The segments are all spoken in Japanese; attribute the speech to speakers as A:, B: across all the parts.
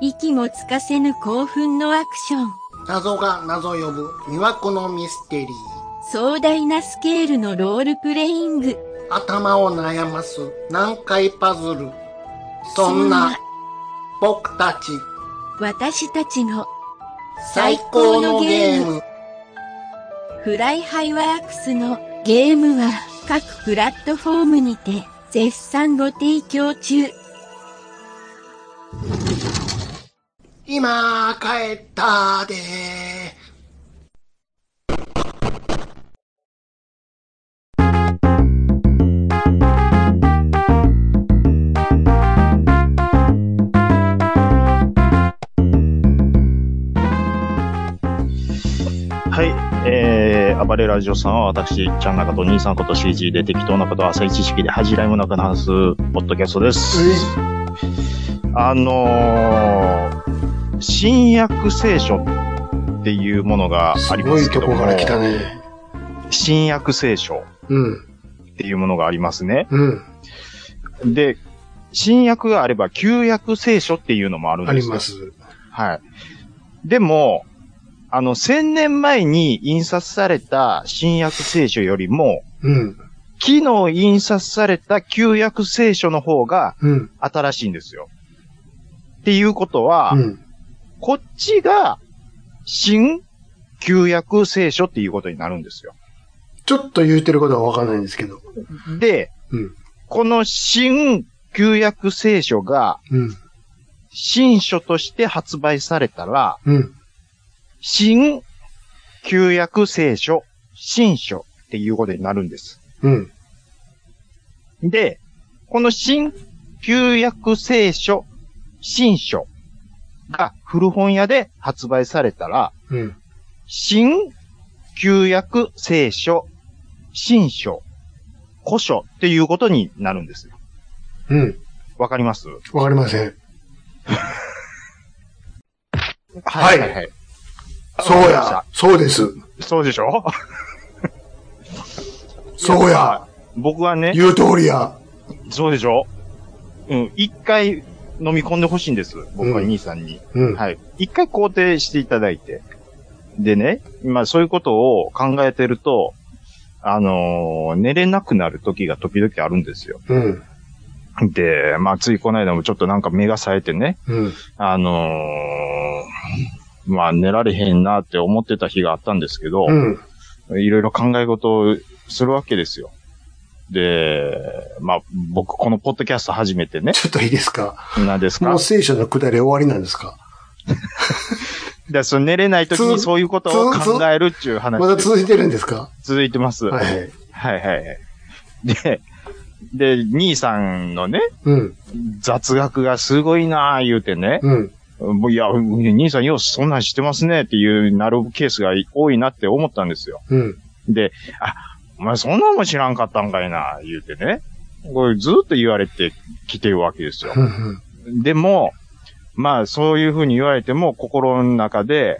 A: 息もつかせぬ興奮のアクション。
B: 謎が謎呼ぶ魅惑のミステリー
A: 壮大なスケールのロールプレイング。
B: 頭を悩ます難解パズルそんな僕たち
A: 私たちの
B: 最高のゲーム
A: フライハイワークスのゲームは各プラットフォームにて絶賛ご提供中。
B: 今帰ったで
C: はい、えー、暴れラジオさんは私、ちゃんなかと兄さんこと CG で適当なこと浅い知識で恥じらいもなく話す、ポッドキャストです。あのー、新約聖書っていうものがあ
B: す
C: りま
B: ごい
C: すけ
B: と
C: ど
B: こ
C: も、
B: から来たね。
C: 新約聖書
B: うん、
C: っていうものがありますね。
B: うん、
C: で、新約があれば旧約聖書っていうのもあるん
B: あ
C: で
B: り
C: すよ
B: ます。
C: はい。でも、あの、1000年前に印刷された新約聖書よりも、
B: うん、
C: 昨日印刷された旧約聖書の方が
B: うん、
C: 新しいんですよ。っていうことは、
B: うん。
C: こっちが新旧約聖書っていうことになるんですよ。
B: ちょっと言うてることはわかんないんですけど。
C: で、
B: うん、
C: この新旧約聖書が
B: うん、
C: 新書として発売されたら、
B: うん。
C: 新旧約聖書、新書っていうことになるんです。
B: うん。
C: で、この新旧約聖書、新書が古本屋で発売されたら、
B: うん。
C: 新旧約聖書、新書、古書っていうことになるんですよ。
B: うん。
C: わかります
B: わかりません。
C: はい
B: はい
C: はい。
B: そう
C: わか
B: や。そうです。
C: りました。そうでしょ
B: そうや。
C: 僕はね、
B: 言う通りや。
C: そうでしょうん、一回飲み込んでほしいんです。僕は
B: うん
C: 兄さんに。
B: うん。
C: はい。一回肯定していただいて。でね、まあそういうことを考えてると、あのー寝れなくなる時が時々あるんですよ。
B: うん。
C: で、まあついこの間もちょっとなんか目が冴えてね、
B: うん。
C: あのーまあ寝られへんなって思ってた日があったんですけど、
B: うん。
C: いろいろ考え事をするわけですよ。で、まあ僕このポッドキャスト初めてね、
B: ちょっといいですか
C: なんです
B: も
C: か
B: う聖書のくだり終わりなんですか
C: でその寝れない時にそういうことを考えるっていう話
B: まだ続いてるんですか
C: 続いてます。
B: は
C: はいい、
B: はい。
C: はい、はい。で、で、兄さんのね、
B: うん。
C: 雑学がすごいなぁ言うてね、
B: うん。
C: もういや、兄さんようそんなんしてますねっていうなるケースが多いなって思ったんですよ。
B: うん。
C: で、あ、お前そんなんも知らんかったんかいな言うてね、これずっと言われてきてるわけですよ
B: う。ん。
C: でも、まあそういうふうに言われても心の中で、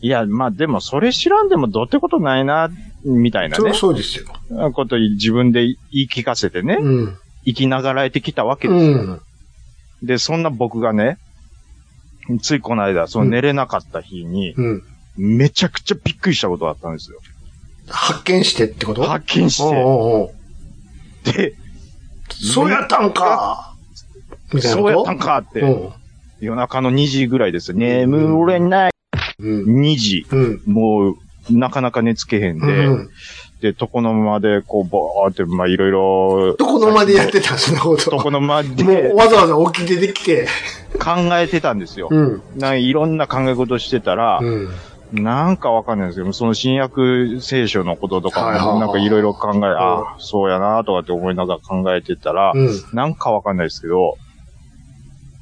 C: いや、まあでもそれ知らんでもどうってことないな、みたいな
B: そ
C: ね
B: う、そうですよ。
C: こと自分で言い聞かせてね、
B: うん。
C: 生きながらえてきたわけ
B: う
C: ですよ。
B: ん。
C: で、そんな僕がね、ついこの間、その寝れなかった日に、
B: うん。
C: めちゃくちゃびっくりしたことがあったんですよ。
B: 発見してってこと
C: 発見し
B: おうお
C: て。
B: うおう
C: で、
B: そうやったんかみたいな
C: そ
B: こと
C: うやったんかって、夜中の2時ぐらいですよ。眠れない。
B: うん。うん。
C: 2時。
B: うん。
C: もう、なかなか寝つけへんで、
B: うん。
C: で、床の間で、こう、ぼーって、まあ、いろいろ、
B: どこの間でやってたんそんなこと。
C: 床の間
B: もう
C: で
B: わざわざ大きい出てきて。
C: 考えてたんですよ。
B: うん。
C: ないろんな考え事してたら
B: う、ん。
C: なんかわかんないですけど、その新約聖書のことと
B: はいはい
C: か
B: は
C: も、
B: い
C: なんかいろいろ考え、
B: ん
C: ああ、そうやなとかって思いながら考えてたら、
B: うん。
C: なんかわかんないですけど、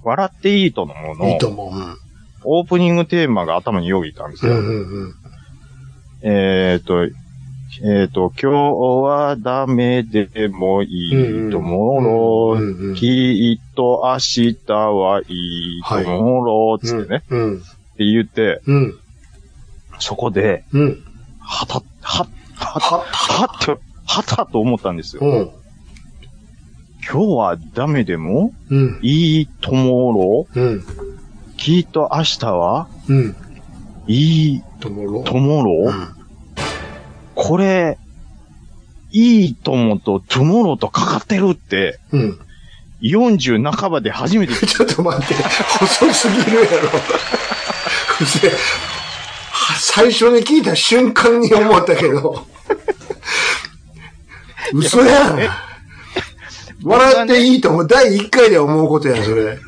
C: 笑っていいとのも
B: いい
C: の、
B: と思う。うん。
C: オープニングテーマが頭によぎったんです
B: う
C: よ。
B: んうんうん。
C: えっ、と、えっ、と、今日はダメでもいいともろ、
B: うんうん
C: きっと明日はいいともろ、つってね、っ
B: うん。
C: て言って、
B: うん。
C: そこで、
B: うん。
C: はた、は、
B: は、
C: は、
B: は、
C: はって、はたと思ったんですよ。
B: うん。
C: 今日はダメでも
B: うん。
C: いいともろ、
B: うん。
C: きっと明日は、
B: うん。
C: いい
B: ともろ。
C: トモロー、
B: うん。
C: これ、いいともとトゥモローとかかってるって、
B: うん。
C: 40半ばで初めて、
B: ちょっと待って、細すぎるやろ。こ れ、最初に聞いた瞬間に思ったけ ど。嘘やん。笑っていいと思う。第1回で思うことや、それ。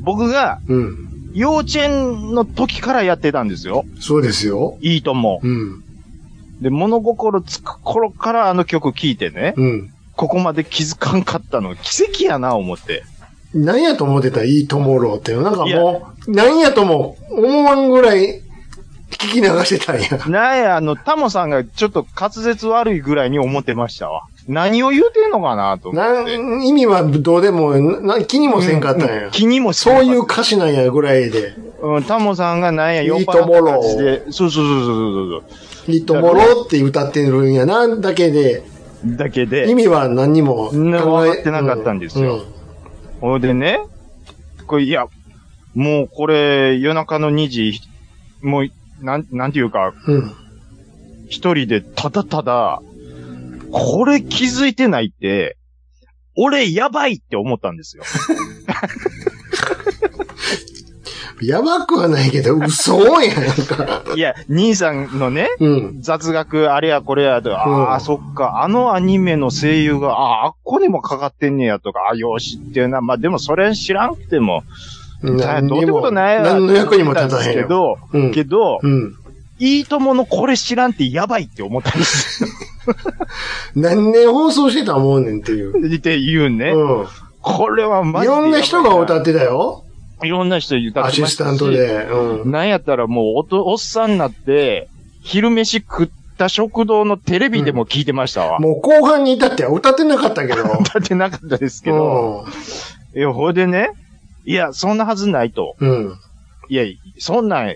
C: 僕が
B: うん。
C: 幼稚園の時からやってたんですよ。
B: そうですよ。
C: いいとも。
B: うん。
C: で、物心つく頃からあの曲聴いてね、
B: うん。
C: ここまで気づかんかったの奇跡やな思って。
B: 何やと思ってたいいともろうって。なんか
C: いや
B: もう、何やとも思わんぐらい聞き流してたん や。
C: なんや、あの、タモさんがちょっと滑舌悪いぐらいに思ってましたわ。何を言うてんのかなと思
B: な
C: って。
B: ん意味はどうでも、な気にもせんかったんや。
C: 気にもしな
B: そ
C: か
B: う
C: った
B: いう歌詞なんやぐらいで。
C: うん、タモさんがなんや、
B: いいと
C: 酔っ
B: も
C: 払った感じ
B: ろ
C: で。そうそうそうそうそう
B: いいともろって歌ってるんやな、だけで、
C: そう。だけ
B: 意
C: で、
B: 味は何にも
C: うん
B: 考え
C: 分かってなかったんですよ。ほいでね、これ、いや、もうこれ、夜中の2時、もう、なん、なんていうか、
B: うん。うん
C: 一人でただただ、これ気づいてないって、俺やばいって思ったんですよ。
B: やばくはないけど、嘘やんか。
C: いや、兄さんのね、
B: うん。
C: 雑学、あれやこれやと、あ
B: う
C: あ、
B: ん
C: そっか、あのアニメの声優が、ああ、あっこにもかかってんねやとか、ああ、よう知ってるな。まあでもそれ知らんくても、
B: 何
C: どうっ
B: に
C: てこ
B: も
C: とないわ
B: 何の役にも立たへん
C: け
B: よ。
C: ど、
B: うん。
C: けど、
B: うん。
C: いいとものこれ知らんってやばいって思ったんです。
B: 何年放送してた思うねんっていう。
C: って言うね。
B: う
C: これはマ
B: ん。
C: ジ
B: い
C: でやば
B: ろんな人が歌
C: っ
B: ってたよ。
C: いろんな人歌って
B: ア
C: ましたし
B: シスタント。で。うん。
C: なんやったらもうおと、おっさんになって、昼飯食った食堂のテレビでも聞いてましたわ。
B: もう後半に至っては歌ってなかったけど。
C: 歌 ってなかったですけど。いや、ほいでね、いや、そんなはずないと。
B: うん。うん。
C: いや、そんなん、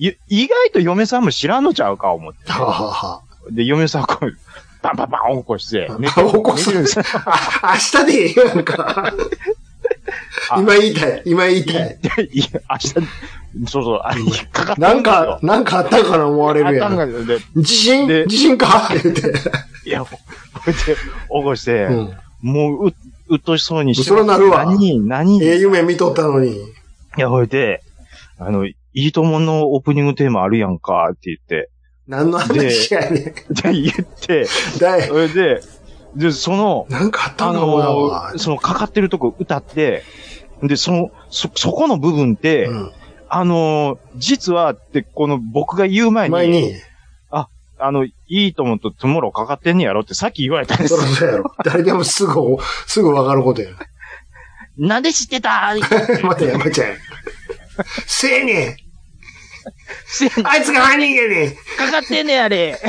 C: ゆ意外と嫁さんも知らんのちゃうか、思って。
B: ははは。
C: で、嫁さんこう、パンパンパン起こ して、寝てる
B: 起こす
C: 寝てるんですよ
B: あ、明日でええやんか。
C: あ
B: 今言いたい。今言いたい。
C: いや、明日、そうそう、あれ、引っかかった
B: なんか、、なんかあったんかな思われ
C: あっ
B: るや
C: たん
B: ん。
C: かで、
B: 地震
C: で
B: 地震かって言って。
C: いや、ほほいで、起こして、
B: うん。も
C: もう、う、うっとしそうにして。
B: そらなるわ
C: 何、何、
B: うええ夢見とったのに。
C: いや、ほいで、あの、いいとものオープニングテーマあるやんか、って言って。
B: 何の話やねん。
C: で、言って、
B: だい
C: それで、で、その、
B: なんかあった
C: あ
B: んかもな
C: の
B: わ。
C: そのかかってるとこ歌って、で、その、そ、そこの部分って、
B: うん
C: あのー実はって、この僕が言う前に、
B: 前に、
C: あの、いいともとトゥモローかかってんねやろってさっき言われたんです
B: そ
C: よ
B: ろ。そろやろ。誰でもすぐ、すぐわかることや。
C: なんで知ってた
B: 待て、山ちゃん。せえねん
C: せや
B: あいつが犯人やねん
C: かかってんねあれ。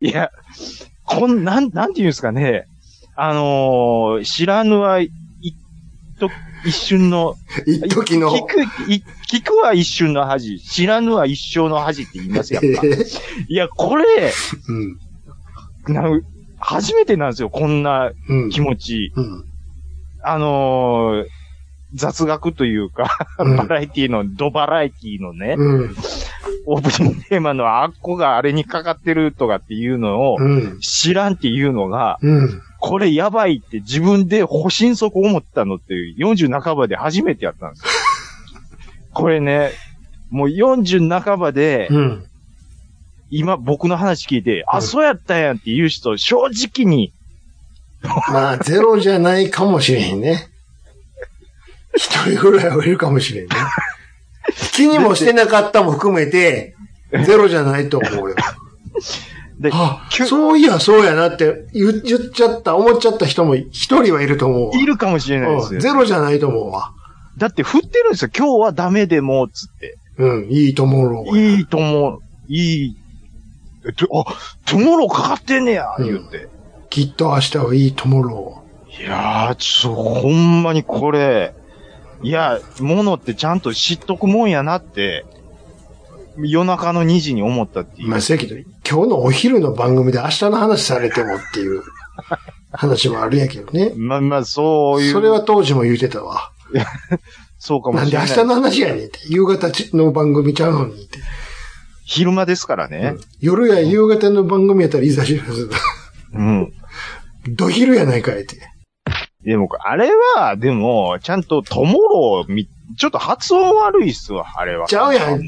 C: いや、こん、なん、なんて言うんですかね。あのー知らぬは、い、と、一瞬の、
B: 一時の。
C: 聞く、い、聞くは一瞬の恥、知らぬは一生の恥って言いますやんか。いや、これ、
B: うん。
C: なん初めてなんですよ、こんな
B: うん。
C: 気持ち。
B: うん。
C: あのー雑学というか、
B: うん
C: バラエティの、ドバラエティのね、
B: うん。
C: オープニングテーマのあっこがあれにかかってるとかっていうのを
B: う、ん。
C: 知らんっていうのが、
B: うん。
C: これやばいって自分で保身足思ったのって40半ばで初めてやった んですよ。これね、もう40半ばで、
B: うん。
C: 今僕の話聞いて、
B: う
C: あ、
B: ん
C: そうやったんやんって言う人、正直に、
B: まあ、ゼロじゃないかもしれへんね。一人ぐらいはいるかもしれんね。気にもしてなかったも含めて、ゼロじゃないと思うよ。
C: で
B: あ、
C: きゅ
B: そういや、そうやなって言言っちゃった、思っちゃった人も一人はいると思うわ。
C: いるかもしれないです
B: う
C: よ
B: ん。ゼロじゃないと思うわ。
C: だって振ってるんですよ。今日はダメでも、つって。
B: うん、いいと思うろ。
C: いいとも、いい、えとあ、トゥモローかかってんねや、言って。
B: きっと明日はいいと思うろ。
C: いやー、ちょ、ほんまにこれ、いや、ものってちゃんと知っとくもんやなって、夜中の2時に思ったっていう。
B: まあ、せやけど、今日のお昼の番組で明日の話されてもっていう話もあるやけどね。
C: まあまあ、そういう。
B: それは当時も言うてたわ。
C: そうかも
B: なん
C: し
B: で
C: れ
B: 明
C: ない。
B: 日の話やねんって。夕方の番組ちゃうのにって。
C: 昼間ですからね。
B: 夜や夕方の番組やったらいざ知らずだ。
C: うん。
B: ど昼やないかいって。
C: でも、あれは、でも、ちゃんとトモローみ、ちょっと発音悪いっすわ、あれは。
B: ちゃうやん。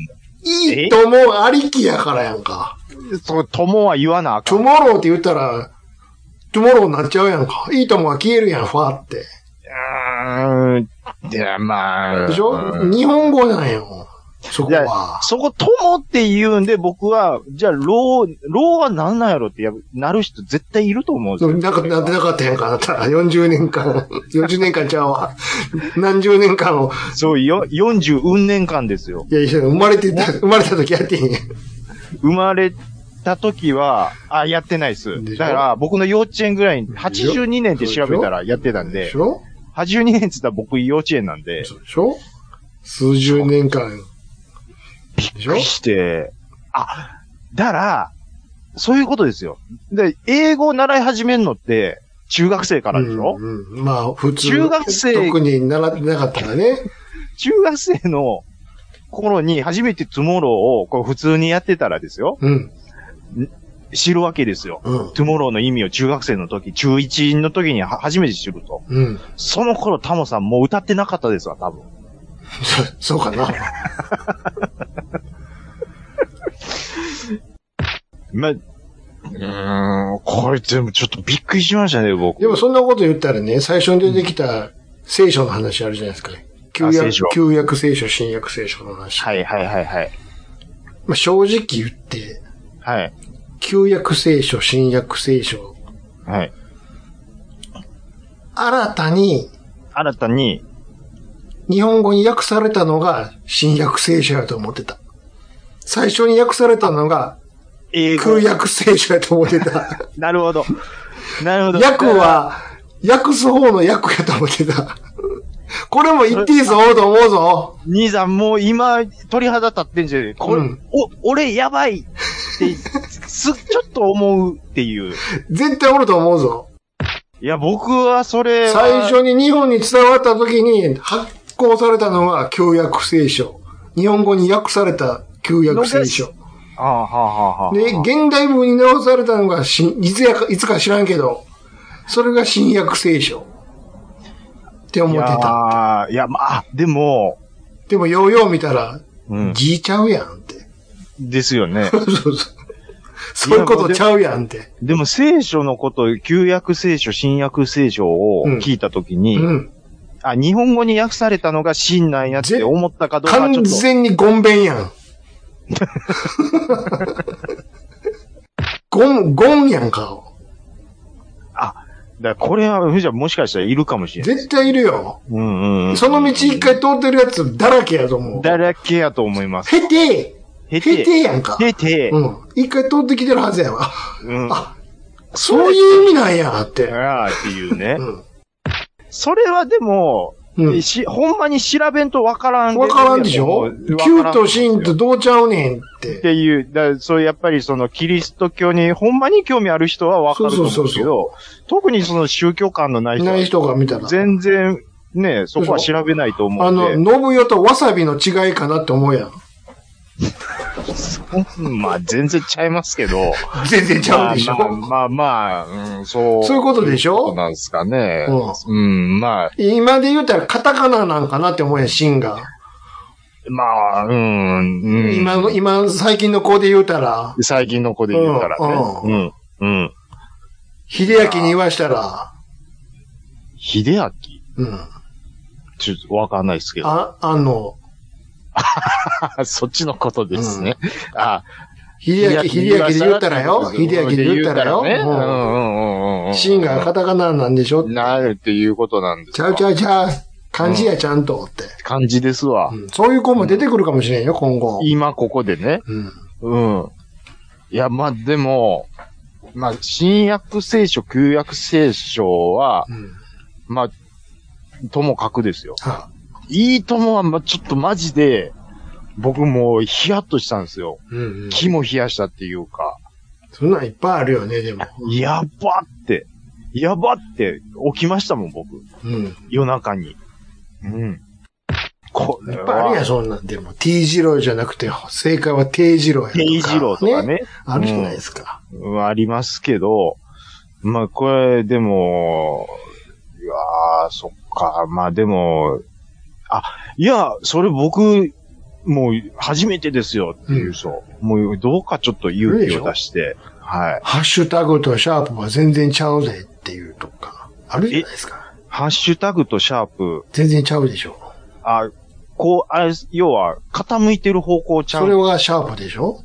B: いいともありきやからやんか。
C: そう、トモは言わなあ
B: ト
C: か
B: ゥ
C: ん。
B: モローって言ったら、トゥモローになっちゃうやんか。いいともは消えるやん、ファーって。
C: うーん。いや、まあ。
B: でし
C: う
B: ょ
C: ん
B: 日本語なんよ。そこ
C: いや
B: は。
C: そこ、トモって言うんで、僕は、じゃあ、ロー、ローはなんなんやろって、やなる人絶対いると思うんですよ。
B: なんか、なんてなかったやんか、あなた。40年間、40年間ちゃうわ。何十年間を。
C: そう、よ、40運年間ですよ。
B: いやいや、生まれてた、生まれた時やってへんやん。
C: 生まれた時は、あ、やってないっす。
B: でしょ
C: だから、僕の幼稚園ぐらいに、82年って調べたらやってたん
B: で
C: で
B: し、ょ
C: 82年って言ったら僕幼稚園なんで、
B: そうでしょ数十年間。
C: び
B: で
C: っ
B: し
C: く
B: ょ
C: りして、あ、だから、そういうことですよ。で、英語を習い始めるのって、中学生からでしょ、
B: うんうん、まあ、普通。
C: 中学生
B: 特に習ってなかったらね。
C: 中学生の頃に初めてトゥモローをこう普通にやってたらですよ。
B: うん。
C: 知るわけですよ。
B: うん。
C: トゥモローの意味を中学生の時、中1の時には初めて知ると。
B: うん。
C: その頃タモさんもう歌ってなかったですわ、多分。
B: そそうかな。
C: ま、うーん、これ全部ちょっとびっくりしましたね、僕。
B: でもそんなこと言ったらね、最初に出てきた聖書の話あるじゃないですか、ね。旧
C: あ聖
B: 約
C: 書、
B: 旧約聖書、新約聖書の話。
C: はいはいはいはい。
B: まあ、正直言って、
C: はい。
B: 旧約聖書、新約聖書、
C: はい。
B: 新たに
C: 新たに、
B: 日本語に訳されたのが新約聖書やと思ってた。最初に訳されたのが
C: 英語
B: 旧。約聖書やと思って た。
C: なるほど。なるほど。
B: 訳は、訳す方の訳やと思ってた。これも言っていいぞ、と思うぞ。
C: 兄さん、もう今、鳥肌立ってんじゃねこれ、
B: うん
C: お、俺やばいって、す、ちょっと思うっていう。
B: 絶対おると思うぞ。
C: いや、僕はそれは、
B: 最初に日本に伝わった時に発行されたのが旧約聖書。日本語に訳された旧約聖書。
C: ああ、はあ、はあ、はあ。
B: で、現代文に直されたのが新、いつやか、いつか知らんけど、それが新約聖書。って思
C: い
B: ってた。
C: やーいや、まあ、でも、
B: でも、ようよう見たら、
C: うん、
B: 字ちゃうやんって。
C: ですよね。
B: そうそう。そういうことちゃうやんって。
C: でも、聖書のこと、旧約聖書、新約聖書を聞いたときに、
B: うん。
C: あ、日本語に訳されたのが真なんやって思ったかどうかはちょ
B: 完
C: っと。
B: 全にゴンベンや ん。ゴン、ゴンやんか。
C: あ、だからこれは、ふじゃもしかしたらいるかもしれない。
B: 絶対いるよ。
C: うんうんうん。
B: その道一回通ってるやつだらけやと思う。
C: だらけやと思います。
B: へて、
C: へ
B: へ
C: て、
B: てやんか。
C: へて、
B: うん。一回通ってきてるはずやわ。
C: うん。
B: あ、
C: あ
B: そういう意味なんや、って。
C: あ、っていうね
B: う。ん。
C: それはでも、
B: うん。
C: し、ほんまに調べんとわからんレベ
B: わ
C: ルやと
B: から
C: 思う。
B: んでしょ
C: わから
B: 旧
C: ん
B: と真とどうちゃうねんっ。
C: ってていう、だからそうやっぱりそのキリスト教にほんまに興味ある人はわかると思うんですけど、特にその宗教観のない
B: い
C: 人は
B: ない人が見たら。
C: 全然ね、そこは調べないと思
B: あ
C: うん
B: の、
C: で。
B: 信代とわさびの違いかなって思うやん。
C: うんまあ全然ちゃいますけど。
B: 全然ちゃうでしょ。
C: まあまあまあまあ、うんそう。
B: そういうことでしょ
C: そういうことなんですかね。
B: う
C: うん、まあ、
B: 今で言うたらカタカナなんかなって思うやん、真が。
C: まあ、うん、うん。
B: 今の、今、最近の子で言うたら、
C: 最近の子で言ったら
B: う
C: ね。うん、うん。
B: 秀明に言わしたら、
C: 秀明
B: うん。
C: ちょっとわかんないですけど。
B: あ、あの、
C: そっちのことですね。あ、
B: 秀明、秀明で言ったらよ、秀明で言ったらよ、
C: ねうんう
B: うん
C: んうんうん。
B: 真がカタカナなんでしょって
C: なるっていうことなんです
B: ちゃうち
C: ゃ
B: ゃうちゃう。漢字やちゃんとって、
C: 感じですわ
B: う。んそういう子も出てくるかもしれんよ、今後。
C: 今ここでね。
B: うん。
C: うん。いや、まあ、でも、まあ、新約聖書、旧約聖書は、
B: うん。
C: まあ、ともかくですよ。
B: はい
C: いともは、まあ、ちょっとマジで、僕もうヒヤッとしたんですよ。
B: うんうん。
C: 気も冷やしたっていうか、
B: そんなんいっぱいあるよね、でも。
C: やばって、やばって起きましたもん、僕。
B: うん。
C: 夜中に。うん。こ
B: い
C: れ
B: っぱいあるやん、
C: は、
B: そんなんでも。T 字路じゃなくて、正解は T 字路やとか。
C: 定次郎とかね。
B: あるじゃないですか。
C: うんありますけど、まあこれ、でも、いやー、そっか、まあでも、あ、いや、それ僕、もう初めてですよっていう人、もうどうかちょっと勇気を出して、はい。
B: ハッシュタグとシャープは全然ちゃうぜっていうとか、あるじゃないですか。
C: ハッシュタグとシャープ、
B: 全然ちゃうでしょ。
C: あ、こう、あれ、要は、傾いてる方向ちゃ
B: それ
C: う。
B: はシャープでしょ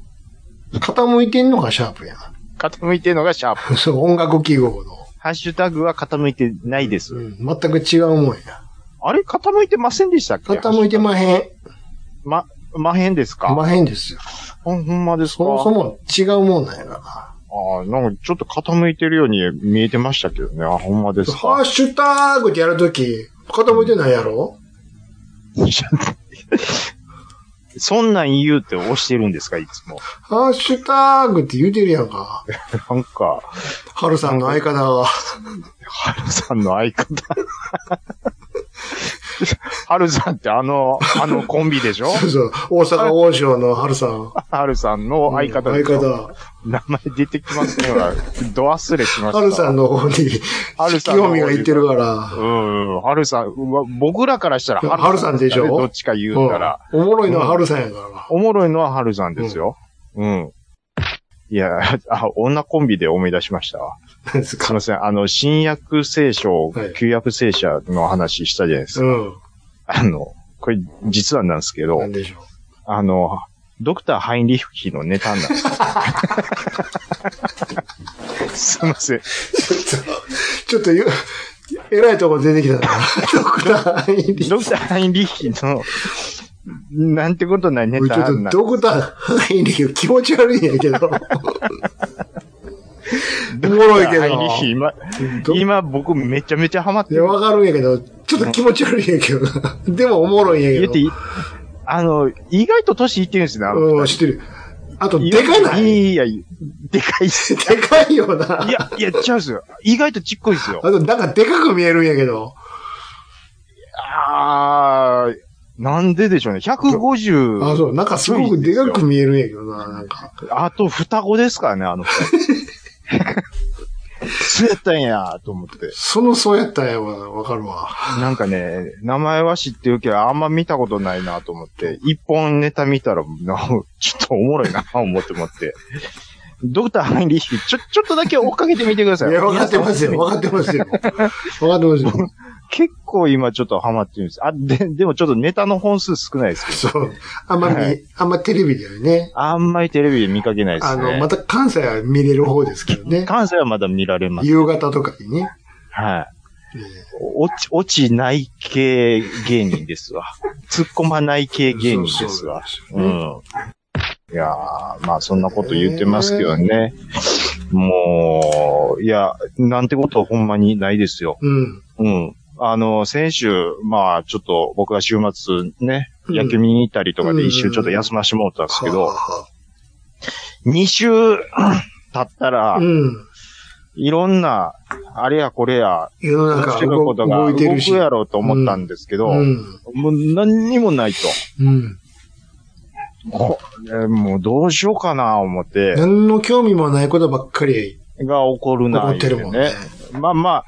B: 傾いてんのがシャープやん。
C: 傾いてるのがシャープ。
B: そう、音楽記号の。
C: ハッシュタグは傾いてないです。
B: うん、全く違うもんや。
C: あれ、傾いてませんでしたっけ
B: 傾いてまへん。
C: ま、まへんですか、
B: まへんですよ。
C: ほんほんまですか
B: そもそも違うもんなんやか
C: ああ、なんかちょっと傾いてるように見えてましたけどね。あ、ほんまで
B: ら。
C: す
B: ハッ
C: か。
B: シュタグってやるとき、傾いてないやろ
C: そんなん言うて押してるんですか、いつも。
B: ハッシュタグって言うてるやんか。
C: なんか、
B: ハルさんの相方が。
C: ハルさんの相方。 ハルさんってあの、あのコンビでしょ
B: そうそう。大阪王将のハルさん。
C: ハルさんの相方
B: 相
C: でしょ
B: 方。
C: 名前出てきますね。ほらド忘れしました。
B: ハルさんの方に、
C: ハルさんの方
B: 興味がいってるから。
C: うんうん、ハルさん、うわ僕らからしたら
B: ハルさんでしょ
C: どっちか言うたら。
B: うんおもろいのはハルさんやか
C: おもろいのは春さんですよ。うん。いや、 あ、女コンビで思い出しましたわ。
B: ら。なんです
C: すい
B: か。
C: ません。あの、新約聖書、
B: はい
C: 旧約聖書の話したじゃないですか。
B: うん。
C: あの、これ実はなんですけど
B: な、んでしょ
C: あの、ドクターハインリッヒのネタなんです。すいませ ん。
B: う。ちょっと、ちょっと言う、えらいとこ出てきたな。ドクターハイリー
C: ドクターハインリッヒの、なんてことないネ
B: 俺ち
C: タ
B: ょっ
C: な
B: と、ドクターハイリー気持ち悪いんやけ ど。おもろいけ
C: ハインリッヒ
B: ど。
C: 今、
B: ど
C: 今僕めちゃめちゃハマって
B: いや、
C: る
B: わかるんやけど、ちょっと気持ち悪いんやけどな。でもおもろいんやけ
C: 言
B: ど
C: ってい。いあの、意外と年いってるんですね、あの
B: うん、
C: 二
B: 知っ
C: 人
B: てる。あと、でかない
C: いやいや、でかいっす。
B: でかいよな。
C: いや、いや、違うんですよ。意外とちっこいっすよ
B: あ。と、なんかでかく見えるんやけど。
C: あー、なんででしょうね。150。
B: あ、そう。なんかすごくでかく見えるんやけどな。なんか。
C: あと双子ですからね、あの二人。 そうやったんや、と思って。
B: そのそうやったんやわ。わかるわ。
C: なんかね、名前は知ってるけど、あんま見たことないなと思って、一本ネタ見たら、なちょっとおもろいな、思って思って。ドクターハインリッヒ、ちょ、ちょっとだけ追っかけてみてくだ
B: い
C: さい。
B: や、わかってますよ。わかってますよ。わかってますよ。
C: 結構今ちょっとハマってるんです。あ、で、でもちょっとネタの本数少ないですけど。
B: そう。あんま
C: は
B: り、あんまテレビではね。
C: あんまりテレビで見かけないです
B: あ
C: ね。
B: の、また関西は見れる方ですけどね。
C: 関西はまだ見られます。
B: 夕方とかにね。
C: はい。
B: えー
C: 落ち、落ちない系芸人ですわ。 突っ込まない系芸人ですわ。
B: そうそう
C: う
B: ですね
C: ん。いやー、まあそんなこと言ってますけどね。もう、いや、なんてことはほんまにないですよ。
B: うん。
C: うん。あの、先週、まあ、ちょっと僕が週末ね、
B: うん
C: 野球見に行ったりとか
B: う
C: で
B: ん
C: 一週ちょっと休ましてもらったんですけ
B: は
C: ど、
B: は
C: 二週経ったら
B: は、うん。
C: いろんな、あれやこれや、
B: 世の
C: 面
B: 中
C: 白い
B: 動
C: ことが
B: 動い
C: 動
B: てるし。
C: くやろうと思ったんですけど、
B: うん。
C: もう何にもないと。
B: うん。
C: これ、もうどうしようかな、思って、
B: 何の興味もないことばっかり
C: が起こる
B: 起こ
C: な、
B: ってる
C: 言
B: も
C: うんて
B: ね
C: ね。。まあまあ、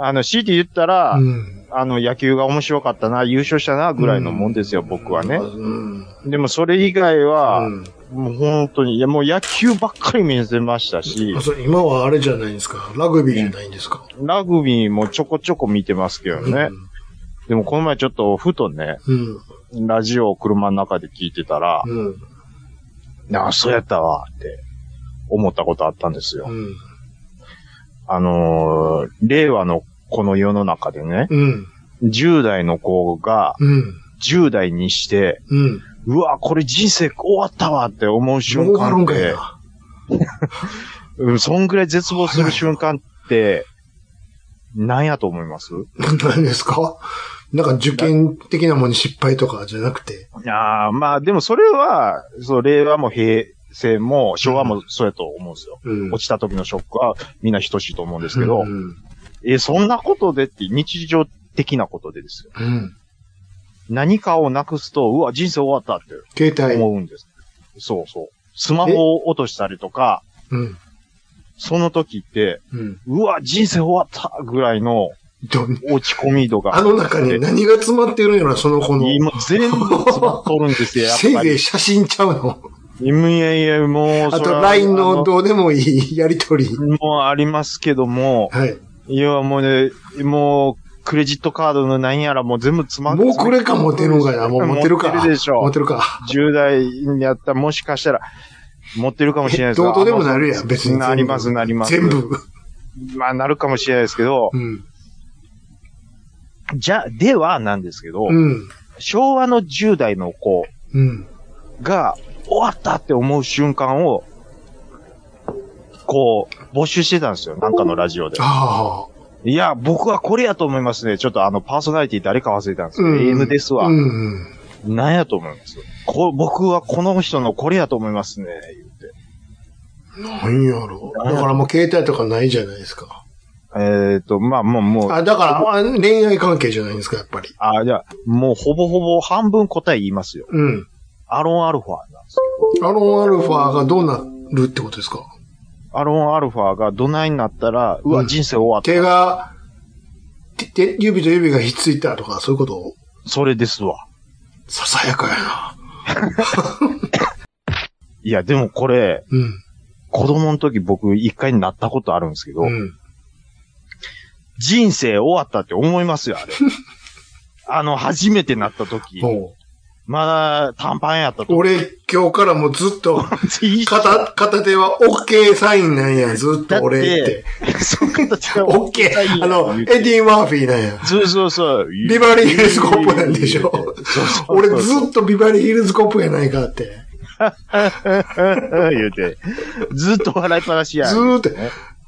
C: あの、強いて言ったら、
B: うん。
C: あの、野球が面白かったな、優勝したな、ぐらいのもんですよ、僕はね。
B: うん。
C: でもそれ以外は、
B: うん
C: もう本当に、いやもう野球ばっかり見せまし たし
B: あ、そう今はあれじゃないんですか。ラグビーじゃないんですか。
C: ラグビーもちょこちょこ見てますけどね。でもこの前ちょっとふとね、
B: うん。
C: ラジオを車の中で聞いてたら、
B: うん。うん。
C: ああ、そうやったわって思ったことあったんですよ。
B: うん。
C: あのー令和のこの世の中でね、
B: うん。
C: 10代の子が
B: うん。
C: 10代にして、
B: うん。
C: うわ、これ人生終わったわって思う瞬
B: もうある
C: 間
B: ん
C: っ
B: かい
C: て、
B: な。
C: うん、そんぐらい絶望する瞬間って、なんやと思います
B: 何ですかなんか受験的なものに失敗とかじゃなくて。
C: ああ、まあでもそれは、そう、令和も平成も昭和もそうやと思うんですよ。
B: うん。
C: 落ちた時のショックはみんな等しいと思うんですけど、
B: うん。
C: え、そんなことでって日常的なことでですよ。
B: うん。
C: 何かをなくすと、うわ、人生終わったって
B: 携帯。
C: 思うんです。そうそう。スマホを落としたりとか、
B: うん。
C: その時って、
B: うん。
C: うわ、人生終わったぐらいの
B: どん
C: 落ち込み度が。
B: あの中に何が詰まってるんやろ、その子の。
C: 今、全部詰まっとるんですよ、や っ
B: せい
C: ぱ
B: ぜ
C: り
B: い。写真ちゃうの。
C: いやいや、もう、
B: あ
C: それ
B: と、
C: は
B: LINE の
C: あ
B: どうでもいいやりとり。
C: もうありますけども、
B: はい。
C: いや、もうね、もう、クレジットカードの何やらもう全部詰まって
B: もうこれか持てるんか なもう持ってるか
C: 持ってるでしょ
B: 持ってるか。
C: 10代にやったらもしかしたら、持ってるかもしれないです
B: どうとでもなるやん、別に全部。
C: なります、なります。
B: 全。部。
C: まあ、なるかもしれないですけど、
B: うん。
C: じゃ、ではなんですけど、
B: うん。
C: 昭和の10代の子
B: うん。
C: が終わったって思う瞬間を、こう、募集してたんですよ。なんかのラジオで。
B: ああ。
C: いや、僕はこれやと思いますね。ちょっとあの、パーソナリティ誰か忘れたんですけど、
B: うん。
C: AM ですわ。、
B: うんん。
C: 何やと思いますこ僕はこの人のこれやと思いますね。言って。
B: なんやろ。だからもう携帯とかないじゃないですか。
C: えっ、と、まあ、もう、もう、
B: あ、だから、あ恋愛関係じゃないですか、やっぱり。
C: あ、じゃあ、もうほぼほぼ半分答え言いますよ。
B: うん。
C: アロンアルファなんです
B: アロンアルファがどうなるってことですか
C: けど。アロンアルファがどないになったら、う
B: う
C: わ、
B: ん
C: 人生終わった。
B: 手が、手、手指と指がひっついたとか、そういうこと
C: それですわ。
B: ささやかやな。
C: いや、でもこれ、
B: うん。
C: 子供の時僕一回なったことあるんですけど、
B: うん。
C: 人生終わったって思いま すよ、あれ。あの、初めてなった時、
B: も
C: まだ短パンやった
B: う、
C: 時。
B: 俺今日からもうずっと、
C: いい人
B: 片、片手は OK サインなんや、ずっと俺って。
C: そういう形で
B: OK! あの、エディ・マーフィーなんや。
C: そうそうそう。
B: ビバリーヒルズコップなんでしょ
C: そうそうそう
B: 俺ずっとビバリーヒルズコップやないかって。
C: 言うて。ずっと笑いっぱなしや。
B: ずーっと、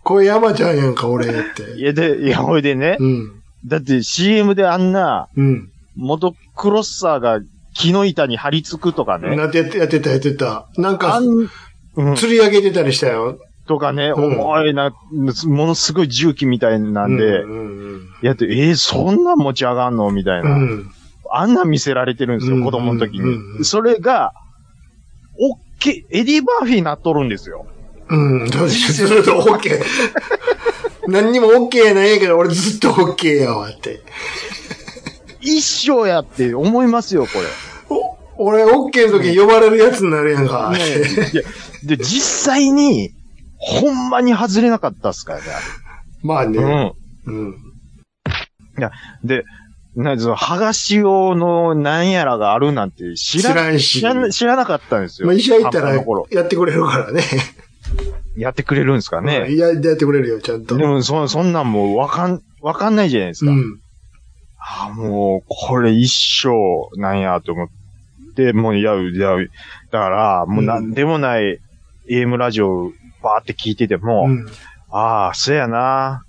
B: これ山ちゃんやんか、俺っ
C: い
B: て。
C: や、で、いや、ほいでね。
B: うん。
C: だって CM であんな、
B: うん。
C: 元クロッサーが木の板に張り付くとかね。
B: なってやってやってた、やってた。なん
C: あ
B: か
C: ん、、うん、
B: 釣り上げてたりしたよ。
C: とかね、
B: うん
C: 重いな、ものすごい重機みたいなんで、
B: うんうん
C: やって、えー、そんなん持ち上がんのみたい
B: うん。う
C: な、
B: ん。
C: あんなん見せられてるんです
B: う
C: よ、
B: ん
C: 子供の時
B: うんう
C: に。
B: ん
C: それが、おっけ、エディ・バーフィーなっとるんですよ。
B: うん。どうでしょう。ずっと OK。何にも OK やないんやけど、俺ずっと OK やわって。
C: 一生やって思いますよ、これ。
B: お俺 OK の時に呼ばれるやつになるやんか。っ
C: ね
B: て
C: えいやで、実際に、ほんまに外れなかったっすからね。
B: まあ
C: う
B: ね。
C: ん。
B: うん。
C: で、なんでその、剥がし用のなんやらがあるなんて知ら
B: 知らんし
C: 知らな知らなかったんですよ。
B: まあ医者行った
C: 半
B: ら
C: 端の頃
B: やってくれるからね。
C: やってくれるんですかね。
B: い や、やってくれるよ、ちゃんと。
C: でも、そ、そんなんもうわかん、わかんないじゃないです
B: う
C: か。
B: ん。
C: ああ、もう、これ一生なんやと思って、もう、いや、いや、だから、もうなんでもない AM ラジオバーって聞いてても、
B: うん。
C: ああ、そやな。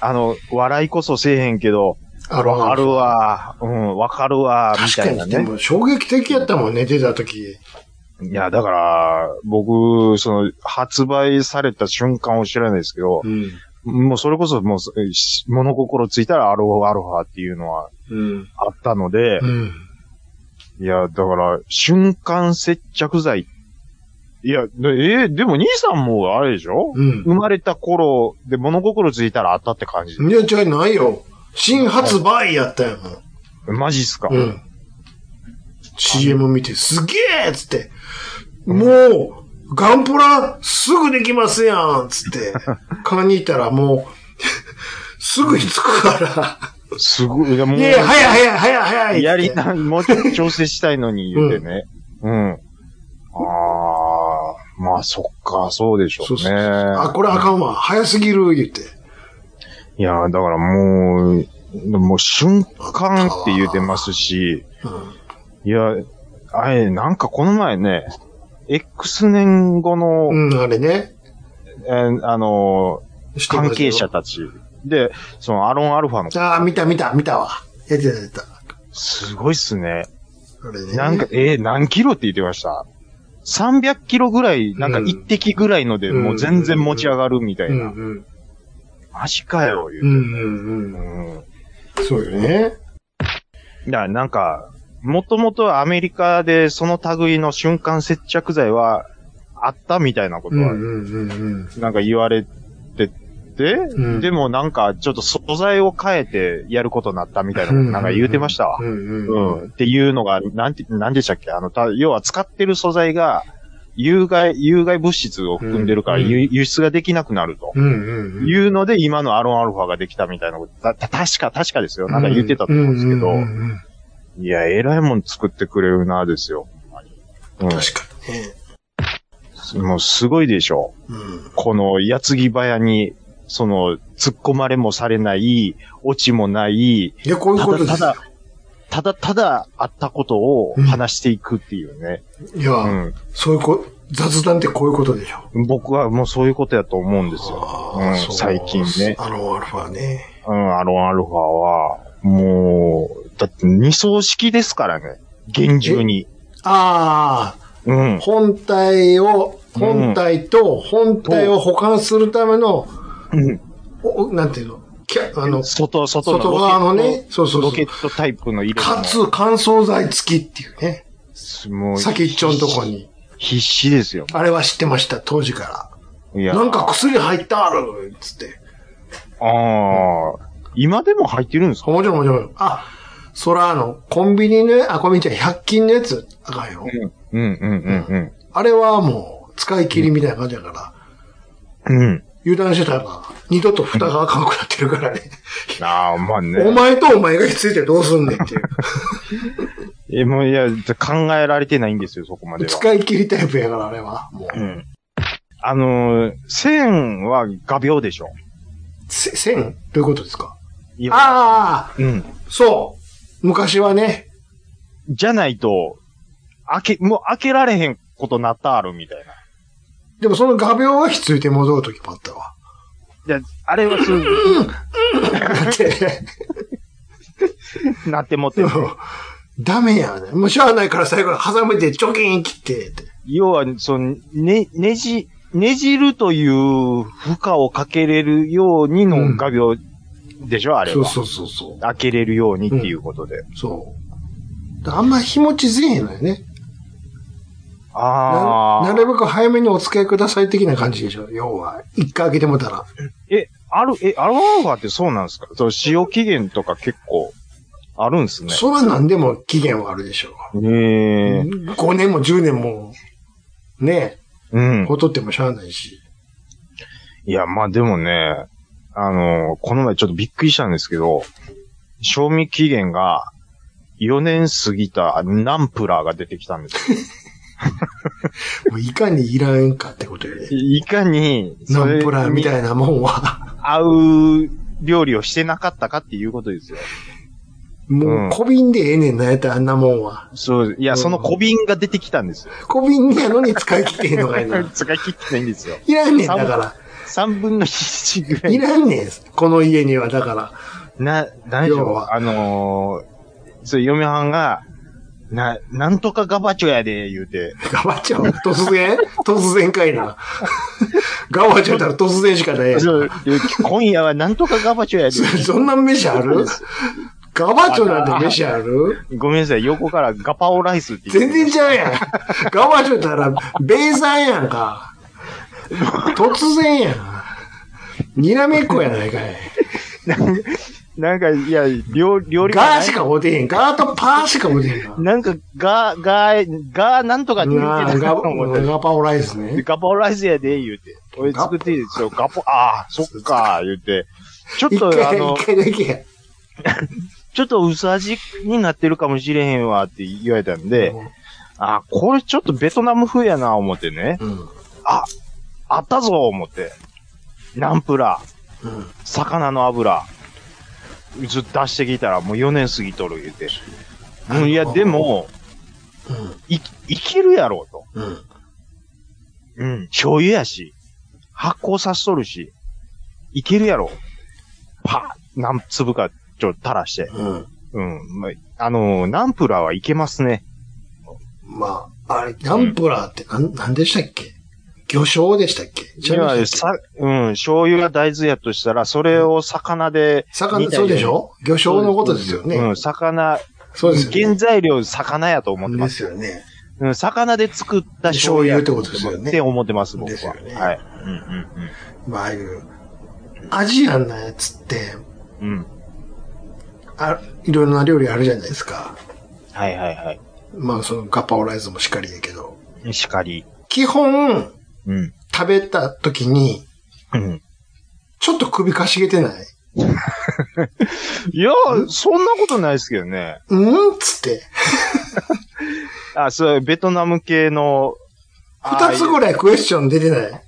C: あの、笑いこそせえへんけど、
B: ある
C: わ
B: あ
C: か
B: る。
C: るわ、うん、わかるわ、み
B: 確
C: た
B: か
C: いな
B: に、で
C: ね。
B: も衝撃的やったもん、寝てた時。
C: いや、だから、僕、その、発売された瞬間を知らないですけど、
B: うん。
C: もうそれこそもう、し物心ついたらアルファアルファっていうのは
B: うん。
C: あったので
B: う、ん。
C: いや、だから、瞬間接着剤。いや、でえーでも兄さんもあれでしょ、
B: うん。
C: 生まれた頃で物心ついたらあったって感じ。
B: いや、じゃないよ。新発売やったよ、もう。
C: マジっすか、
B: うん。CM 見て、すげえっつって。もう、ガンプラすぐできますやんっつって。買いに行ったらもう、 すぐに着くから。
C: すごい。いや、もう
B: いやいや、早い早い早い早いって。
C: やりたい、もうちょっと調整したいのに言うてね。うん。ああ、まあそっか、そうでしょう
B: そう
C: ね。
B: そうそうあ、これあかんわ。早すぎる、言って。
C: いや、だからもう、もう瞬間って言うてますし、
B: う
C: いや、あれ、なんかこの前ね、X 年後の、
B: ん。うん、あれね。
C: えーあのー、関係者
B: 知って
C: たち。で、そのアロンアルファの
B: ま、すよ。ああ、見た見た見たわ。やってたやってた。
C: すごいっすね。
B: あれね。
C: なんか、、えー何キロって言ってました300キロぐらい、なんか
B: うん
C: 一滴ぐらいので、
B: うん
C: もう全然持ち上がるみた
B: う
C: い
B: ん
C: な。
B: うん。
C: マジかよ、
B: う
C: 言うて。
B: んうん
C: う
B: うん。
C: ん
B: そうよね。
C: だからなんか、もともとアメリカでその類の瞬間接着剤はあったみたいなこと
B: うん
C: は、
B: うんうん
C: なんか言われてて、
B: うん
C: でもなんかちょっと素材を変えてやることになったみたいなことなんか言うてましたわ
B: う。ん
C: う
B: うん
C: ん。っていうのが、なんて、なんでしたっけあの、た、要は使ってる素材が、有害、有害物質を含んでるから、
B: うん
C: 輸輸出ができなくなると。
B: うんうんうん。
C: いうので、今のアロンアルファができたみたいなこと、た、た、確か、確かですよ。なんか言ってたと思うんですけど
B: う、んうんうん
C: いや、えらいもん作ってくれるな、ですよ。うん
B: 確かにね。
C: もうすごいでしょ。
B: うん
C: この矢継ぎ早に、その、突っ込まれもされない、落ちもない、
B: いや、こういう
C: た
B: こと
C: だ
B: で
C: た
B: す。
C: だ、ただただあったことを話していくっていうね。
B: いや、
C: うん。
B: そういうこ、雑談ってこういうことでしょ。
C: 僕はもうそういうことやと思うんですよ。
B: あー
C: うん
B: そう
C: 最近ね
B: アロンアルファね。
C: うん、アロンアルファは、もう、だって二層式ですからね。厳重に。
B: ああ、
C: うん。
B: 本体を、
C: うん
B: 本体と本体を保管するための、おおなんていうの、キャあの、
C: 外、外の
B: 外側のね、そうそう
C: ロ
B: そ
C: ケ
B: う。
C: ットタイプの入れ
B: かつ乾燥剤付きっていうね。
C: つ、もう
B: 先っちょのとこ。に。
C: 必死ですよ。
B: あれは知ってました、当時か
C: い
B: ら。
C: や。
B: なんか薬入ったあるつって。
C: ああ。今でも入ってるんですか
B: もちろんもちろん。あ、そらあの、コンビニのや、あ、コンビニじゃない100均のやつ、あかんよ。
C: うん、うん、うん、
B: あれはもう、使い切りみたいな感じだから、
C: うん。うん。
B: 油断してたら、二度と蓋があかんくなってるからね。
C: ああ、まあ
B: お
C: ね。
B: 前とお前がひっついてどうすんねんって いう。
C: え、もういや、考えられてないんですよ、そこまでは。
B: 使い切りタイプやから、あれは。もう
C: うん。あのー、線は画鋲でしょ。
B: せ線どういうことですか
C: いあ。
B: ああ、
C: うん。
B: そう。昔はね、
C: じゃないと、開け、もう開けられへんことなったあるみたいな。
B: でもその画鋲はひっついて戻るときもあったわ。
C: で、あれはす
B: だって ね、
C: ぐ、なってもって
B: で。もダメやね。もうしゃあないから最後に挟めてチョキン切ってって。
C: 要は、その、ね、ねじ、ねじるという負荷をかけれるようにの画鋲でしょ、あれ
B: そう
C: は。
B: そうそうそう。
C: 開けれるようにっていうことで。
B: そう。だからあんま日持ちぜえへんのよね。
C: あ
B: な
C: あ。
B: なるべく早めにお使いください的な感じでしょ。要は、一回開けてもたら。
C: え、ある、え、アロンアルファってそうなんですかその使用期限とか結構あるんですね。
B: そら何でも期限はあるでしょう。
C: へえ。
B: 5年も10年も、ね
C: うん。
B: ほっとってもしゃあないし。
C: いや、まあでもね、あのこの前ちょっとびっくりしたんですけど、賞味期限が4年過ぎたナンプラーが出てきたん ですよ。
B: もういかにいらんかってことよね。
C: いかに、
B: ナンプラーみ
C: い
B: たいなもんは、
C: 合う料理をしてなかったかっていうことですよ。う
B: も
C: ん
B: う小瓶でええねんなやったらあんなもんは。
C: そう、いや、
B: うん
C: その小瓶が出てきたんですよ。
B: 小瓶やのに使い切ってへんのがいいな。
C: 使い切ってないんですよ。
B: いらんねん、だか
C: 3分の1ぐら
B: ら。
C: い
B: い。らんねん、この家には、だから。
C: な、何でし
B: 要
C: ょう
B: は
C: あのー、そう、嫁はんが、な、なんとかガバチョやで、言うて。
B: ガバちゃん、突然突然かいな。ガバちゃんやったら突然しかないやん。
C: そう今夜はなんとかガバチョやで。
B: そんな飯あるガバチョなんて飯ある
C: ごめんなさい、横からガパオライスって言
B: 全
C: って。
B: 然ちゃうやん。ガバチョやったら、米産やんか。突然やん。にらめっこやないかい。
C: なんか、いや、料料理がない
B: ガーしかおてへん。ガーとパーしかおてへんか。
C: なんか、ガー、ガー、ガーなんとかって言
B: な
C: って
B: あ
C: た
B: ガ
C: と思って。
B: ガパオライスね。
C: ガパオライスやで、言うて。俺作っていいですよ。ガポ、ああ、そっか、言うて。ちょっ
B: 一
C: と、あ
B: 回、
C: の
B: 一、回だけや。
C: ちょっと薄味になってるかもしれへんわって言われたんで、あ、これちょっとベトナム風やな、思ってね。
B: うん。うん。
C: あったぞ、思って。ナンプラー、魚の油、ずっと出してきたらもう4年過ぎとる言うて。うん、いや、でも、い、いけるやろ、と。
B: うん。うん。
C: うん、醤油やし、発酵さしとるし、いけるやろ。パー何粒か、ちょ、垂らして。
B: うん。
C: うん、まあ、あのーナンプラーはいけますね。
B: まあ、あれ、ナンプラーってなん、なんでしたっけ魚醤でしたっけ
C: いや、さ、うん、醤油が大豆やとしたら、それを魚で、
B: 魚、そうでしょ魚醤のことですよね。
C: うん、魚、
B: そうですよね
C: 原材料、魚やと思ってま。
B: ですすよね。
C: うん、魚で作った
B: 醤油ってことですよ
C: って
B: ね。
C: 思ってます、僕
B: です
C: は。
B: よね
C: はい。うん
B: まあ、ああいう、アジアンなやつって、
C: うんうん。うん。
B: あいろんな料理あるじゃないですか。
C: はいはいはい
B: まあ、そのガパオライスもしっかりやけど。。
C: しかり。
B: 基本、
C: うん。
B: 食べた時に、
C: うん。
B: ちょっと首かしげてない
C: いや、そんなことないですけどね。
B: うんっつって。
C: あ、そう、ベトナム系の、
B: 二つぐらいクエスチョン出てない。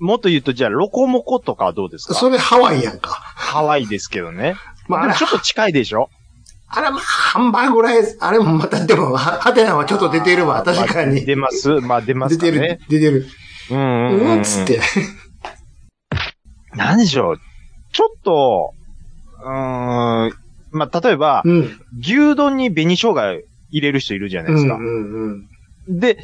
C: もっと言うと、じゃあ、ロコモコとかはどうですか
B: それハワイやんか。
C: ハワイですけどね。
B: まあ、あ
C: でも
B: れ
C: ちょ、っと近いでしょ
B: あれ、まあ、ハンバーグライス、あれもまた、でも、はハテナはちょっと出てるわ、確かに。
C: 出ますまあ出ます
B: 出
C: かね。
B: てる、出てる。
C: うんうん、うん。
B: うんっつって。
C: 何でしょう。ちょっと、うーん、まあ、例えば、
B: うん。
C: 牛丼に紅生姜入れる人いるじゃな
B: う
C: いです
B: ん
C: か。
B: うんうん。
C: で、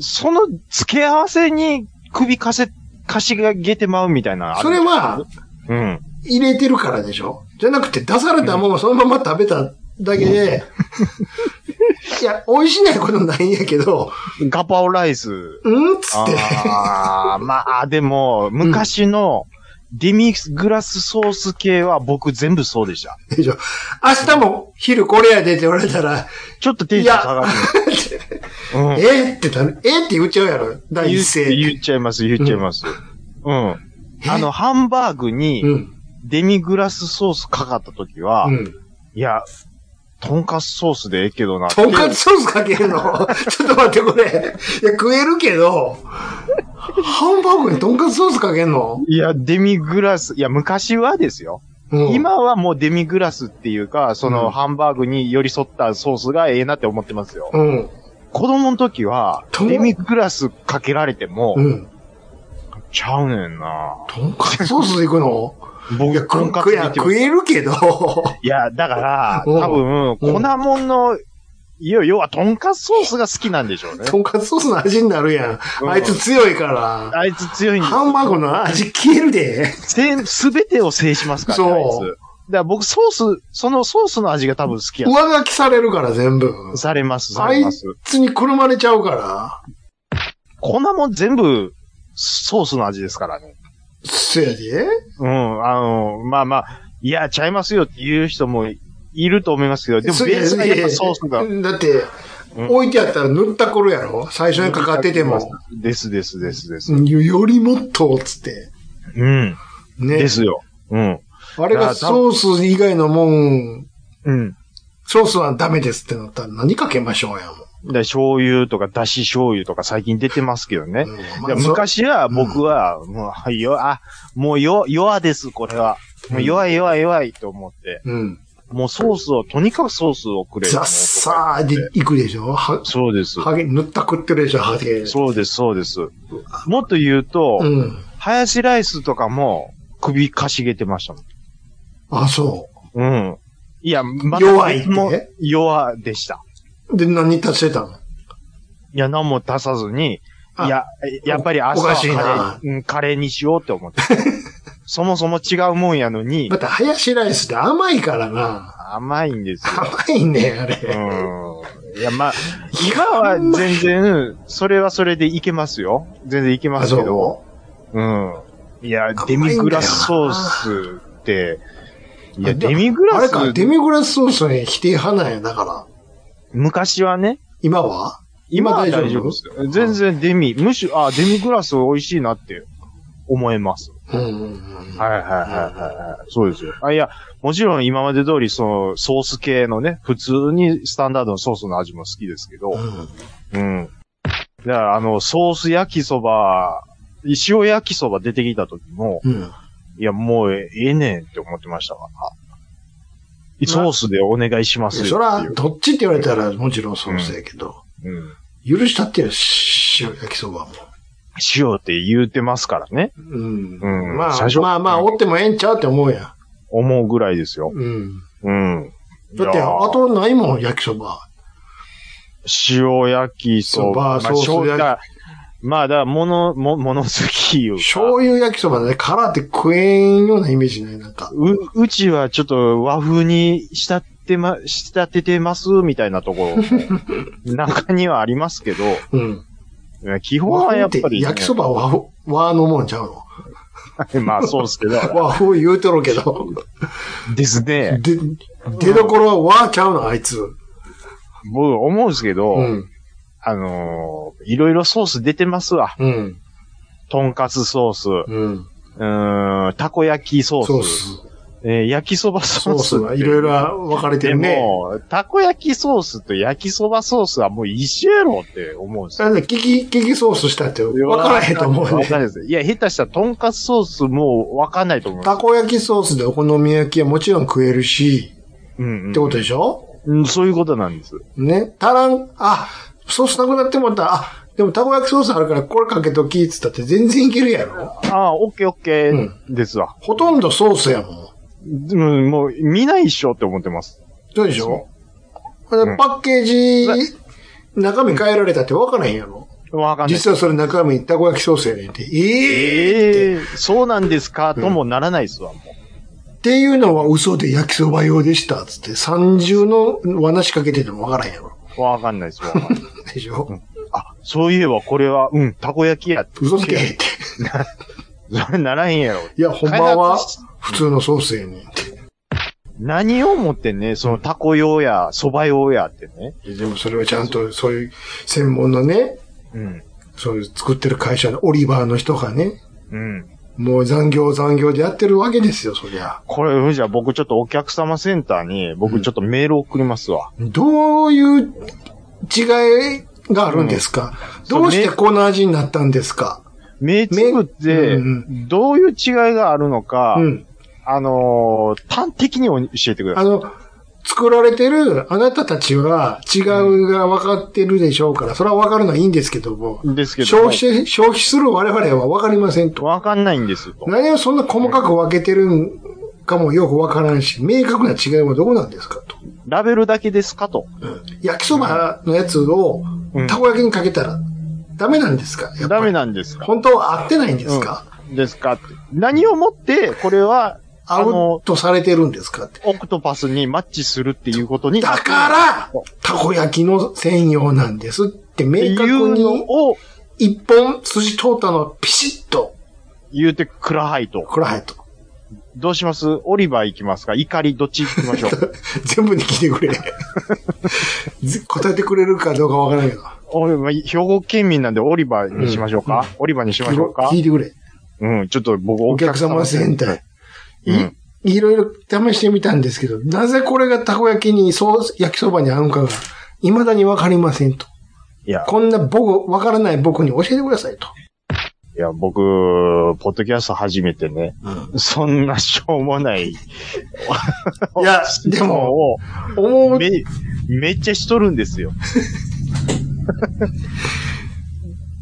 C: その付け合わせに首かせ、かしがげてまうみたいな。
B: それ、は、
C: うん。
B: 入れてるからでしょじゃなくて、出されたもんをそのまま食べただけで、 いや、美味しないことないんやけど、
C: ガパオライス。
B: うんっつって。
C: ああ、まあ、でも、昔のデミグラスソース系は僕全部そうでした。
B: でしょ明日も昼これやでって言われたら、
C: ちょっとテンション下がる。うん
B: えーってなる、えーって言っちゃうやろ、第
C: 言
B: 一
C: っ
B: 声。
C: 言っちゃいます、言っちゃいます。うん。あの、ハンバーグ
B: う
C: に
B: ん。
C: デミグラスソースかかった時は、
B: うん。
C: いや、トンカツソースでええけどな。
B: とんかつソースかけ るのちょっと待って、これ。いや、食えるけど、ハンバーグにとんかつソースかけんの、
C: いや、デミグラス、いや、昔はですよ。
B: うん、
C: 今はもうデミグラスっていうか、その、
B: うん
C: ハンバーグに寄り添ったソースがええなって思ってますよ。
B: うん。
C: 子供の時は、
B: と
C: デミグラスかけられても、
B: うん。
C: ちゃうねんな。
B: とんかつソースでいくのい
C: 僕、
B: や、
C: トン
B: く
C: カ
B: くい
C: ツで
B: や
C: 行って
B: 食
C: ます
B: える けど、
C: いや、だから、
B: うん
C: 多分、
B: うん
C: 粉もんの、いや、要は、トンカツソースが好きなんでしょうね。
B: とんかつソースの味になるや
C: うん
B: ん。あいつ強いから。
C: あいつ強いんです
B: ハンバーグの味消えるで。
C: せ、すべてを制しますからね、あいつ。
B: そう
C: だから僕、ソース、そのソースの味が多分好きや。
B: 上書きされるから、全部。
C: されます、さ
B: あ
C: れ
B: い
C: ます。
B: つにくるまれちゃうから。
C: 粉もん全部、ソースの味ですからね。
B: せやで。
C: うん、あの、まあまあ、いや、ちゃいますよっていう人もいると思いますけど、でも
B: そ
C: ベースがやっぱソースが。
B: だって、
C: うん
B: 置いてあったら塗った頃やろ最初にかかってても。。
C: ですですですです。
B: うんよりもっと、つって。
C: うん。
B: ね。
C: ですよ。うん。
B: あれがソース以外のもん、
C: うん。
B: ソースはダメですってなったら何かけましょうやもん。
C: で醤油とか、だし醤油とか最近出てますけどね。
B: うん
C: いや、昔は僕は、もう、はいよ、あ、もうよ、弱です、これは。もう弱い弱い弱いと思って。
B: うん。
C: もうソースを、とにかくソースをくれ。
B: ザッサーでいくでしょは、
C: そうです。
B: ハゲ、塗った食ってるでしょハゲ。
C: そうです、そうです。もっと言うと、
B: うん。
C: ハヤシライスとかも首かしげてましたも
B: あ、そ
C: ん。うん。いや、ま
B: 弱いって
C: も弱でした。
B: う。で、何足してたの
C: いや、何も足さずに、
B: あ
C: いや、やっぱり朝
B: おかしい
C: は
B: な
C: カレーうんカレーにしようって思って。 そもそも違うもんやのに
B: ま、た、ハヤシライスって甘いからな。
C: 甘いんですよ。
B: 甘いね、あ
C: う
B: れ。
C: ん。いや、まあ、今は全然、それはそれでいけますよ。全然いけま
B: あ、
C: すけ
B: そう
C: ど。。うん。いや、
B: 甘い
C: デ
B: んだよな
C: ミグラスソースって、いや、
B: あで
C: デミグ
B: あ
C: ラ
B: れ
C: ス、
B: か、デミグラスソースに否定派なんや、だから。
C: 昔はね、
B: 今は
C: 今は
B: 今大丈夫
C: 大丈夫ですよ。全然デミ、むしろ、あ、デミグラス美味しいなって思います。
B: うんうんうん。
C: はいはいはいはいはい。そうですよ。あ、いや、もちろん今まで通り、その、ソース系のね、普通にスタンダードのソースの味も好きですけど、
B: うん
C: うん。だから、あの、ソース焼きそば、塩焼きそば出てきた時も、
B: うん。
C: いや、もうええねんって思ってましたから。ソースでお願いしますよ
B: そ
C: っ
B: ら
C: てい、う。
B: どっちって言われたらもちろんそうやけど、
C: うん
B: 許したってよ、塩焼きそばも。
C: 塩って言うてますからね。
B: うん。
C: うん
B: ま
C: 最
B: あ
C: 初
B: まあまあ、おってもええんちゃうって思うや
C: 思うぐらいですよ
B: ん。。うん。
C: うん。
B: だって、
C: いやー
B: あとないもん、焼きそば。
C: 塩焼きそば。
B: そばソース焼き
C: まあ、きまあ、だから、もの、も、物好きいうか
B: 醤油焼きそばだね、辛って食えんようなイメージない、なんか。
C: う、うちはちょっと和風にしたっててま、仕立ててます、みたいなとこ ろ、中にはありますけど、
B: うん。
C: いや基本
B: 和
C: は
B: 風
C: やっ
B: って
C: ぱりね、
B: 焼きそばは和風和のもんちゃうの。
C: まあそうですけど、
B: 和風言うとるけど。
C: ですね。
B: で、出どころは和ちゃうの、あいつ。
C: 僕思うんですけど、
B: うん。
C: あのーいろいろソース出てますわ。
B: うん。
C: とんかつソース、う
B: うん。
C: ーん、たこ焼きソース、
B: ソース。
C: えー焼きそばソ
B: ソ
C: ー
B: ー
C: ス
B: ス
C: って
B: がいろいろ分かれて
C: で
B: るね。
C: も、たこ焼きソースと焼きそばソースはもう一緒やろって思うんですよ。
B: なんで、キキ、キキソースしたって分からへんと思う
C: わ
B: ね
C: か。んないです。いや、下手したらとんかつソースもわかんないと思う。
B: たこ焼きソースでお好み焼きはもちろん食えるし、
C: うん、うん。
B: ってことでしょ
C: うんそういうことなんです。
B: ね。たらん、あ、ソースなくなってもらったら、あ、でもたこ焼きソースあるからこれかけときっつったって全然いけるやろ
C: ああ、オッケーオッケーですわ。
B: ほとんどソースやもん。
C: でも、もう、見ないっしょって思ってます。
B: そうでしょこれ
C: うん
B: パッケージ、中身変えられたって分からへんやろ
C: わかんない。
B: 実はそれ中身たこ焼きソースやねんって。ええ
C: ええそうなんですかともならないっすわ、も
B: っていうのは嘘で焼きそば用でしたっつって、三重の罠仕掛けてても分からへんやろ。
C: う。わかんないっ すわ。わかんない
B: でしょ
C: あ、そういえばこれは、うん、たこ焼きやって。
B: 嘘つけへんって。
C: それ ならへんやろ。
B: いや、ほんまは
C: 開発し
B: 普通のソースやねんって。
C: 何をもってね、そのタコ用や、蕎麦用やってね。
B: でもそれはちゃんとそういう専門のね、
C: うん。
B: そういう作ってる会社のオリバーの人がね、
C: うん。
B: もう残業残業でやってるわけですよ、そりゃ。
C: これ、じゃあ僕ちょっとお客様センターに、僕ちょっとメール送りますわ。
B: どういう違いがあるんですか、
C: そう
B: どうしてこんな味になったんですか
C: 名作って
B: うん、
C: どういう違いがあるのか、
B: うん。
C: あのー端的に教えてくださ
B: あの、作られてるあなたたちは違うが分かってるでしょうから、それは分かるのはいいんですけども、
C: い。ですけど
B: 消
C: も、
B: 費、消費する我々は分かりませんと。
C: わかんないんですと。
B: 何をそんな細かく分けてるんかもよく分からんし、明確な違いはどこなんですかと。
C: ラベルだけですかと。
B: 焼きそばのやつを
C: うん
B: たこ焼きにかけたらダメなんですかやっぱ
C: ダ
B: り
C: メなんですか
B: 本当は合ってないんですか、
C: ですかって。何をもって、これは、あ
B: アウ
C: の、
B: トされてるんですかって。
C: オクトパスにマッチするっていうことに。
B: だから、たこ焼きの専用なんですって
C: って
B: 明
C: い
B: 確
C: うの
B: に
C: を
B: 一本筋通ったのをピシッと、
C: 言うてくらはいと。
B: こらへと。
C: どうしますオリバー行きますか怒りどっち行きましょう
B: 全部に聞いてく れ。ぜ答えてくれるかどうかわからないけど。
C: オリバー兵庫県民なんでオリバーにしましょうか、オリバーにしましょうか
B: 聞いてくれ。
C: うん、ちょっと僕
B: お客様センター。い
C: うん
B: いろいろ試してみたんですけど、なぜこれがたこ焼きに、そう、焼きそばに合うんかが、未だにわかりませんと。
C: いや、
B: こんな僕、わからない僕に教えてくださいと。
C: いや、僕、ポッドキャスト初めてね、そんなしょう もない、
B: いや、でも、
C: も
B: 思
C: う
B: う、
C: め、めっちゃしとるんで すよ。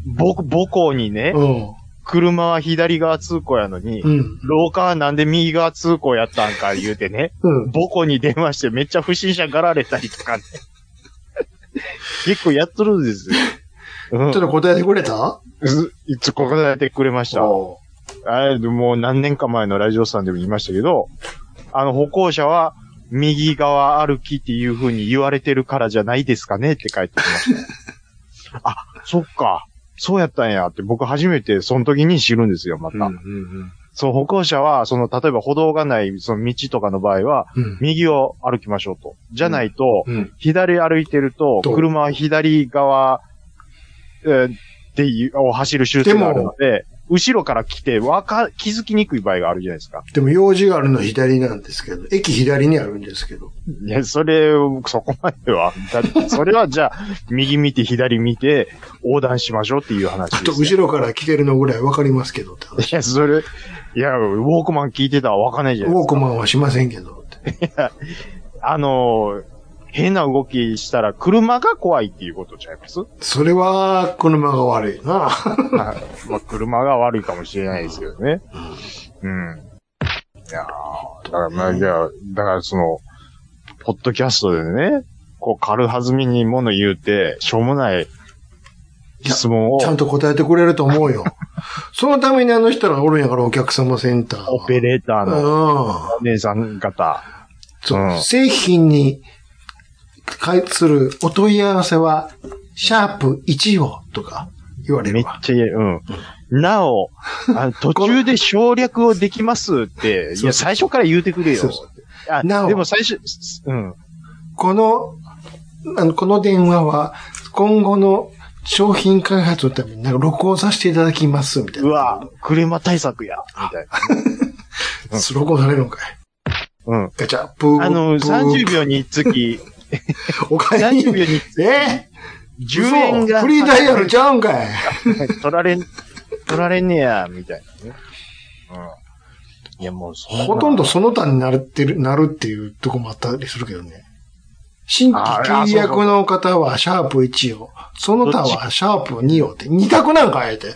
C: 僕、母校にね、
B: うん。
C: 車は左側通行やのに、
B: うん。
C: 廊下はなんで右側通行やったんか言うてね、
B: うん。
C: 母校に電話してめっちゃ不審者がられたりとかね。 結構やっとるんですよ。うん
B: ちょっと答えてくれた
C: ずいつ答えてくれました。
B: おう
C: あれ、もう何年か前のラジオさんでも言いましたけど、あの歩行者は右側歩きっていう風に言われてるからじゃないですかねって書いてきま した。あ、そっか。そうやったんやって僕初めてその時に知るんですよ、また。
B: うんうん
C: そう、歩行者は、その、例えば歩道がない、その道とかの場合は、
B: うん。
C: 右を歩きましょうと。じゃないと、
B: うん。
C: 左歩いてると、
B: どう
C: 車は左側、えーでいう、を走る習性があるので、後ろから来て、わか、気づきにくい場合があるじゃないですか。
B: でも用事があるのは左なんですけど、駅左にあるんですけど。
C: いや、それ、そこまでは。だって、それはじゃあ、右見て左見て、横断しましょうっていう話で
B: あ
C: す、
B: と、後ろから来てるのぐらいわかりますけどって話
C: いや、それ、いや、ウォークマン聞いてたらわかんないじゃ
B: ウ
C: ないで
B: ォ
C: す
B: ー
C: か。
B: クマンはしませんけどって。
C: あのー、変な動きしたら車が怖いっていうことちゃいます、
B: それは、車が悪いな。
C: はいまあ、車が悪いかもしれないですけどね。うん。いやーだからまあ、じゃあ、だからその、ポッドキャストでね、こう軽はずみにもの言うて、しょうもない質問を
B: ちゃんと答えてくれると思うよ。そのためにあの人らおるんやから、お客様センターは。
C: オペレーターの
B: う
C: 姉さん方。
B: ん。そううん製品に関するお問い合わせは、シャープ1をとか言われ
C: めっ
B: るわ。
C: ちゃ言える。うん。なお、あ の途中で省略をできますって、いや、最初から言うてくれよ
B: そうそ。
C: あ、
B: なお
C: でも最初、うん。
B: この、あの、この電話は、今後の商品開発のためになんか録音させていただきます、みたいうな。
C: わ、クレマ対策や、みたい な。
B: スロゴされるのかい。
C: うん。
B: ガチャ、プー。
C: あの、30秒につ き、
B: 秒。お金
C: 30秒に
B: え
C: 10円が
B: 嘘フリーダイヤルちゃうんかい。
C: 取られん、取られんねや、みたいなね。うん。いや、もう、
B: ほとんどその他になるってる、なるっていうとこもあったりするけどね。新規契約の方はシャープ1を、その他はシャープ2をって、二択なんかあえ て。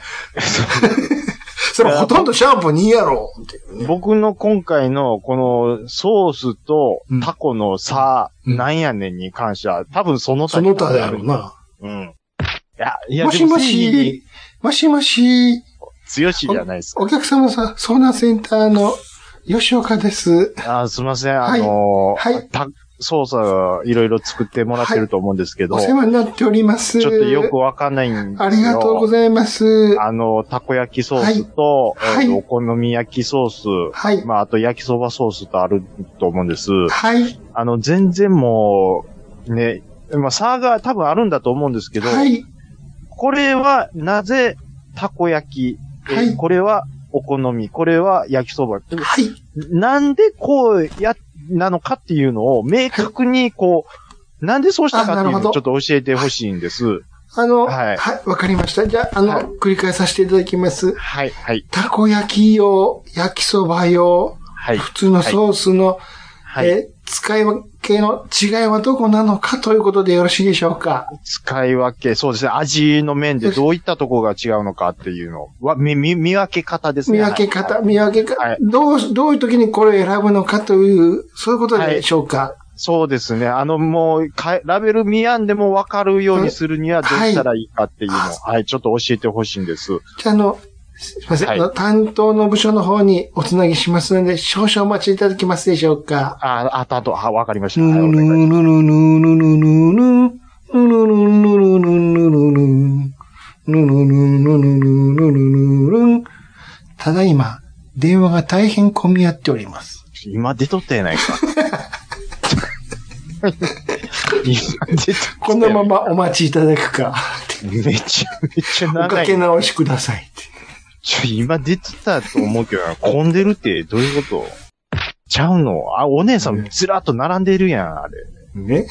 B: それほとんどシャープ2やろっていうね。
C: 僕の今回のこのソースとタコの差、
B: うん
C: なんやねんに関しては、多分その他
B: そ
C: に
B: の他やろうな。
C: うん。いや、いや、
B: もしも
C: でも正義
B: し、もしもし、
C: 強しじゃないですか。
B: お客様さん、相談センターの吉岡です。
C: あーすいません、
B: はい
C: あのー
B: はい
C: た操作いろいろ作ってもらってると思うんですけど、
B: お世話になっております。
C: ちょっとよくわかんないんですよ。
B: ありがとうございます。
C: あの、たこ焼きソースと、
B: はい
C: えー
B: はい
C: お好み焼きソース、
B: はい。
C: まあ、あと焼きそばソースとあると思うんです。
B: はい。
C: あの、全然もう、ね、まあ、差が多分あるんだと思うんですけど、
B: はい。
C: これはなぜたこ焼き、えー
B: はい
C: これはお好み、これは焼きそば、
B: はい。
C: なんでこうや、なのかっていうのを明確にこう、なんでそうしたかっていう
B: あなる
C: の
B: ほ
C: をちょ
B: ど
C: っと教えてほしいんです。
B: あの、
C: は
B: はいい、わかりました。じゃあ、あの、
C: はい
B: 繰り返させていただきます。
C: はい、はい、
B: たこ焼き用、焼きそば用、
C: はい、
B: 普通のソースの、
C: はい。
B: えー使い分けの違いはどこなのかということでよろしいでしょうか。
C: 使い分け、そうですね。味の面でどういったとこが違うのかっていうのは、見、見、見分け方ですね。
B: 見分け
C: はい
B: 方、見分け方、
C: はい
B: どう、どういう時にこれを選ぶのかという、そういうことでしょうか。
C: そうですね。あの、もう、かラベル見やんでも分かるようにするにはどうしたらいいかっていうのを、
B: は
C: はいい、ちょっと教えてほしいんです。
B: じゃあ、あの、すいません、
C: はい
B: あの担当の部署の方におつなぎしますので、少々お待ちいただけますでしょうか。
C: あ、あとあと、は、分かりました。
B: ぬ
C: はい、お願いします
B: ぬぬぬぬぬぬぬぬぬぬぬぬぬぬぬぬぬぬぬぬぬただいま、電話が大変混み合っております。
C: 今出とった やないか。今出とった
B: このま。まお待ちいただくか、
C: めちゃめちゃ
B: お
C: 長
B: か
C: い
B: け。直しくださいって。
C: ちょ今出てたと思うけどな、混んでるってどういうことちゃうのあ、お姉さんずらっと並んでるやん、あれ。
B: ね。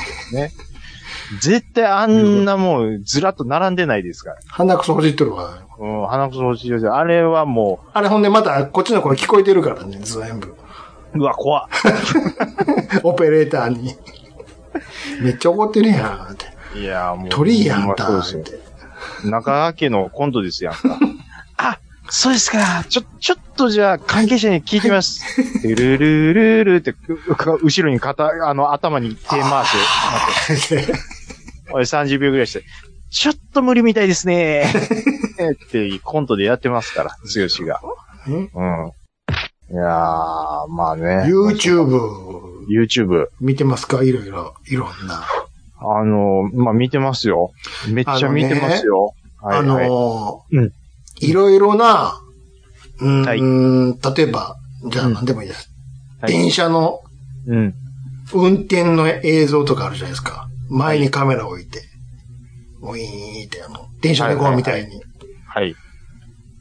C: 絶対あんなもうずらっと並んでないですから。
B: 鼻くそほじっとるわ。
C: うん、鼻くそ欲しいですよ。あれはも
B: あれほんでまた、こっちの声聞こえてるからね、全部。
C: う、うわ、怖っ。
B: オペレーターに。めっちゃ怒ってるやん、って。
C: いや、もう。
B: 鳥やん、
C: ほま
B: た、っ
C: そうです
B: て。
C: よ。中川家のコントですやんか。 あ、そうですか。ちょ、ちょっとじゃあ関係者に聞いてみます。ルルルルルって、くく後ろに肩、あの、頭に手回して。 おい、30秒ぐらいして、ちょっと無理みたいで すね。ってコントでやってますから、つよしが。
B: ね
C: うん。いやー、まあね。
B: YouTube。
C: YouTube。
B: 見てますかいろいろ、いろんな。
C: あのー、まあ見てますよ。めっちゃ見てますよ。はい、
B: あの
C: はい。
B: ー
C: うん
B: いろいろな、う
C: はい
B: ーん、例えば、じゃあ
C: うん
B: 何でもいいです。
C: はい
B: 電車の
C: うん。
B: 運転の映像とかあるじゃないですか。前にカメラ置いて、ウィーンってあの、電車でこうみたいに。
C: はい。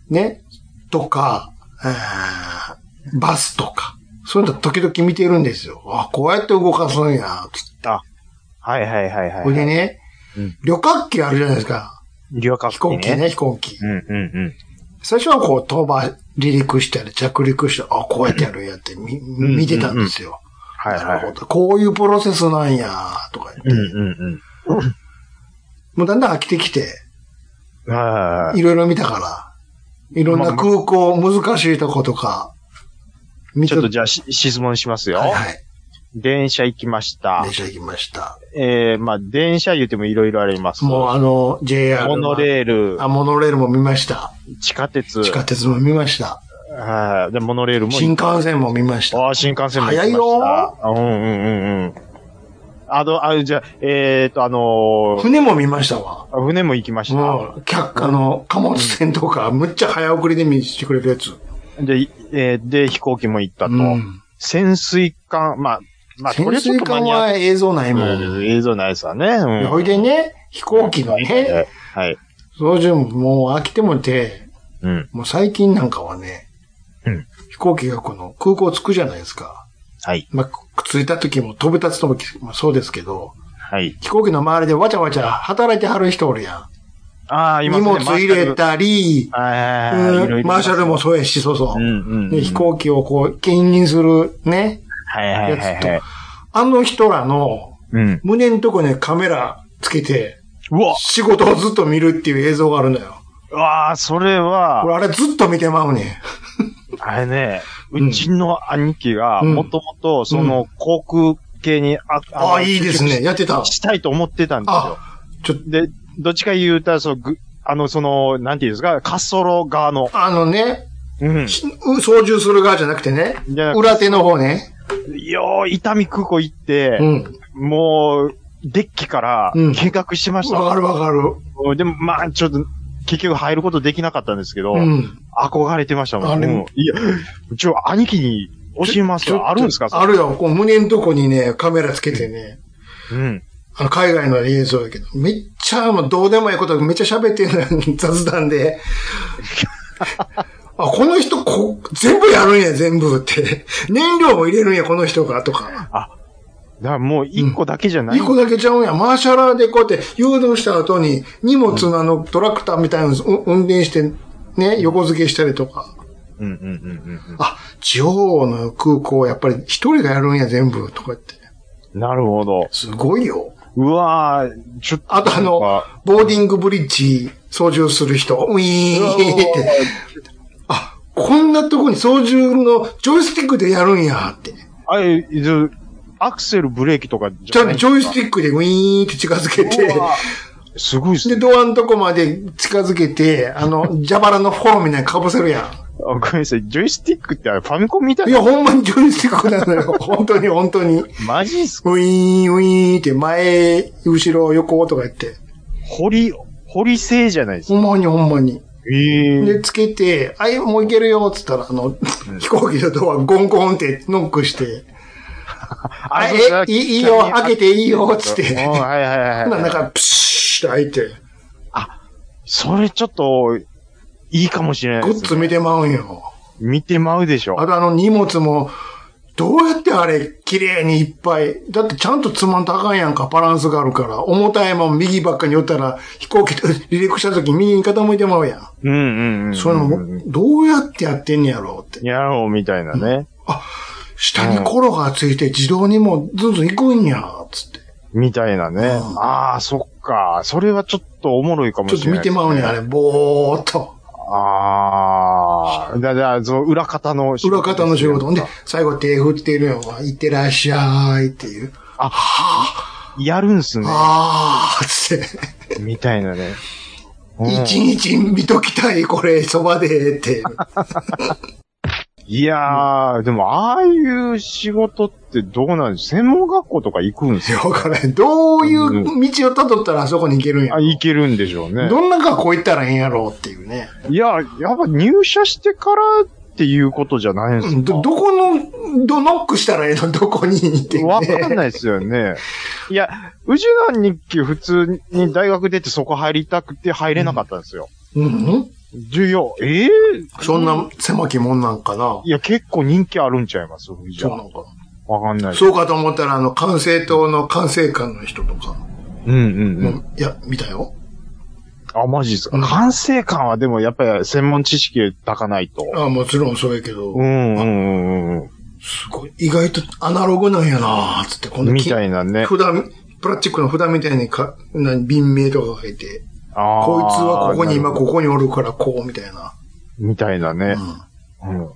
B: ね。とか、あーバスとか。そういうの時々見てるんですよ。あ、こうやって動かすんや、つって。
C: はいはいはいはい
B: これでね、
C: うん
B: 旅客機あるじゃないですか。
C: 旅客
B: 飛行機
C: 機ね。
B: ね、飛行機。
C: うんうんうん。
B: 最初はこう、飛ば、離陸したり、着陸したり、あ、こうやってやるんやって見、
C: ん
B: 見てたんですよ。
C: はいは
B: ないるほ。ど。こういうプロセスなんや、とか言って。
C: うんうん
B: もうだんだん飽きてきて、
C: うん。はいはいはい。
B: いろいろ見たから、いろんな空港、難しいとことか、見
C: ちょっとじゃあし質問しますよ。
B: はいはい。
C: 電車行きました
B: 電。車行きました。
C: えー、まあ電車言うてもいろいろあります。
B: もうあの、JR の。
C: モノレール
B: あ、、モノレールも見ました。
C: 地下鉄、
B: 地下鉄も見ました。
C: はい。で、モノレールも。
B: 新幹線も見ました。
C: ああ、新幹線も行きま
B: 早い
C: した。
B: よ
C: うんうんうんうん。あの、あじゃあ、えー、っと、あのー
B: 船も見ましたわ。
C: 船も行きました。
B: もう、客下の貨物船とか、むっちゃ早送りで見してくれるやつ。
C: で、いえーで、飛行機も行ったと。
B: うん。
C: 潜水艦、まあ、まあ、これ
B: 潜
C: ちょっ
B: 水
C: とマ
B: 艦
C: ニアッ
B: は映像ない
C: ク
B: も。
C: なんんです映像ないですわね。うん。
B: ほいでね、飛行機のね、
C: はいはい。
B: 操縦ももう飽きてもて、
C: うん。
B: もう最近なんかはね、
C: うん
B: 飛行機がこの空港着くじゃないですか。
C: はい。
B: まあ、く着いた時も飛び立つ時もそうですけど、
C: はい。
B: 飛行機の周りでわちゃわちゃ働いてはる人おるや
C: ああ、
B: ん。
C: 今、
B: 荷物入れ。たり、
C: はいはいはいいろ
B: う
C: い
B: ん
C: ろ。
B: マーシャルもそうやし、そうそうう。
C: んうん。
B: で、飛行機をこう、牽引するね、
C: はいはいはいはい。
B: あの人らの
C: うん。
B: 胸のとこにカメラつけて、
C: うわ
B: 仕事をずっと見るっていう映像があるのよ。
C: うわあ、それは、
B: 俺、あれずっと見てまうねん。
C: あれね、
B: うん
C: うちの兄貴が、
B: うん
C: もともと、その、航空系に、あ、
B: あ
C: の
B: あ、いいですね。。やってた。
C: したいと思ってたんですよ。
B: あ、ちょっと、
C: で、どっちか言うたら、その、ぐあの、その、なんていうんですか、滑走路側の、
B: あのね、
C: うん。
B: しう操縦する側じゃなくてね、
C: じゃなく
B: 裏手の方ね。
C: よー、伊丹空港行って
B: う、ん。
C: もう、デッキから
B: うん
C: 計画しました。
B: わかるわかる。
C: でも、まあ、ちょっと、結局入ることできなかったんですけど、
B: うん。
C: 憧れてましたも
B: あ
C: ん。
B: れ
C: うんいや、ちょ、兄貴に教えます
B: ちょっ
C: よ。
B: と
C: あるんですか
B: あるよ。こう胸のとこにね、カメラつけてね、
C: うん。
B: あの海外の映像やけど、めっちゃ、もうどうでもいいことめっちゃ喋ってんのよ雑談 で。あ、この人こ、全部やるんや、全部って。燃料も入れるんや、この人が、とか。
C: だからもう一個だけじゃない。
B: 一個だけちゃうんや、マーシャラーでこうやって誘導した後に、荷物のあの、トラクターみたいなのを運転して、ね、横付けしたりとか。
C: うんうんうんうん
B: あ、地方の空港、やっぱり一人がやるんや、全部、とか言って。
C: うん。なるほど。
B: すごいよ。
C: うわー、ちょっと。
B: あとあの
C: なんか、
B: ボーディングブリッジ操縦する人、ウィーンって。あ、こんなとこに操縦のジョイスティックでやるんやって。
C: あれ、じゃアクセル、ブレーキとか
B: ち
C: じ
B: ゃ
C: ゃ
B: ん
C: な
B: と
C: い
B: ジョイスティックでウィーンって近づけて
C: う、わすごいっす
B: で、
C: ね。
B: ドアのとこまで近づけて、あの、蛇腹のフォローみたいにかぶせるやん。
C: あごめんなさい。ジョイスティックってあれ、ファミコンみたい
B: い
C: な。
B: や、ほんまにジョイスティックなのよ。 本当に、本当に。
C: マジっすか
B: ウィーン、ウィーンって前、後ろ、横とか言って。
C: 堀、堀製じゃないですか。
B: ほんまに、ほんまに。
C: ええ
B: で、つけて、あい、もういけるよ、っつったら、あの、飛行機のドアゴンゴンってノックして、あえ
C: そう
B: いいいいよ開けていいよつって
C: うんはいはい
B: ほんなら
C: はいはい。
B: 中、プシューって開いて、
C: それちょっと、いいかもしれない
B: グ
C: で
B: ッ
C: す
B: ズ
C: ね。
B: 見てまうんよ。
C: 見てまうでしょ。
B: あとあの荷物も、どうやってあれ、綺麗にいっぱい。だってちゃんとつまんとあかんやんか、バランスがあるから。重たいもん右ばっかに寄ったら、飛行機と 離陸した時右に傾いてまうやん。
C: うんうんうん。
B: そういうのも、どうやってやってんねやろうって。
C: やろうみたいなね。
B: 下にコロがついて自動にもずんずん行くんや、つって。
C: みたいなね。
B: うん
C: ああ、そっか。それはちょっとおもろいかも
B: ちょっ
C: し
B: と
C: れな
B: 見
C: い
B: て
C: ですね、
B: まうねん、あれ。ぼーっと。
C: ああ。だ、だ、その裏方の仕
B: 裏
C: 事ですね
B: 方の仕事。ほんで、最後手振ってるのは、いってらっしゃいっていう。
C: やるんすね。
B: あーっつって。
C: みたいなね。うん
B: 一日見ときたい、これ、そばで、って。
C: いやー、でも、ああいう仕事ってどうなんです専門学校とか行くんですよ。
B: だからね、どういう道をたどったらあそこに行けるんや
C: あ、
B: ろ。
C: 行けるんでしょうね。
B: どんな学校行ったらええんやろうっていうね。
C: いや、やっぱ入社してからっていうことじゃないんです
B: ど、どこの、ど、ノックしたらええのどこにっていう
C: か
B: ね。
C: わかんないですよね。いや、宇治の日記普通に大学出てそこ入りたくて入れなかったんですよ。
B: うん
C: 授業、ええ
B: そんな狭きもんなんかない
C: や、結構人気あるんちゃいます宇治
B: そう
C: は
B: なんか
C: わかんない
B: な。
C: です。
B: そうかと思ったら、あの、管制塔の管制官の人とか、
C: うんうんう
B: も
C: ん。
B: ういや、見たよ。
C: あ、マジですか。
B: うん
C: 完成感はでもやっぱり専門知識高かないと。
B: あもちろんそうやけど。
C: うんうんうんうん。
B: すごい。意外とアナログなんやなつって、この
C: み
B: き
C: たいなね。
B: 札、プラスチックの札みたいにか、な便名とか書いて、
C: あー
B: こいつはここに今
C: なるほ
B: こ
C: ど
B: こにおるからこうみたいな。
C: みたいなね。
B: う
C: うん。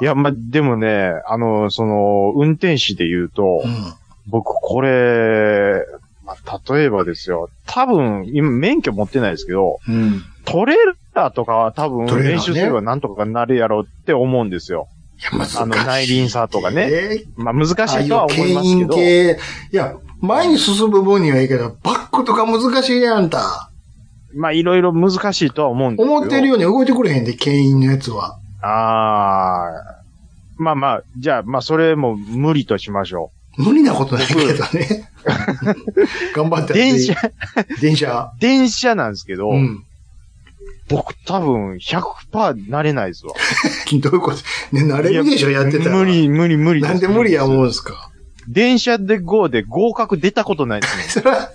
C: いや、ま、でもね、あの、その、運転士で言うと、
B: ん。うん。
C: 僕これ、まあ、例えばですよ、多分、今免許持ってないですけど、
B: うん。
C: トレーターとかは多分
B: トレーナーね
C: 練習すればなんとかなるやろうって思うんですよ。
B: や、難しい。
C: あの、内輪差とかね。
B: えー。
C: まあ難し
B: ああ
C: い
B: い
C: とは
B: う
C: 思
B: 牽
C: いますけ
B: 引
C: ど。
B: 系。いや、前に進む分にはいいけど、バックとか難しいやんた。
C: まあいろいろ難しいとは思うんですけど。
B: 思ってるように動いてくれへんで、牽引のやつは。
C: ああ。まあまあ、じゃあ、まあそれも無理としましょ
B: 無理なことないけど ね。頑張っ
C: う。
B: てやって
C: 電車、
B: 電車。
C: 電車なんですけど、
B: うん。
C: 僕多分100%慣れないです わ。
B: どういうことね、慣れるでしょ、やってたら。
C: 無。理、無理、無理す
B: なんで無理や思うんですか。
C: 電車で GO で合格出たことないです ね。
B: それは、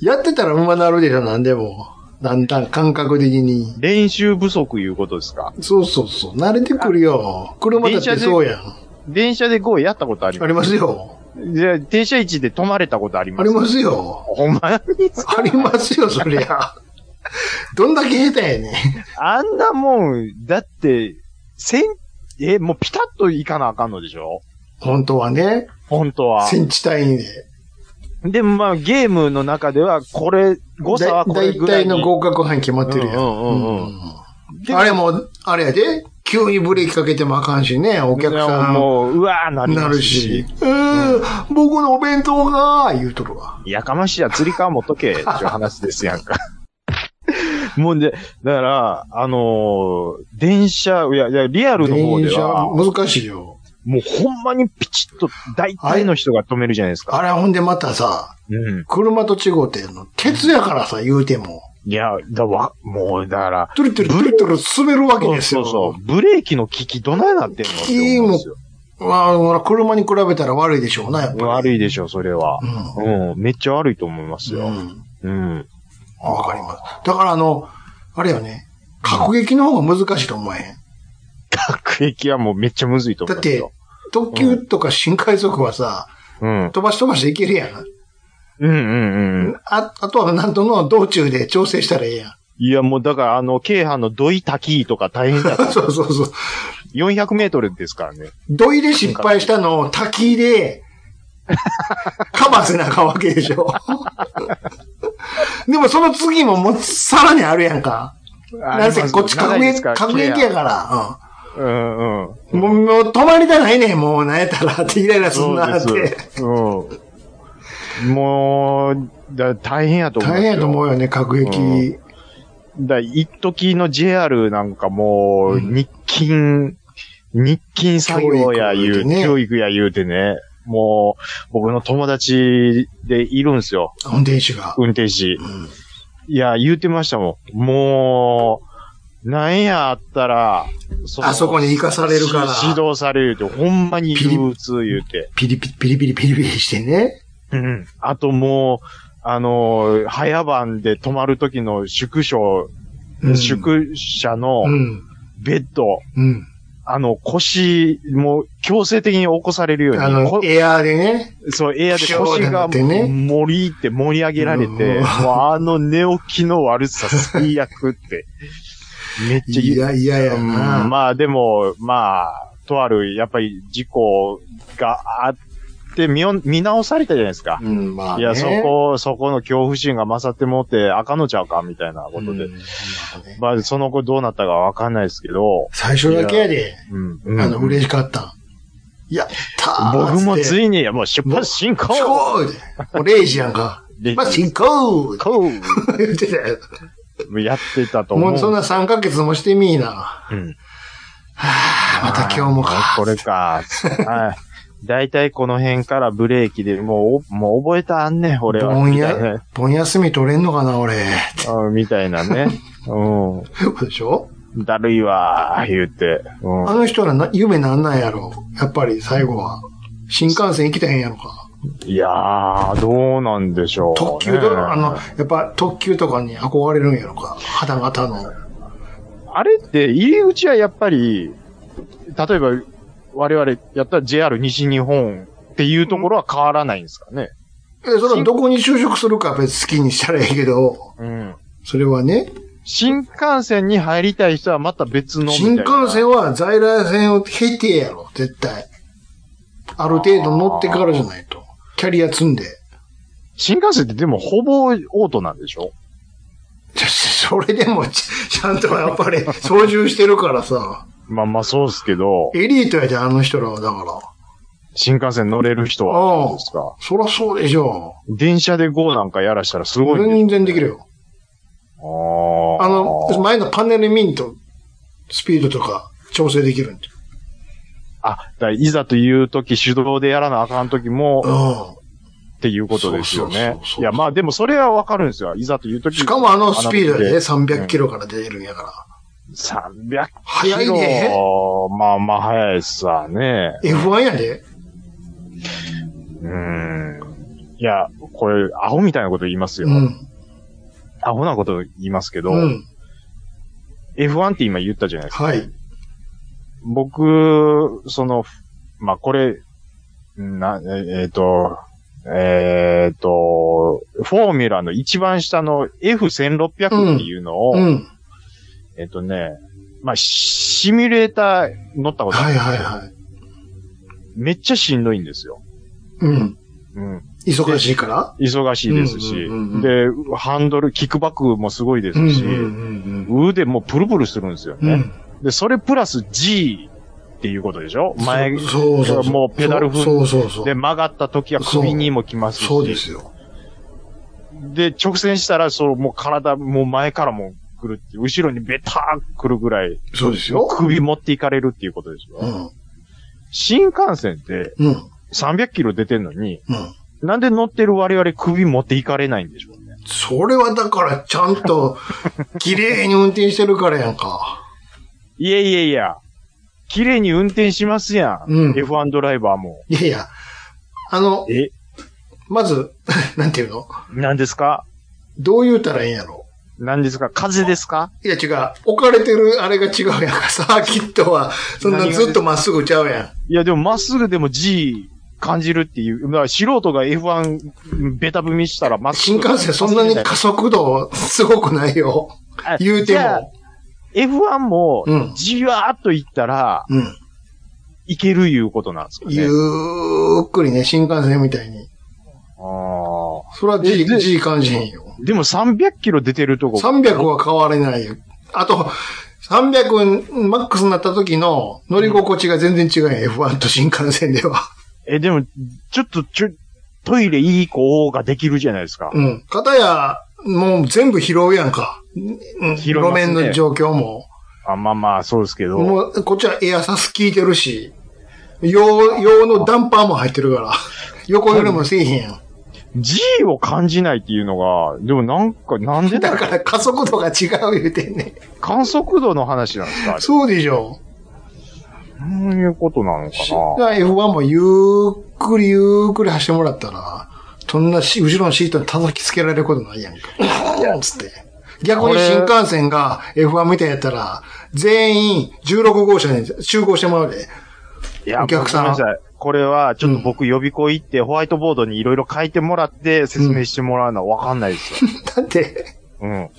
B: やってたらうまなるでしょ、なんでも。だんだん感覚的に。
C: 練習不足いうことですか
B: そうそうそう。慣れてくるよ。車だってそうやん。
C: 電車で GO やったことあり
B: あ
C: ま
B: りますよ。
C: す。じゃあ、停車位置で止まれたことありま
B: あ
C: す。
B: りますよ。
C: ほんまに
B: ありますよ、そりゃ。どんだけ下手やねん。
C: あんなもん、だって、せん、え、もうピタッといかなあかんのでしょ
B: 本当はね。
C: 本当は。
B: センチ単位で。
C: でもまあ、ゲームの中では、これ、誤差はこ
B: 大
C: れぐら
B: 体
C: いに。
B: の合格範囲決まってるやん。
C: うんうんうんうんで
B: あれも、あれやで、急にブレーキかけてもあかんしね、お客
C: いや
B: さん
C: もう、うわーなり
B: な
C: ま
B: る
C: すし
B: し。。うーん、僕のお弁当が、言うとるわ。
C: やかましいや、釣り革持っとけ、っていう話ですやんか。 もうね、だから、あのー電車、いや、いや、リアルの方
B: 電
C: で
B: 車
C: は、、も
B: 難しいよ。
C: うほんまにピチッと、大体の人が止めるじゃないですか。
B: あれほんでまたさ、
C: うん。
B: 車と違うてんの、鉄やからさ、言うても。
C: いや、だわ、もう、だから、
B: トゥルトゥルトゥルトゥル滑るわけ
C: そ
B: で
C: う
B: す
C: そ
B: よ。
C: うそう。ブレーキの効きどないなってんのって思うんですよ。
B: まあ、ほら車に比べたら悪いでしょうな、やっぱり。
C: 悪いでしょ、それは。うん、めっちゃ悪いと思います
B: うん。う
C: よ。
B: ん。
C: うん。
B: わかります。だからあの、あれよね、角撃の方が難しいと思えへん。
C: 各駅はもうめっちゃむずいと思
B: だ
C: い
B: って
C: ますよ。、
B: 特急とか新快速はさ、
C: うん。
B: 飛ばし飛ばしていけるやん。
C: うんうんうん。
B: あ、あとはなんとの道中で調整したらええやん。
C: いや、もうだから、あの、京阪の土井滝とか大変だった。
B: そうそうそう。
C: 400メートルですからね。
B: 土井で失敗したのを滝で、カバーせなあかんわけでしょ。でもその次ももうさらにあるやんか。なんせこっち
C: あ
B: 格
C: りま
B: 撃、
C: すよ
B: 格撃や。から。
C: 京阪うんう
B: う
C: ん。
B: ん。もう、もう止まりたないねん、もう、なんやったら、ってイライラすんなっ
C: そう
B: て
C: で。す。うん。もう、だ大変やと思う。
B: 大変やと思うよね、格撃。
C: だ、一時の JR なんかもう、
B: うん
C: 日勤、日勤作業や言
B: 教育言う
C: う、
B: てね
C: 教育や言うてね、もう、僕の友達でいるんですよ、
B: 運転手が。
C: 運転士。
B: うん
C: いや、言うてましたもん。もう、なんやあったら、その
B: あそこに行かされるから
C: し指導されると、ほんまに憂鬱言うて。
B: ピリピリ、ピリピリ、ピリピリしてね。
C: うん。あともう、あの、早番で泊まる時の宿所、
B: うん
C: 宿舎の
B: うん。
C: ベッド、
B: うん。
C: あの、腰、もう強制的に起こされるように、
B: あの
C: こ、
B: エアーでね。
C: そう、エアで
B: そう
C: 腰
B: な
C: が
B: んてね
C: 盛りって盛り上げられて、
B: うん
C: もうあの寝起きの悪さ最悪って、めっち ゃ
B: い
C: 言う
B: や、いやや
C: うん
B: な。
C: まあでも、まあ、とある、やっぱり事故があって、見よ見直されたじゃないですか。
B: うん、まあ、ね。
C: いや、そこ、そこの恐怖心が勝ってもって、赤のちゃうか、みたいなことで。
B: うんまあね
C: まあ、その後どうなったかわかんないですけど、
B: 最初だけやで、
C: うん。
B: あの、
C: うん
B: 嬉しかった。やったー
C: 僕もつ
B: い、
C: いに、もう出発進行
B: しこーで。もう0時やんか。
C: で
B: まあ、進行ー
C: こ
B: 言ってたよ。
C: うやってたと思う。
B: もうそんな3ヶ月もしてみーな。
C: うん
B: はあまた今日もか。
C: これか。はい。だいたいこの辺からブレーキで、もうお、もう覚えたあんねん、俺は。
B: ぼん
C: みたいな
B: や
C: ね、
B: 盆休み取れんのかな、俺。
C: うんみたいなね。う
B: そういうことでしょ
C: ん。だるいわー、言うて。うん
B: あの人らな、夢なんなんやろやっぱり最後は。新幹線行きたへんやろか。
C: いやー、どうなんでしょう、ね。
B: 特急と、あの、やっぱ特急とかに憧れるんやろか。肌型の。
C: あれって、入り口はやっぱり、例えば、我々やったら JR 西日本っていうところは変わらないんですかね。
B: え、それはどこに就職するかは別に好きにしたらええけど、
C: うん。
B: それはね、
C: 新幹線に入りたい人はまた別のみたい
B: 新
C: な。
B: 幹線は在来線を経てやろ、絶対。ある程度乗ってからじゃないと。キャリア積んで。
C: 新幹線ってでもほぼオートなんでしょ
B: じゃそれでもち、ちゃんとやっぱり操縦してるからさ、
C: まあまあそうっすけど、
B: エリートやで、あの人らは、だから。
C: 新幹線乗れる人はどうですか。
B: そらそうでしょ
C: 電車で GO なんかやらしたらすごいんで
B: 全然できるよ。
C: ああ。
B: あの、前のパネルミント、スピードとか調整できるんで。
C: あ、だからいざという時手動でやらなあかん時も、
B: う
C: っていうことですよ
B: そうそう
C: ね
B: そう。そう
C: いや、まあでもそれはわかるんですよ。いざというと
B: ん。
C: き。
B: しかもあのスピードでね、300キ
C: ロ。
B: ロから出るんやから。
C: 300キロ。
B: 速いね。
C: まあまあ早いっすわね。
B: F1 やで。
C: うーん。いや、これ、アホみたいなこと言いますよ。
B: うん。
C: アホなこと言いますけど、
B: うん。
C: F1 って今言ったじゃないですか。
B: はい。
C: 僕、その、まあこれ、な、えっ、えーと、えっ、と、フォーミュラの一番下の F1600 っていうのを、
B: うん。
C: えっとね、まあ、シシミュレーター乗ったことある
B: はいはいはい。
C: めっちゃしんどいんですよ。
B: うん。
C: うん。
B: 忙しいから
C: 忙しいですし
B: うんうんうんうん、
C: で、ハンドル、キックバックもすごいで
B: うんう
C: すし、
B: ん
C: 腕もうプルプルするんですよ
B: うんうん。う
C: ね。
B: ん。
C: で、それプラス G っていうことでしょ前、
B: そうそうそう。
C: もうペダル
B: そ
C: 踏
B: うそうそ
C: ん
B: う。
C: で曲がった時は首にもきますし、
B: そうですよ。
C: で、直線したら、そう、もう体、もう前からも来るって、後ろにベター来るぐらい、
B: そうですよ。
C: 首持っていかれるっていうことです
B: う
C: よ。
B: ん。
C: 新幹線って
B: うん。
C: 300キロ出てんのに、
B: うん。
C: なんで乗ってる我々首持っていかれないんでしょうね。
B: それはだからちゃん と、綺麗に運転してるからやんか。
C: いやいやいや、綺麗に運転しますやん。
B: うん
C: F1 ドライバーも。
B: いやいや。あの、
C: え、
B: まず、 なんていうの
C: 何ですか
B: どう言うたらいいんやろ
C: 何ですか風邪ですか
B: いや違う。置かれてるあれが違うやんか。サーキットは、そんなずっとまっすぐちゃうやん。
C: いやでもまっすぐでも G 感じるっていう。だから素人が F1 ベタ踏みしたらまっす
B: 新
C: ぐ。
B: 幹線そんなに加速度すごくないよ。
C: あ
B: 言うて
C: じゃあ
B: も。
C: F1 も
B: うん
C: じわーっと行ったら
B: うん。
C: いけるいうことなんですかね。
B: ゆーっくりね、新幹線みたいに。
C: あ
B: それは G,
C: えで
B: G 感じへんよ。
C: ーでも300キロ出てるとこ。
B: 300は変われないよ。あと、300マックスになった時の乗り心地が全然違うよ。F1 と新幹線では。
C: え、でも、ちょっと、ちょ、トイレいい子ができるじゃないですか。
B: うん。片や、もう全部拾うやんか。うん
C: 拾いますね
B: 路面の状況も。
C: あまあまあ、そうですけど。
B: もう、こっちはエアサス効いてるし、用、用のダンパーも入ってる から、横よりもせえへんやん。
C: G を感じないっていうのが、でもなんか、なん で
B: だ
C: だろ
B: か
C: う
B: ら加速度が違う言うてんねん。
C: 観測度の話なんですか
B: そうでしょ。
C: そういうことなのか
B: し
C: な
B: だから F1 もゆっくりゆっくり走ってもらったら、そんなし後ろのシートに叩きつけられることないやんか。つって。逆に新幹線が F1 みたいやったら、全員16号車に集合してもらうで。
C: いや
B: お客さん
C: ごめんなさい。これは、ちょっと僕、予備校行って、ホワイトボードにいろいろ書いてもらって、説明してもらうのはわかんない ですよ。
B: だって、
C: うん。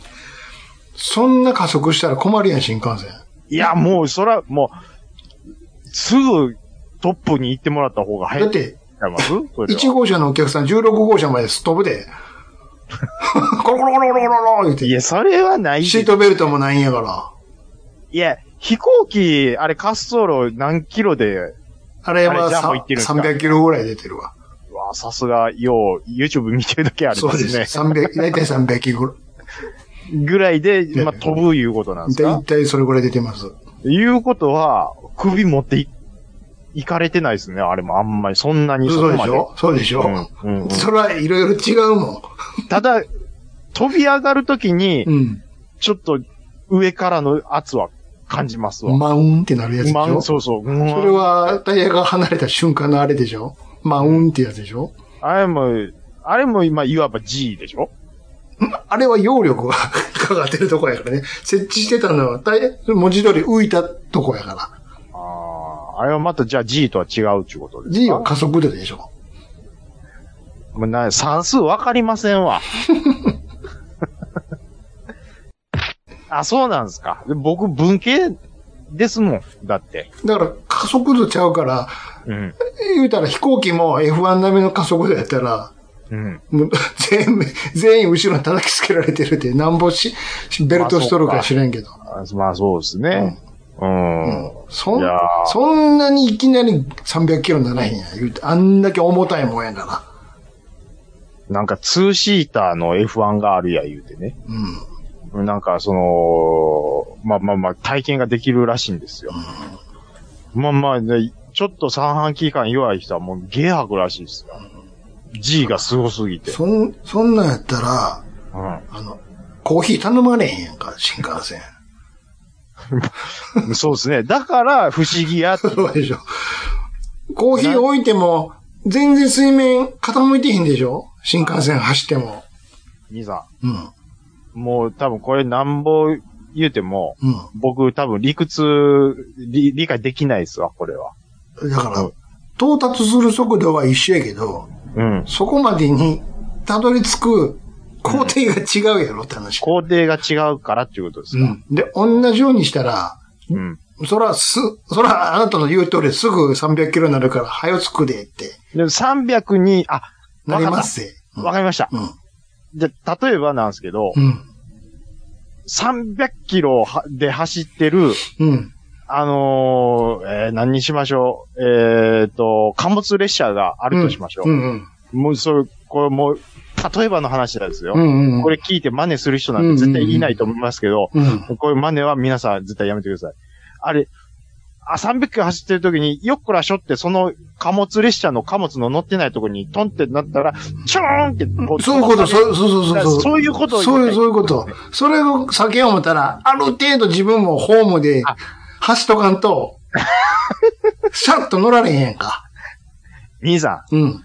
B: そんな加速したら困るやん、新幹線。
C: いや、もう、そら、もう、すぐ、トップに行ってもらった方が
B: だ
C: 早い
B: っ。て、
C: やますそれは
B: 1号車のお客さん16号車までストップで、コロコロコロコロコロコロ言う
C: い
B: て、
C: や、それはないでし
B: シ
C: ょ
B: ートベルトもないんやから。
C: いや、飛行機、あれ滑走路何キロで、
B: あれ
C: あれ
B: は
C: ジャン
B: さ
C: ボ行ってるんですか
B: 300キロぐらい出てるわ。
C: うわさすが、よう、YouTube 見てるだけあり
B: そ
C: ま
B: うです
C: ね。
B: す。300、大体300キロぐらい。
C: ぐらいで、
B: ええ
C: まあ、飛ぶいうことなんです
B: だ
C: か
B: いたいそれぐらい出てます。
C: いうことは、首持ってい、いかれてないですね。あれもあんまり、そんなにそこ
B: そうで
C: ま
B: し
C: で。
B: ょそうでしょ、
C: うんうんうん
B: それはいろいろ違うもん。
C: ただ、飛び上がるときに、
B: うん。
C: ちょっと上からの圧は感じますわ。
B: マウンってなるやつでし
C: ま
B: ょ
C: あ、
B: そ
C: そうそう。うん
B: れはタイヤが離れた瞬間のあれでしょマウンってやつでしょ
C: あれも、あれも今、いわば G でしょ
B: あれは揚力が かかってるとこやからね。設置してたのはタイヤ、文字通り浮いたとこやから。
C: ああ、あれはまたじゃあ G とは違うっていうことですか
B: G は加速度でしょ
C: もうな、算数わかりませんわ。あ、そうなんですか。で僕、文系ですもん。だって。
B: だから加速度ちゃうから、
C: うん。
B: 言うたら飛行機も F1 並みの加速度やったら、
C: うん。
B: もう 全部、全員後ろに叩きつけられてるって、なんぼし、ベルトしとるか知らんけど。
C: あまあそうですね。うん。
B: そ
C: い
B: ん
C: やー、
B: そんなにいきなり300キロならへんや。言うて、あんだけ重たいもんやか
C: なんかツーシーターの F1 があるや言うてね。
B: ら。うん。
C: なんかその、まあまあまあ体験ができるらしいんですよ。まあまあ、ね、ちょっと三半規管弱い人はもうゲー吐くらしいですよ。G がすごすぎて。
B: そん、そんなんやったら、
C: う
B: あの、コーヒー頼まれへんやんか、新幹線。
C: ん、そうですね。だから不思議やって。
B: そうでしょ。コーヒー置いても、全然水面傾いてへんでしょ新幹線走っても。
C: 兄さ
B: うん。
C: ん、もう多分これなんぼ言うても、
B: う
C: 僕多分理屈、理理解できないですわ、これは。
B: ん。だか
C: う
B: ら
C: ん、
B: 到達する速度は一緒やけど、
C: うん。
B: そこまでにたどり着く工程が違うやろって話。
C: 工程が違うからっていうことです
B: う
C: か。
B: ん。で、同じようにしたら、
C: うん。
B: そらす、そらあなたの言う通りすぐ300キロになるから、早つくでって
C: でも300に、あ、
B: なりますぜ。うん
C: わかりました。
B: うん。
C: で、例えばなんですけど、
B: うん。
C: 300キロはで走ってる、
B: うん。
C: あのーえー何にしましょう。えっ、と、貨物列車があるとしましょう。
B: うんうん。
C: もう、それ、これもう、例えばの話なんですよ。
B: うんうん。
C: これ聞いて真似する人なんて絶対いないと思いますけど、
B: うん。
C: こういう真似は皆さん絶対やめてください。あれ、あ、300キロ走ってる時に、よっこらしょって、その貨物列車の貨物の乗ってないところにトンってなったら、チョーンってこう、
B: そういうこと、そうそうそうそうそう。
C: そういうことを言いたい
B: そういう、そういうこと。それを避けよう思ったら、ある程度自分もホームで
C: あ
B: 走っとかん と、シャッと乗られへんやんか。
C: 兄さん、
B: うん。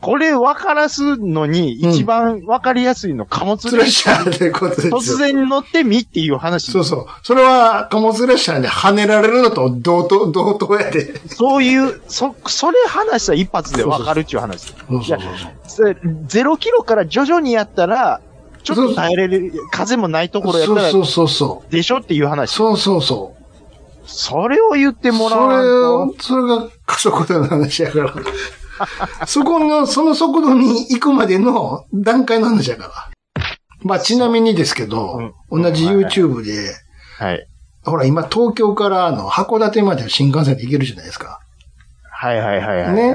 C: これ分からすのに、
B: うん
C: 一番分かりやすいの、貨物
B: ツレッ
C: 列車。
B: シャーということですよ。
C: 突然乗ってみっていう話。
B: そ
C: そ
B: そう。
C: う
B: それは、貨物列車で跳ねられるのと同等、同等やで。
C: ういう、そ、それ話したら一発で分かるっていう話。
B: そう
C: そうゼゼロキロから徐々にやったら、ちょっと耐えれる、風もないところやったら
B: そ、うそうそう。
C: でしょっていう話。
B: そうそうそう。
C: それを言ってもら
B: それ
C: わん
B: を、
C: と。
B: それが加速度の話やから。 そこの、その速度に行くまでの段階の話やから。まあ、ちなみにですけど、
C: うん
B: 同じ YouTube で、
C: はい。
B: ほら、今東京からあの函館までの新幹線で行けるじゃないですか。
C: はいはいはいはい。
B: ね。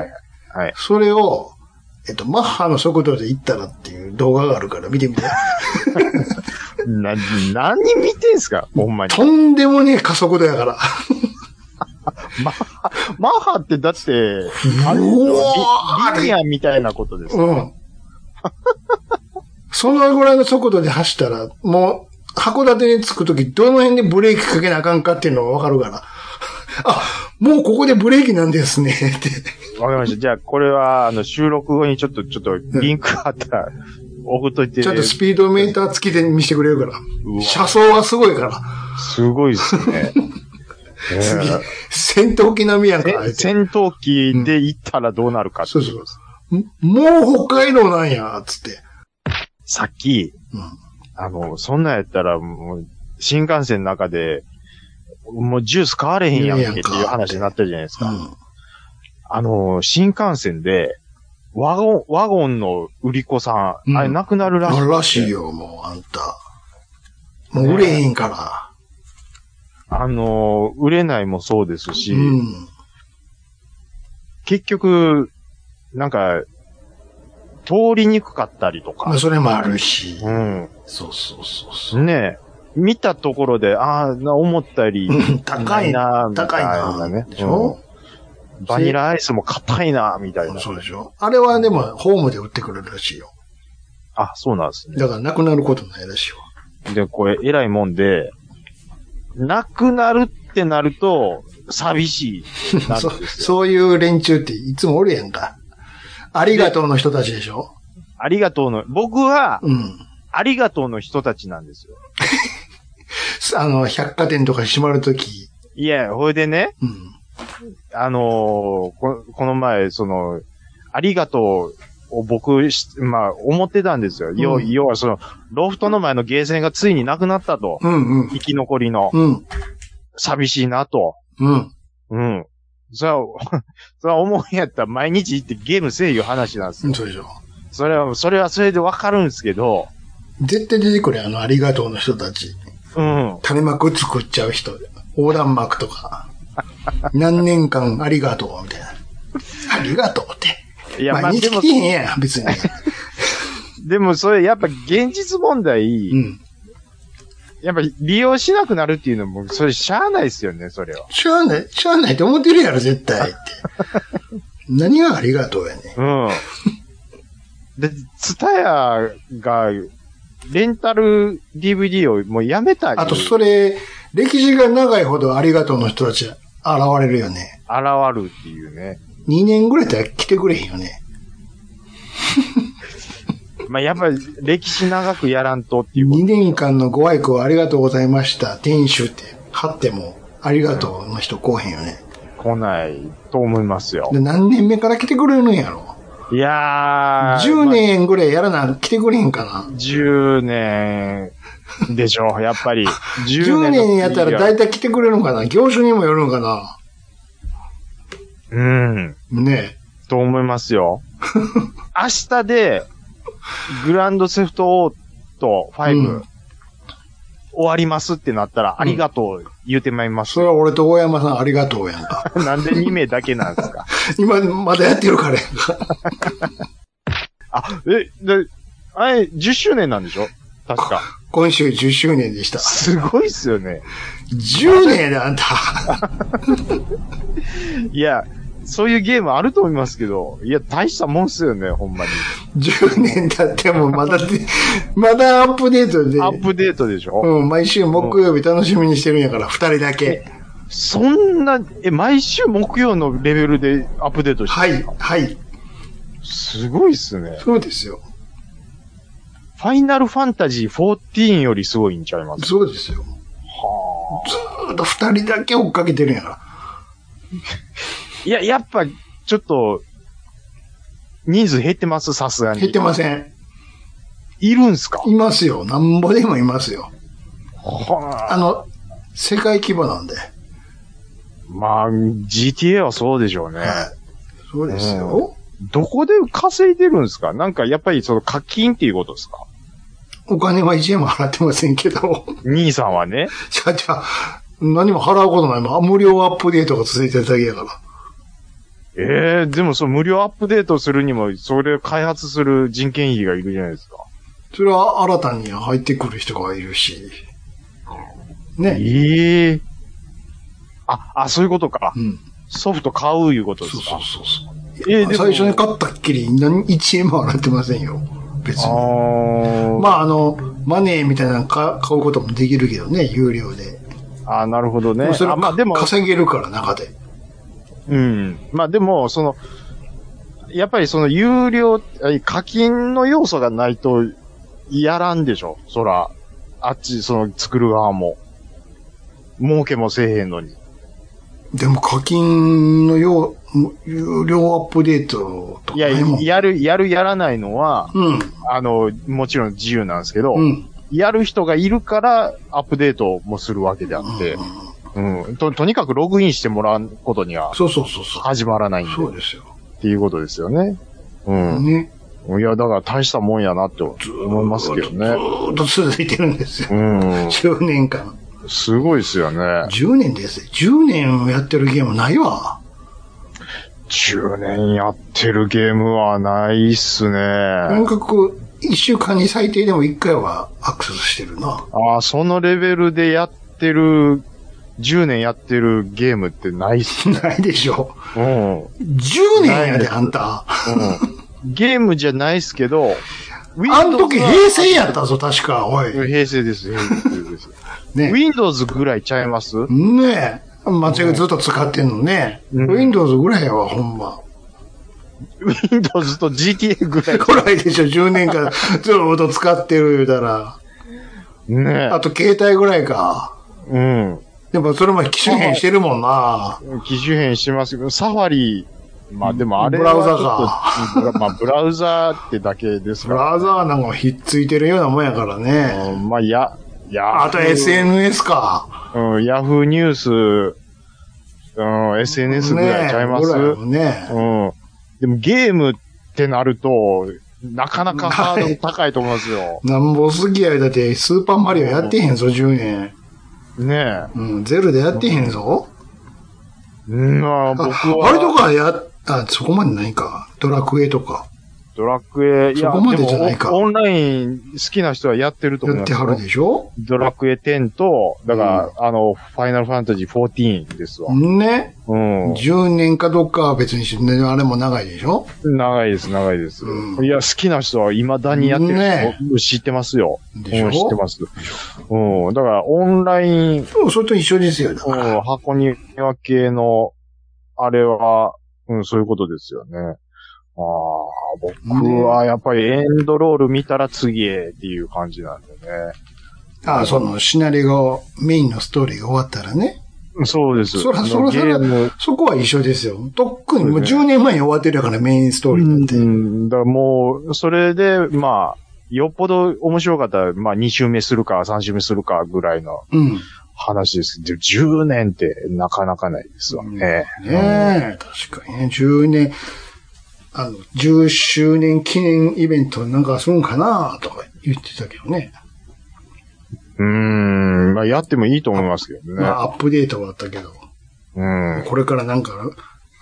C: はい。
B: それを、えっと、マッハの速度で行ったらっていう動画があるから見てみて。
C: な、何見てんすかほんまに。
B: とんでもねえ加速度や から。
C: マッハ、マッハってだって、あれ
B: うわー
C: リリニアみたいなことですよ
B: うん。そのぐらいの速度で走ったら、もう、函館に着くとき、どの辺でブレーキかけなあかんかっていうのがわかるから。 あ、もうここでブレーキなんですね、 って。
C: わかりました。じゃあ、これは、あの、収録後にちょっと、ちょっと、リンクあったら、送っといて。
B: ちょっとスピードメーター付きで見せてくれるか
C: わ
B: ら。車窓がすごいから。
C: すごいですね。
B: すげえ。 戦闘機並みやんか、あ
C: え
B: れって
C: 戦闘機で行ったらどうなるかって
B: そ
C: いうう
B: そう。もう北海道なんや、つって。
C: さっき、
B: うん
C: あの、そんなんやったら、もう、新幹線の中で、もうジュース買われへんやんけっていう話になったじゃないです
B: う
C: か。
B: ん。
C: あの、新幹線で、ワゴン、ワゴンの売り子さん、
B: うん
C: あれなくなるらしい。
B: らしいよ、もう、あんた。もう売れへんか
C: あの、売れないもそうですし、
B: ら。うん。
C: 結局、なんか、通りにくかったりと
B: まあ、
C: か、
B: それもあるし。
C: うん。
B: そうそうそうそう。
C: ねえ見たところで、ああ、な思ったより、
B: うん高いな。
C: な
B: 高いな。
C: みたいなね
B: でしょ、
C: うんバニラアイスも硬いな、みたいな。
B: そうでしょあれはでも、ホームで売ってくれるらしいよ。
C: あ、そうなんですね。
B: だからなくなることないらしいよ。
C: で、これ、偉いもんで、なくなるってなると、寂しい ってな
B: そ
C: るんですよ。
B: そういう連中っていつもおるやんか。ありがとうの人たちでしょ
C: ありがとうの、僕は、
B: うん。
C: ありがとうの人たちなんですよ。
B: あの、百貨店とか閉まるとき。
C: いや、ほいでね、
B: うん。
C: あのーこ、この前、その、ありがとうを僕し、まあ、思ってたんですよ。要
B: うん
C: 要は、その、ロフトの前のゲーセンがついになくなったと。
B: うんうん。
C: 生き残りの、
B: うん。
C: 寂しいなと。
B: うん。
C: うん。 それは、それは思うんやったら毎日行ってゲームせえいう話なんです
B: う
C: よ
B: ん。そうでしょ
C: それは、それはそれでわかるんですけど、
B: 絶対出てくれ、あの、ありがとうの人たち。
C: うん。
B: 種幕作っちゃう人。横断幕とか。何年間ありがとう、みたいな。ありがとうって。
C: いや、まあ
B: 毎
C: で
B: 日
C: も
B: 来、へんやん、別に。
C: でもそれやっぱ現実問題、
B: うん。
C: やっぱ利用しなくなるっていうのも、それしゃあないですよね、それは。
B: しゃあない、しゃあないって思ってるやろ、絶対って。何がありがとうやねん。
C: うん。で、ツタヤが、レンタル DVD をもうやめたり、
B: あと、
C: 現
B: それ、歴史が長いほどありがとうの人たち現れるよね。
C: るっていうね。
B: 2年ぐらいで来てくれへんよね。
C: まあ、やっぱり歴史長くやらんとっていうこと
B: 2年間のご愛顧ありがとうございました。店主って貼っても、ありがとうの人来おへんよね。
C: 来ないと思いますよ。
B: で何年目から来てくれるんやろ。
C: いやー。
B: 10年ぐらいやらな、来てくれへんかな。
C: 10年でしょ、やっ ぱり。
B: 10
C: 10
B: 年やったら
C: だい
B: 大体来てくれるんかな。業種にもよるんかな。
C: うん、
B: ね
C: と思いま すよ。明日で、グランドセフトオート5、
B: うん
C: 終わりますってなったら、ありがとう言うてまいります
B: そ。れは俺と大山さんありがとうやんか。
C: なんで2名だけなんですか
B: 今、まだやってるからやんか。
C: あ、え、で、あれ、10周年なんでしょ確か。
B: 今週10周年でした。
C: すごいっすよね。
B: 10年やで、あんた。
C: いや、そういうゲームあると思いますけど、いや、大したもんっすよね、ほんまに。
B: 10年経ってもまだで、まだアップデートで。
C: アップデートでしょ、
B: うん、毎週木曜日楽しみにしてるんやから、二人だけ。
C: そんな、え、毎週木曜のレベルでアップデートして
B: は
C: る
B: い、はい。
C: すごいっすね。
B: そうですよ。
C: ファイナルファンタジー14よりすごいんちゃいます
B: そうですよ。
C: は
B: ずーっと二人だけ追っかけてるんやから。
C: いや、やっぱ、ちょっと、人数減ってますさすがに。
B: 減ってません。
C: いるんすか
B: いますよ。なんぼでもいますよ。
C: は
B: あ
C: あ
B: の、世界規模なんで。は
C: まあ、GTA はそうでしょうね。
B: い。そうですよ。
C: どこで稼いでるんすかなんか、やっぱりその課金っていうことですか
B: お金は1円も払ってませんけど。
C: 兄さんはね。
B: じゃあ、じゃあ、何も払うことないもん。無料アップデートが続いてるだけやから。
C: ええでもその無料アップデートするにも、それを開発する人件費がいるじゃないですか。
B: それは新たに入ってくる人がいるし。ね。
C: ええあ、あ、そういうことか
B: う。ん。
C: ソフト買ういうことで
B: そ
C: す
B: う
C: か。
B: そうそうそう。
C: ええでも
B: 最初に買ったっきり何、1円も払ってませんよ。別
C: あ
B: に。
C: ー、
B: まあ、あの、マネーみたいなのか買うこともできるけどね、有料で。
C: あー、なるほど
B: で
C: ね
B: も。それ
C: あ、まあでも、
B: 稼げるから、中で。
C: うん。まあでも、その、やっぱりその有料、え課金の要素がないと、やらんでしょ。そら、あっち、その作る側も。儲けもせえへんのに。
B: でも課金のよう、有料アップデートとか
C: いや、
B: ないもん
C: やる、やる、やらないのは、
B: うん、
C: あの、もちろん自由なんですけど、
B: うん。
C: やる人がいるからアップデートもするわけであって、うん。と、とにかくログインしてもらうことには
B: そうそうそうそう。
C: 始まらないんで、
B: そうですよ。
C: っていうことですよね。うん。
B: ね。
C: いや、だから大したもんやなって思いますけど
B: ず
C: ね。
B: ーっと続いてるんですよ。
C: うん。
B: 10年間。
C: すごいですよね。
B: 10年ですよ。10年やってるゲームないわ。
C: 10年やってるゲームはないっすね。
B: とにかく、1週間に最低でも1回はアクセスしてるな。
C: ああ、そのレベルでやってる、10年やってるゲームってないっすね。
B: ないでしょ。
C: うん。
B: 10年や
C: ないで
B: で、
C: す
B: あんた。
C: うんゲームじゃないっすけど、
B: あの時
C: Windows は
B: 平成やったぞ、確か。おい。
C: 平成です、平成 です。
B: ね。
C: Windows ぐらいちゃいます
B: ねえ。松井がずっと使ってんのね。
C: うん
B: Windows ぐらいやわ、ほんま。
C: ?Windows と GTA ぐらい。
B: ぐらいでしょ、10年 間ずっと使ってる言うたら。
C: ね
B: あと携帯ぐらいか。
C: うん。
B: でもそれも機種変してるもんな。
C: 機種変しますけど、サファリ、まあでもあれは
B: ブラウザか
C: ちょっと。まあブラウザーってだけです
B: ブ
C: から。
B: ラウザーなんかひっついてるようなもんやからね。
C: うんまあや、や、
B: あと SNS か。
C: うん、ヤフーニュース、うん、SNS ぐらいちゃいます、
B: ねえぐらいもね。
C: うん。でもゲームってなると、なかなかハードル高いと思いますよ。
B: なんぼすぎやよだって、スーパーマリオやってへんぞ、10年。
C: ね
B: うん、ゼルでやってへんぞ。
C: え。うん、あー
B: あ
C: 僕は。
B: あれとかやっ、あ、そこまでないか。ドラクエとか。
C: ドラクエ、いや、
B: そこまでじゃないか
C: でもオンライン好きな人はやってると思い
B: やって
C: ますよ。
B: はるでしょ
C: ドラクエ10と、だから、あの、ファイナルファンタジー14ですわ。
B: ね。
C: うん。
B: 10年かどっかは別にして、ね、あれも長いでしょ
C: 長いです、長いです。
B: うん
C: いや、好きな人は未だにやってる。
B: ね
C: 僕知ってますよ。
B: でしょ
C: うん知ってます。うん。だから、オンライン、
B: そう、それと一緒ですよ。だ
C: う
B: から
C: ん、箱庭系の、あれは、うん、そういうことですよね。ああ、僕はやっぱりエンドロール見たら次へっていう感じなんでね。
B: ああ、その、シナリオ、メインのストーリーが終わったらね。
C: そうです。
B: そらそらそら
C: ゲーム
B: そこは一緒ですよ。とっくに、も
C: そううですね
B: 10年前に終わってるから、メインストーリーなんて。
C: うん、だからもう、それで、まあ、よっぽど面白かったら、まあ、2周目するか、3周目するかぐらいの
B: うん。
C: 話です。で、10年ってなかなかないですわね。
B: ねえ、確かにね、10年、あの、10周年記念イベントなんかするんかなとか言ってたけどね。
C: うん、まあ、やってもいいと思いますけどね
B: ま。あ、アップデートはあったけど、
C: うん。
B: これからなんか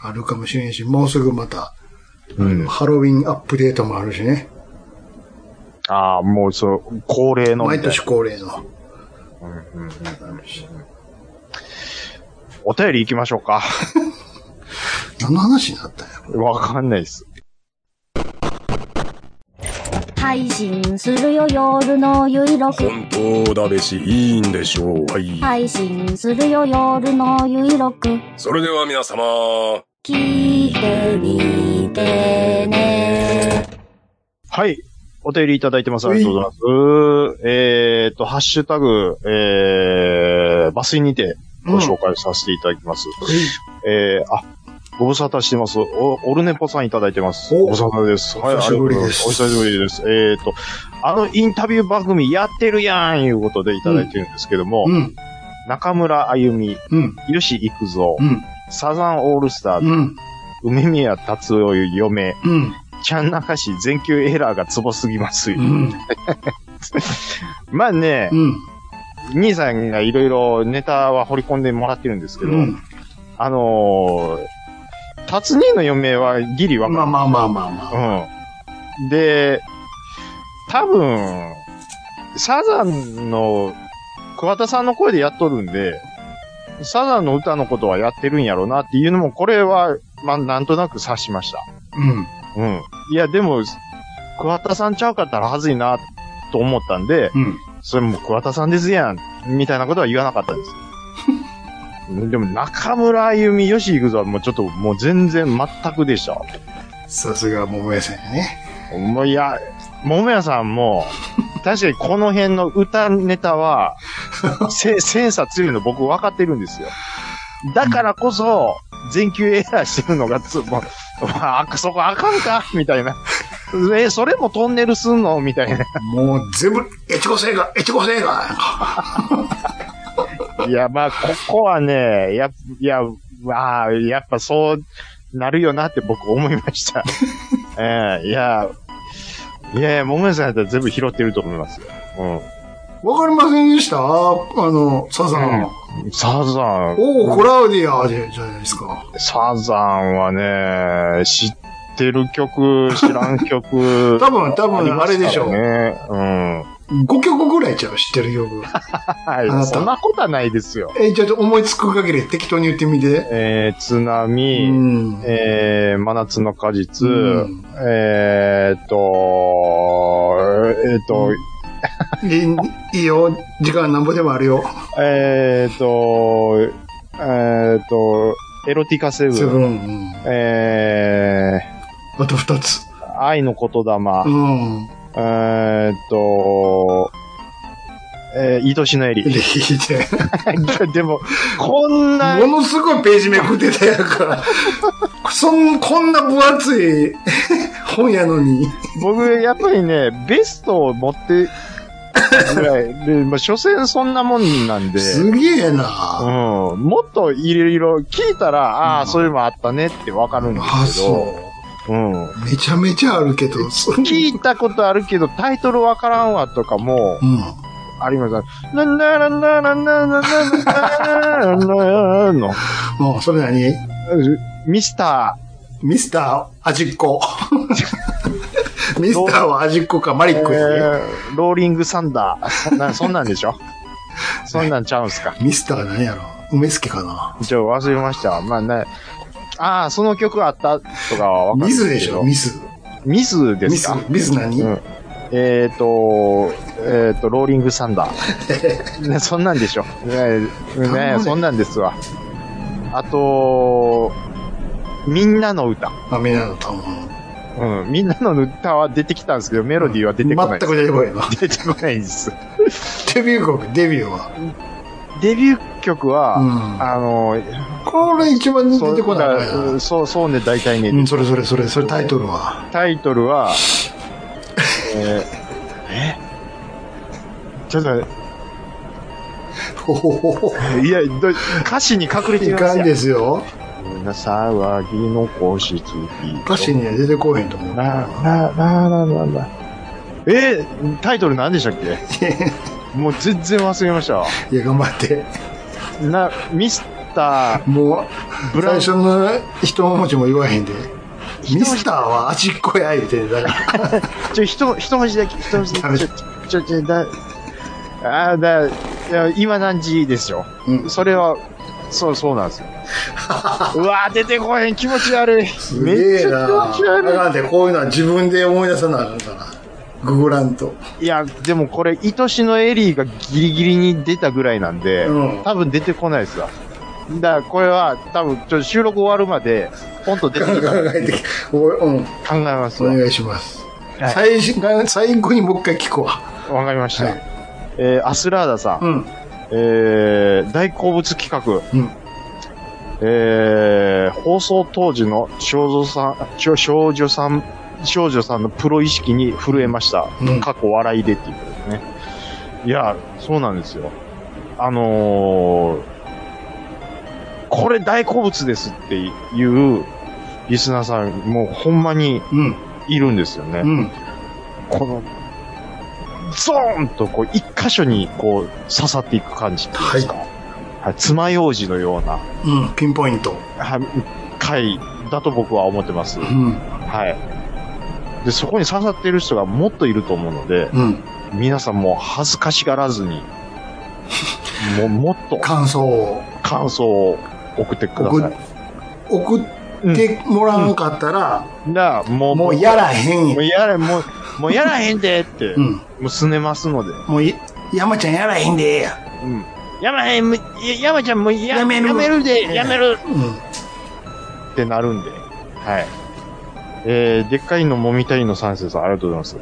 B: あるかもしれんし、もうすぐまた、
C: うん
B: ハロウィンアップデートもあるしね。
C: ああ、もう、そう、恒例のみ
B: 毎
C: たいな。
B: 年恒例の。
C: うんうんうんお便り行きましょうか。
B: 何の話になったんやろ
C: わかんないです。
D: 配信するよ夜のゆいろく
E: 本当だべし、いいんでしょう。はい。
D: 配信するよ夜のゆいろく
E: それでは皆様。
D: 聞いてみてね
C: はい。お便りいただいてます。ありがとうございます。えーっと、ハッシュタグ、えー、バスにてご紹介させていただきます。えー、あ、ご無沙汰してます。お、オルネポさんいただいてます。
B: お
C: ご無沙汰です。はい、
B: お
C: あ
B: 久し
C: りが
B: ぶ
C: とうご
B: り
C: ざいま
B: です
C: す。お久しぶりです。えーっと、あのインタビュー番組やってるやんいうことでいただいてるんですけども、
B: うん、
C: 中村あゆみ、
B: うん、
C: 吉幾三、
B: うん、
C: サザンオールスターズ、
B: うん、
C: 梅宮達夫嫁、
B: うん、
C: ちゃんなかし全球エラーがツボすぎますよ。
B: うん、
C: まあね、
B: うん、
C: 兄さんがいろいろネタは掘り込んでもらってるんですけど、
B: うん。
C: あのー、達兄の嫁はギリわ
B: まあ
C: か
B: まあまあまあまあ。
C: うん。で、多分、サザンの、桑田さんの声でやっとるんで、サザンの歌のことはやってるんやろうなっていうのも、これは、まあ、なんとなく察しました。
B: うん、
C: うん。いや、でも、桑田さんちゃうかったらはずいな、と思ったんで、
B: うん。
C: それもう桑田さんですやん、みたいなことは言わなかったです。 でも、中村あゆみ、吉幾三もうちょっと、もう全然全くでした。
B: さすが桃屋さんやね。
C: もういや、桃屋さんも、確かにこの辺の歌ネタは、せセンサー強いの僕分かってるんですよ。だからこそ、全球エラーしてるのがつ、もう、まあ、そこあかんかみたいな。え、それもトンネルすんのみたいな。
B: もう全部、越後製菓、越後製菓
C: いや、まあ、ここはね、やっ、いや、まあ、やっぱそうなるよなって僕思いました。ええいや、いや、桃屋さんやったら全部拾ってると思いますよ。
B: わかりませんでしたあの、サザン。
C: うん。サザン。
B: おお、クラウディアじゃないですか。
C: サザンはね、知ってる曲、 知らん曲。
B: 多分、多分、あれでしょ
C: う。
B: う。
C: ね。うん。
B: 5曲ぐらいちゃう、知ってる曲。
C: は。
B: あないた
C: そんなことはないですよ。
B: え、ちょっと思いつく限り適当に言ってみて。
C: えー、津
B: う
C: 波、
B: ん。
C: えー、真夏の果実、
B: うん
C: えーっと、えーっと、
B: うんいいいいよ。時間なんぼでもあるよ。
C: えーっと、えーっと、エロティカセブン、
B: セブン。うん
C: え
B: あと2つ。
C: ー、愛の言霊、
B: うん。
C: えーっと、えー、愛しのエ
B: で、
C: リ。
B: 聞いて。
C: でも、こんな、
B: ものすごいページめくってたやんか。そん、こんな分厚い 本やのに。
C: 僕、やっぱりね、ベストを持って、ぐらい、で、まあ、所詮そんなもんなんで、
B: すげえ
C: うん、
B: な。
C: もっといろいろ聞いたら、ああ、そういうのあったねってわかるんで
B: あ、
C: すけど、
F: う
B: そ
F: ん。
G: めちゃめちゃあるけど、そうん。
C: 聞いたことあるけど、タイトルわからんわとかも、あります。なんだなんだなんだなんだなんだなんだの、
B: もう、それなに
C: ミスタ
B: ミスター、味っ 子。ミスターは味っ子か、マリッ
C: ー、
B: クですね。
C: ローリングサンダー、そんな、そんなんで しょそんなんちゃうんすか
B: ミスター何やろ梅助かな
C: ちょ、忘れました。まあ、な、ああ、その曲あったとかはわかる
B: ミスでしょミス。
C: ミスで
B: ミ
C: す
B: ス
C: か、
B: ミス何、
C: うんえっ、と、えっ、と、ローリングサンダー。ね、そんなんでしょ。ね、ねそんなんですわ。あと、みんなの歌。
B: あ、みんなのと思う。
C: うん、みんなの歌は出てきたんですけど、メロディーは出てこない。
B: 全く出てこないな。
C: 出てこないんです。
B: デビュー曲、デビューは。
C: デビュー曲は、
B: うん
C: あの、
B: これ一番出
C: そう
B: てこないな。
C: だそう、そうね、大体ね、
B: うん、それそれそれ、それタイトルは。
C: タイト ルは、えーえちょっと、
B: ほほほほ。
C: いや、ど歌詞に隠れて
B: い
C: るんで
B: か
C: す
B: ん
C: よ。
B: ですよ。
C: な騒ぎの皇室
B: 歌詞には出てこへんと思う。
C: な、な、な、な、な、な。えータイトル何でしたっけもう全然忘れましたわ。
B: いや、頑張って。
C: な、ミスタ
B: も
C: ー、
B: う、
C: ブラ
B: 最
C: ンシ
B: 初の一文字も言わへんで。ミスターは味っ子や言うてんだから。
C: ちょ、ひと、ひと文字だけ、ひと文字だけ、ちょ、ちょ、ちょ、だ、あーだ、いや今何時ですよ。
B: うん
C: それは、そう、そうなんですよ。うわー出てこへん、気持ち悪い。
B: す
C: めっ
B: げえ
C: ち
B: な
C: ゃ気持ち悪い
B: あ。かんて、こういうのは自分で思い出さなあかんから。ググらんと。
C: いや、でもこれ、愛しのエリーがギリギリに出たぐらいなんで、
B: うん
C: 多分出てこないですわ。だからこれは、多分、ちょっと収録終わるまで、ポンと出て
B: 考
C: くる
B: えて、おうん、
C: 考えます
B: お
C: わ。
B: 願いします。
C: はい
B: 最新最後にもう一回聞くわ。
C: わかりました。
B: はい
C: えー、アスラーダさん、
B: うん。
C: えー、大好物企画、
B: うん
C: えー、放送当時の少女さん、ちょ少女さん、少女さんのプロ意識に震えました。
B: うん
C: 過去笑いでっていうことですね。いや、そうなんですよ。あのー、これ大好物ですっていうリスナーさん、もうほんまに
B: うん。
C: いるんですよね。
B: うん。
C: この、ゾーンとこう、一箇所にこう、刺さっていく感じっていうんですか。はい。爪楊枝のような、
B: うん。ピンポイント。
C: はい、回だと僕は思ってます。
B: うん。
C: はい。で、そこに刺さってる人がもっといると思うので、
B: うん。
C: 皆さんもう恥ずかしがらずに、 もうもっと
B: 感想を
C: 感想を送ってくだ
B: 送
C: さ
B: っ送ってもらわんかったら、
C: い。だからもう、
B: もうやらへん
C: も
B: よ
C: うやれ、もう、もうやらへんでって、
B: う
C: も
B: ん。
C: うすねますので。
B: もうい、山ちゃんやらへんでや。
C: うん。やめへん、むや山ちゃんもうや
B: やめる
C: やめるで、やめる
B: うん。
C: ってなるんで。はい。えー、でっかいのもみたいの三世さん、ありがとうございます。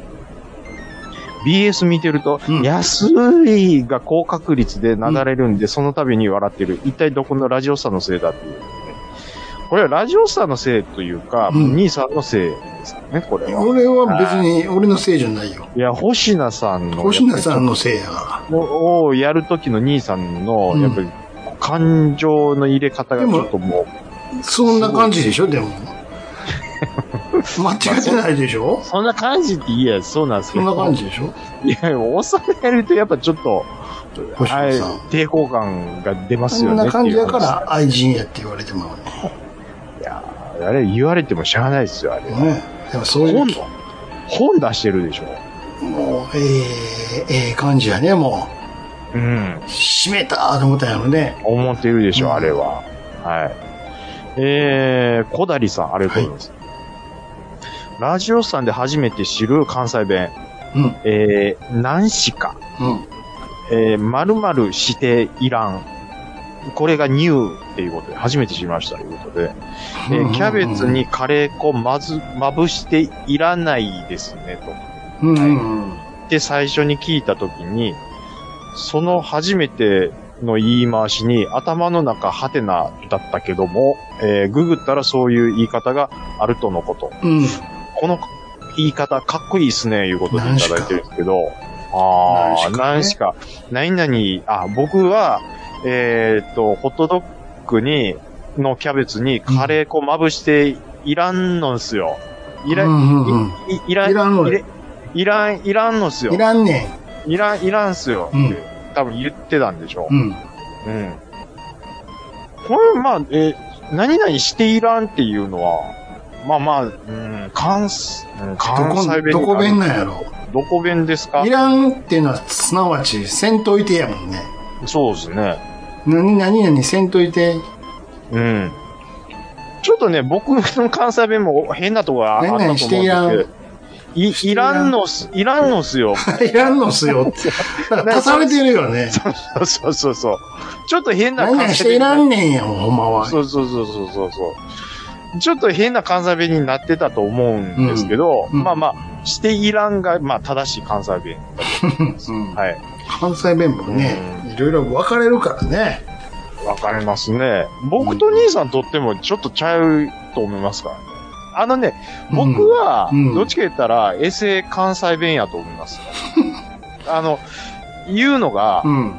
C: BS 見てると、
B: うん
C: 安いが高確率でなだれるんで、その度に笑ってる。一体どこのラジオさんのせいだっていう。これはラジオさんのせいというか、
B: うん
C: 兄さんのせいですかね、これは。
B: 俺は別に、俺のせいじゃないよ。
C: いや、星名さんの、
B: 星名さんのせいやか
C: ををやるときの兄さんの、
B: うん
C: やっぱり、感情の入れ方がちょっともう、
B: ら。そんな感じでしょ、でも。間違ってないでしょ
C: そんな感じって言え、そうなんですけ
B: そん
C: ど。
B: な感じでしょ
C: いや、収めるとやっぱちょっと、
B: 星
C: は
B: 野
C: い
B: さん、
C: 抵抗感が出ます
B: そ
C: よ
B: ん
C: ね。
B: な感じやか。ら愛人やって言われてもね。
C: あれ、言われてもしゃあないですよ、あれ。
B: ね。でもそういう
C: 本、、本出してるでしょ。
B: もう、ええええ感じやね、も
C: うん
B: う。。閉めたと思ったんやろね。
C: 思ってるでし
B: う
C: ょ、
B: ん
C: あれは。はい。えー、小谷さん、ありがとうございます。ラジオさんで初めて知る関西弁。
B: うん
C: えー、何しか。
B: うん。
C: えー、〇〇していらん。これがニューっていうことで、初めて知りましたということで。えーキャベツにカレー粉まず、まぶしていらないですね、
B: うんうんうん。
C: と。で、最初に聞いたときに、その初めての言い回しに頭の中ハテナだったけども、えーググったらそういう言い方があるとのこと。
B: うん。
C: この言い方かっこいいですね、いうことでいただいてるんですけど、ああ、
B: 何
C: 何
B: し
C: しか、何々、あ、僕は、えーっと、ホットドッグに、のキャベツにカレー粉まぶしていらんのんすよ。いら、
B: うんうん
C: いいいらん、
B: いらんの
C: いれいらん、いらんのっす
B: う
C: よ。
B: ん。いらんね
C: いらん、いらんっすよ。
B: うん
C: 多分言ってたんでしょ
B: ん。う。ん。
C: うん。これ、まあ、え、何々していらんっていうのは、まあまあ、うん、関西、うん関
B: ど
C: 西
B: こ、
C: 弁
B: どこ弁
C: あ
B: なんやろ。
C: どこ弁ですか
B: いらんっていうのは、すなわち、せんといてやもんね。
C: そうですね。
B: 何、何々せんといて、
C: うん。ちょっとね、僕の関西弁も変なとこがあったと思うんですけ
B: 何々していらん
C: ど。い、いらんのっす、いらんのっ すよ。
B: いらんのっす よって。だから足されてるよね。
C: そうそうそうそう。ちょっと変な
B: 何々
C: 関
B: し
C: 西
B: てい
C: 弁
B: らんねんやもん、ほんまは。
C: そうそうそうそうそうそう。ちょっと変な関西弁になってたと思うんですけど、
B: うんうん
C: まあまあ、していらんが、まあ正しい関西弁だと思います。
B: うん
C: はい。
B: 関西弁もね、いろいろ分かれるからね。
C: わかりますね。僕と兄さんとってもちょっとちゃうと思いますからね。あのね、僕は
B: うんう、ん
C: どっちか言ったら、衛星関西弁やと思 います。あの、言うのが
B: う、ん。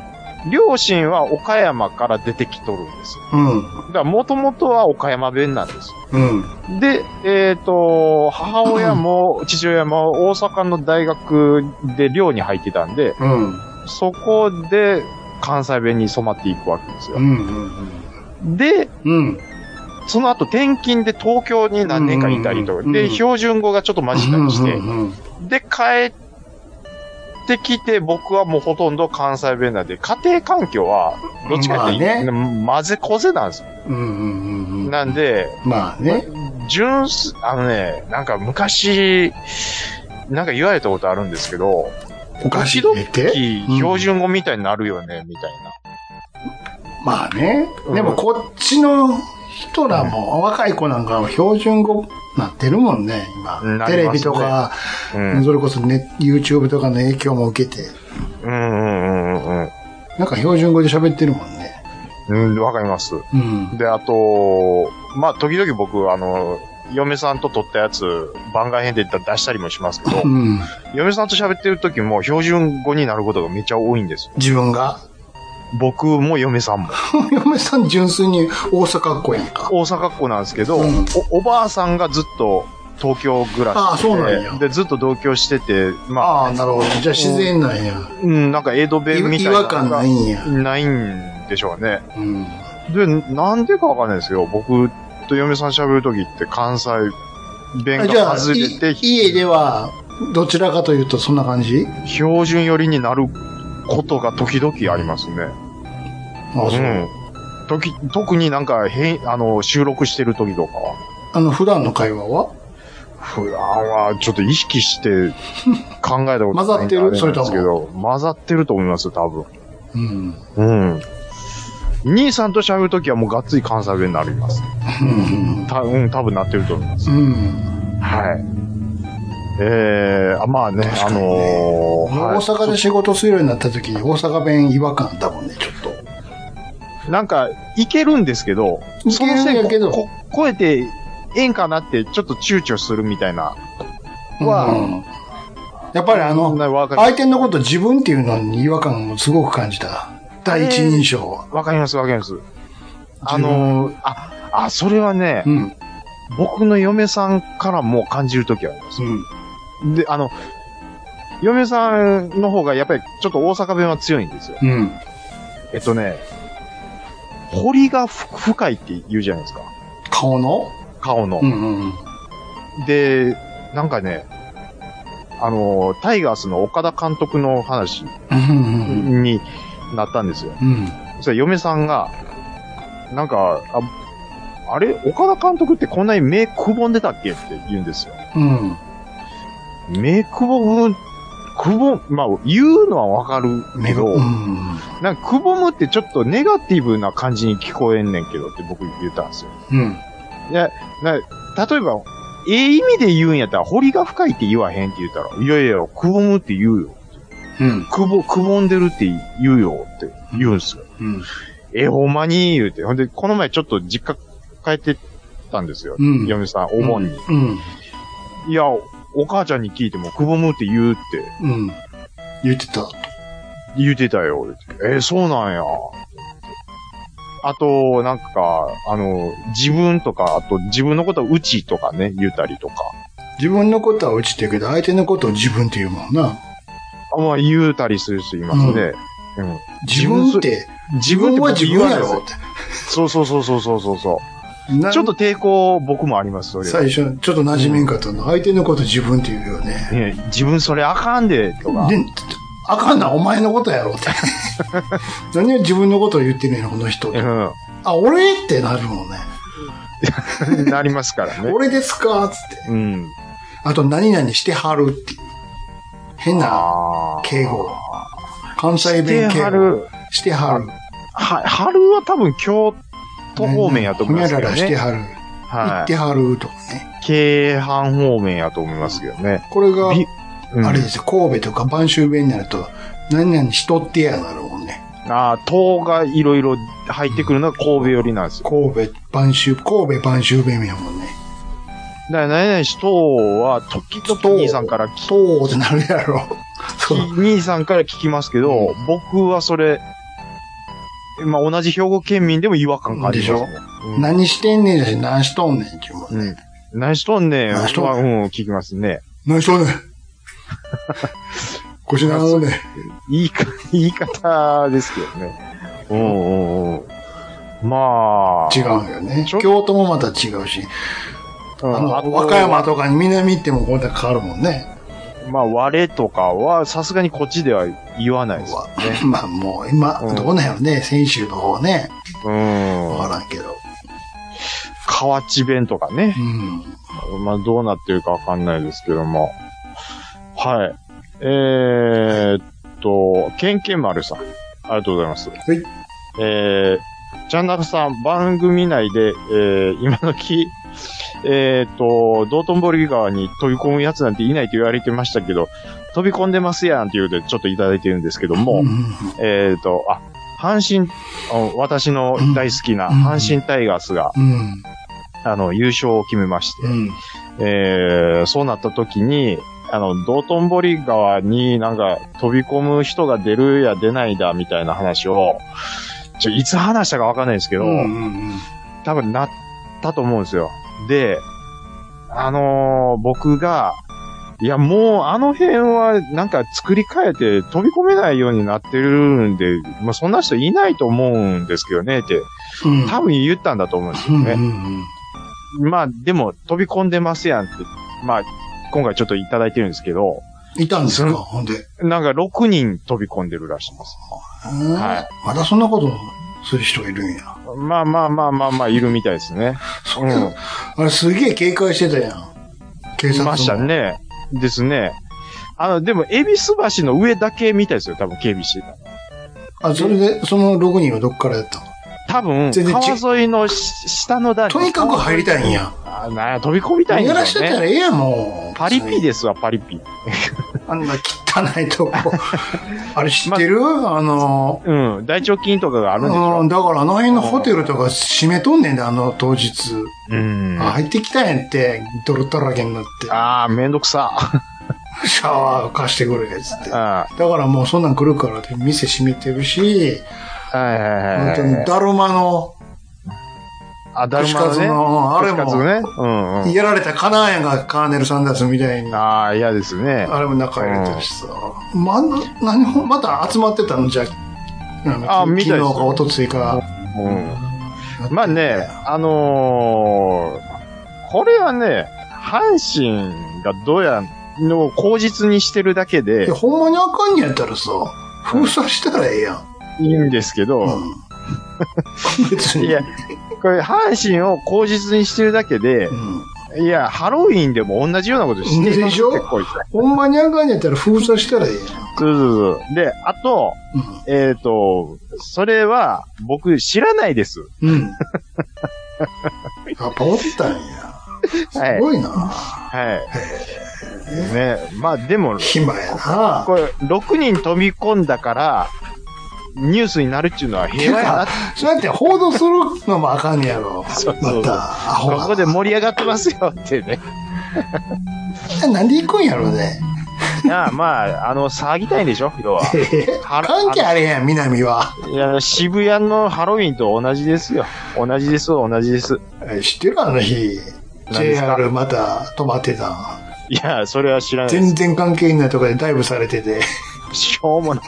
C: 両親は岡山から出てきとるんですよ。
B: うん。
C: だから元々は岡山弁なんですよ
B: うん。
C: で、えっ、と、母親も父親も大阪の大学で寮に入ってたんで、
B: うん。
C: そこで関西弁に染まっていくわけです
B: う
C: よ。
B: ん。うん。
C: で、
B: うん。
C: その後転勤で東京に何年かいたりと
B: うんうんうん
C: か、
B: うん
C: で、標準語がちょっと混じったりして
B: う、んうん
C: で、帰ってきて僕はもうほとんど関西弁なんで、家庭環境はどっちかっていうと、混ぜこぜなんですよ。
B: うんうんうんうん。
C: なんで、
B: まあね。
C: 純粋、あのね、なんか昔、なんか言われたことあるんですけど、
B: おかしい
C: 時
B: ねっ
C: 々
B: て。うん
C: 標準語みたいになるよね、みたい
B: まあね。でもこっちの人らも、若い子なんかは標準語なってるもんね、
C: うん
B: 今。
C: な
B: テ
C: り
B: レ
C: ます
B: ビ
C: ね
B: とか、
C: な。うん。
B: それこそね、YouTube とかの影響も受けて、
C: うんうんうん
B: なんか標準語で喋ってるもんね。
C: うん。うん、わかります。
B: うん。
C: で、あと、まあ、時々僕、あの、嫁さんと撮ったやつ、番外編で出したりもします けど
B: う、ん。
C: 嫁さんと喋ってる時も標準語になることがめっちゃ多いんですよ。
B: 自分が。
C: 僕も嫁 さんも。
B: 嫁さん純粋に大阪っ子やんか。
C: 大阪っ子なんですけど、
B: うん
C: おおばあさんがずっと東京暮らし
B: ああそうなん
C: で
B: や
C: でずっと同居してて、まあ、
B: ああ、なるほど。じゃあ自然なんや。
C: うん、なんか江戸弁み
B: い
C: たい
B: 違
C: なのが
B: 和感ないんや。
C: ないんでしょうね。
B: うん。
C: で、なんでかわかんないですよ。僕と嫁さん喋るときって関西弁
B: じゃ
C: が
B: あ、
C: 外れて
B: い、家では、どちらかというとそんな感じ
C: 標準寄りになることが時々ありますね。
B: あ
C: う
B: そう、
C: ん。時特になんか変、あの、収録してるときとかは。
B: あの、普段の会話は
C: 普段はちょっと意識して考えたことないんで
B: 混ざってる
C: あなんですけど、混ざってると思いますよ、多分。
B: うん。
C: うん。兄さんと喋るときはもうがっつり関西弁になります。
B: うん。
C: たうん、多分なってると思います。
B: うん。
C: はい。えー、あまあね、あ
B: 確か
C: の
B: にね
C: ー、
B: 大
C: は
B: 阪で仕事するようになった時に大阪弁違和感あったもんね、ちょっと。
C: い、なんか、いけるんですけど、
B: いけるんやけど
C: その線ここ超えて、ええんかなって、ちょっと躊躇するみたいな。
B: うんやっぱりあ
C: そんな
B: の、
C: わか
B: 相手のこと自分っていうのに違和感をすごく感じた。第一印象は。
C: わかります、わかります。あのー、あ、あ、それはね、
B: うん。
C: 僕の嫁さんからも感じるときはあります
B: う。ん。
C: で、あの、嫁さんの方がやっぱりちょっと大阪弁は強いんですよ。
B: うん。
C: えっとね、彫りがふ深いって言うじゃないですか。
B: 顔の
C: 顔の
B: う。んうんうん。
C: で、なんかね、あの、タイガースの岡田監督の話
B: うん
C: になったんですよ。
B: うんうん。
C: そしたら嫁さんが、なんか、ああれ岡田監督ってこんなに目くぼんでたっけって言うんですよ。
B: うん。
C: 目くぼむ、くぼむ、まあ、言うのはわかるけど、
B: うん。
C: なんかくぼむってちょっとネガティブな感じに聞こえんねんけどって僕言ったんですよ。
B: うん。
C: な例えば、ええ意味で言うんやったら、彫りが深いって言わへんって言ったら、いやいや、くぼむって言うよ。
B: うん。
C: くぼ、くぼんでるって言うよって言うんですよ。
B: うん。
C: え、ほんまに言うて。ほんで、この前ちょっと実家帰ってたんですよ。
B: うん
C: 嫁さん、お盆に。
B: うん。
C: いや、お母ちゃんに聞いても、くぼむって言うって
B: うん。言ってた。
C: 言うてたよ。ってえそうなんや。あと、なんか、あの、自分とか、あと自分のことをうちとかね、言ったりとか。
B: 自分のことはうちって言うけど、相手のことを自分って言うもんな。
C: あまあ、言うたりする人いますね。うん。
B: 自分って、自分は自分やろっ
C: そうそうそうそうそうそうそ
B: て。な
C: う。ちょっと抵抗、僕もあります、それは。
B: 最初、ちょっと馴染みんかったの。相手のこと自分って言うよね。
C: ね自分それあかんで、とか
B: で。、あかんな、お前のことやろ って。何を自分のことを言ってるんやろ、この人。
C: う
B: あ、俺ってなるもんね。
C: ん。 なりますからね。
B: 俺ですかつって。
C: うん。
B: あと、何々してはるっていう。変な
C: あー
B: 敬語。関西
C: して
B: 弁敬
C: は
B: 語。
C: る。
B: してはる。
C: は、春は多分京都方面やと思います
B: ほ
C: け
B: にゃ
C: ど
B: ららして
C: ね。
B: はる。行
C: は
B: ってはるとかね。
C: い。京阪方面やと思いますけどね。
B: これが、
C: びうん
B: あれですよ、神戸とか播州弁になると、何々しとってやなるもんね。
C: ああ、塔がいろいろ入ってくるのが神戸寄りなんですよ。
B: 神戸、播州、神戸播州弁やもんね。
C: だから、何々し、塔は、時々兄さんから聞
B: とうってなるやろ。そう。
C: 兄さんから聞きますけど、僕はそれ、まあ、同じ兵庫県民でも違和感感じますね。うん
B: 何してんねんだし、何しとんねんっていうもんね。
C: うん。何しとんねん。
B: 何しとんねん
C: まあうん、聞きますね。
B: 何しとん ねん。こちらのねん。
C: 言いか、 言い方ですけどね。うんうんうん。まあ。
B: 違うんよね。
C: ちょ
B: 京都もまた違うし、
C: うん。
B: あの、
C: と
B: 和歌山とかに南行ってもこれだけ変わるもんね。
C: まあ、割れとかは、さすがにこっちでは言わないですよね。
B: まあもう今、
C: うん
B: どうなんやろね、先週の方ね。
C: うん。
B: わからんけど。
C: 河内弁とかね
B: う。ん。。
C: まあ、どうなってるかわかんないですけども。はい。えー、っと、ケンケン丸さん。ありがとうございます。はいえー、ジャンナカさん、番組内で、えー、今の木、えー、っと、道頓堀川に飛び込むやつなんていないと言われてましたけど、飛び込んでますやんっていうので、ちょっといただいてるんですけども、
B: うんうん
C: えー、っと、あ、阪神、あ私の大好きな
B: うん
C: 阪神タイガースが、
B: うん。
C: あの、優勝を決めまして、
B: うん。
C: えーそうなった時に、あの、道頓堀川になんか飛び込む人が出るや出ないだみたいな話を、ちょ、いつ話したかわかんないですけど、
B: うん。
C: 多分なったと思うんですよ。で、あのー僕が、いや、もうあの辺はなんか作り変えて飛び込めないようになってるんで、まあ、そんな人いないと思うんですけどねって、
B: うん。
C: 多分言ったんだと思うんです
B: う
C: よ
B: ん
C: ね。
B: うん
C: まあ、でも、飛び込んでますやんって、まあ、今回ちょっといただいてるんですけど、
B: うん。いたんですか
C: その
B: ほんで。
C: なんか6人飛び込んでるらしいです。は
B: はい。まだそんなことする人がいるんや。
C: まあまあまあまあまあ、いるみたいですね。
B: それ、
C: うん。
B: あれすげえ警戒してたやん。警
C: い
B: 察も
C: ました。ね。ですね。あの、でも、恵比寿橋の上だけみたいですよ。多分、警備してた。
B: あ、それで、その6人はどっからやったの
C: 多分、
B: 全然違う
C: 川沿いのし下の段
B: とにかく入りたいんや。
C: あなんや飛び込みたいん
B: や
C: だ
B: らし
C: よ
B: てたら
C: ね。
B: ええやん、もう。
C: パリピですわ、パリピ。
B: あんな汚い とこ。あれ知ってる、あの、
C: うん。大腸菌とかがあるんでし
B: うん、
C: ょ。
B: だからあの辺のホテルとか閉めとんねんで、あの当日。
C: うん。あ
B: 入ってきたんやって、泥だらけになって。
C: あー、めんどくさ。
B: シャワー貸してくれ、つって。だ
C: あ
B: からもうそんなん来るからって店閉めてるし、
C: あ。はいはい
B: 本
C: はい
B: 当
C: はい
B: に。だるまの、
C: あ、だるまの
B: 串カツ
C: ね。
B: のあれも
C: 串カツね。うんうん。
B: やられたカナーヤがカーネル・サンダースみたいな、
C: ああ、嫌ですね。
B: あれも中入れてるしさ。ま、何も、また集まってたのじゃあ、
C: あ
B: 昨
C: み
B: 日
C: たい
B: か
C: ですよ
B: 一昨日か。
C: うん。まあね、あのーこれはね、阪神がどうやのを口実にしてるだけ
B: い
C: で
B: や、ほんまにあかんねやったらさ、封鎖したらええやん。
C: い いんですけ
B: う
C: ど、
B: ん。別に。
C: いや、これ阪神を口実にしてるだけで
B: う、ん。
C: いや、ハロウィンでも同じようなことしてる
B: でしょ
C: 結構いっぱい
B: ほんまにあかんねやったら封鎖したらええやん。
C: そうそうそう。で、あと、えっ、と、それは僕知らないです。
B: うん。うん。やっぱおったんや。す
C: はい
B: ごいな。
C: はい。ね、まあでも、
B: 暇やな。
C: これ、6人飛び込んだから、ニュースになるっていうのは平和やなって。
B: そうやって報道するのもあかんねやろ。
C: そうそ
B: ま
C: う
B: た、 アホ
C: こ
B: が。
C: こで盛り上がってますよってね。
B: なんで行くんやろね。
C: いや、まあ、あの、騒ぎたいんでしょ要は。は
B: 関係あれやん、南は。
C: いや、渋谷のハロウィンと同じですよ。同じです、同じです。
B: 知ってるあの日。
C: 何ですか
B: JR また止まってた。
C: いや、それは知らないです。
B: 全然関係ないとこでダイブされてて、
C: しょうもな。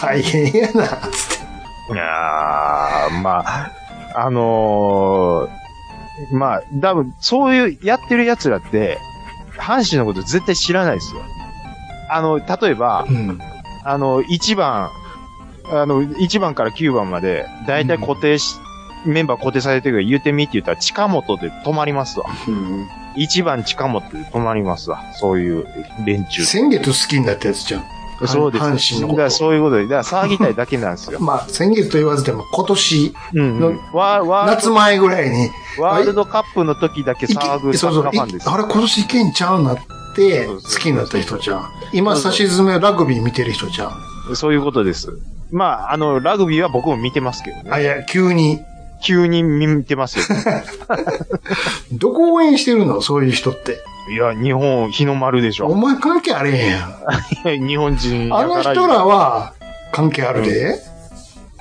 B: 大変やな、つって。
C: いやーまあ、あのーまあ、多分、そういう、やってる奴らって、阪神のこと絶対知らないですよ。あの、例えば、
B: うん。
C: あの、1番、あの、1番から9番まで、だいたい固定し、メンバー固定されてるから言うてみって言ったら、近本で止まりますわ。
B: うん
C: 1番近本で止まりますわ。そういう連中。
B: 先月好きになったやつじゃん。
C: そうです。
B: 阪神のこ
C: だから
B: と。
C: そういうことで、だから騒ぎたいだけなんです よ。
B: まあ、先月と言わずでも今年、
C: うん、うん。わわ
B: 夏前ぐらいに、
C: ワールドカップの時だけ
B: いけ
C: 騒ぐサ
B: そう
C: ッ
B: そ
C: カ
B: う、い
C: ーフ
B: あ
C: ァン
B: れ
C: です。
B: 今年いけんちゃうなって、
C: そう
B: 好
C: そうそう
B: きになった人じゃん。今、差し詰めラグビー見てる人じゃん。
C: そういうことです。まあ、あの、ラグビーは僕も見てますけど
B: あ、
C: ね。
B: いや、急に。
C: 急に見てますよ。
B: どこ応援してるのそういう人って。
C: いや、日本、日の丸でし
B: お
C: ょ。
B: 前関係あれへんやん。
C: 日本人や
B: あ
C: から
B: の人らは関係あるで。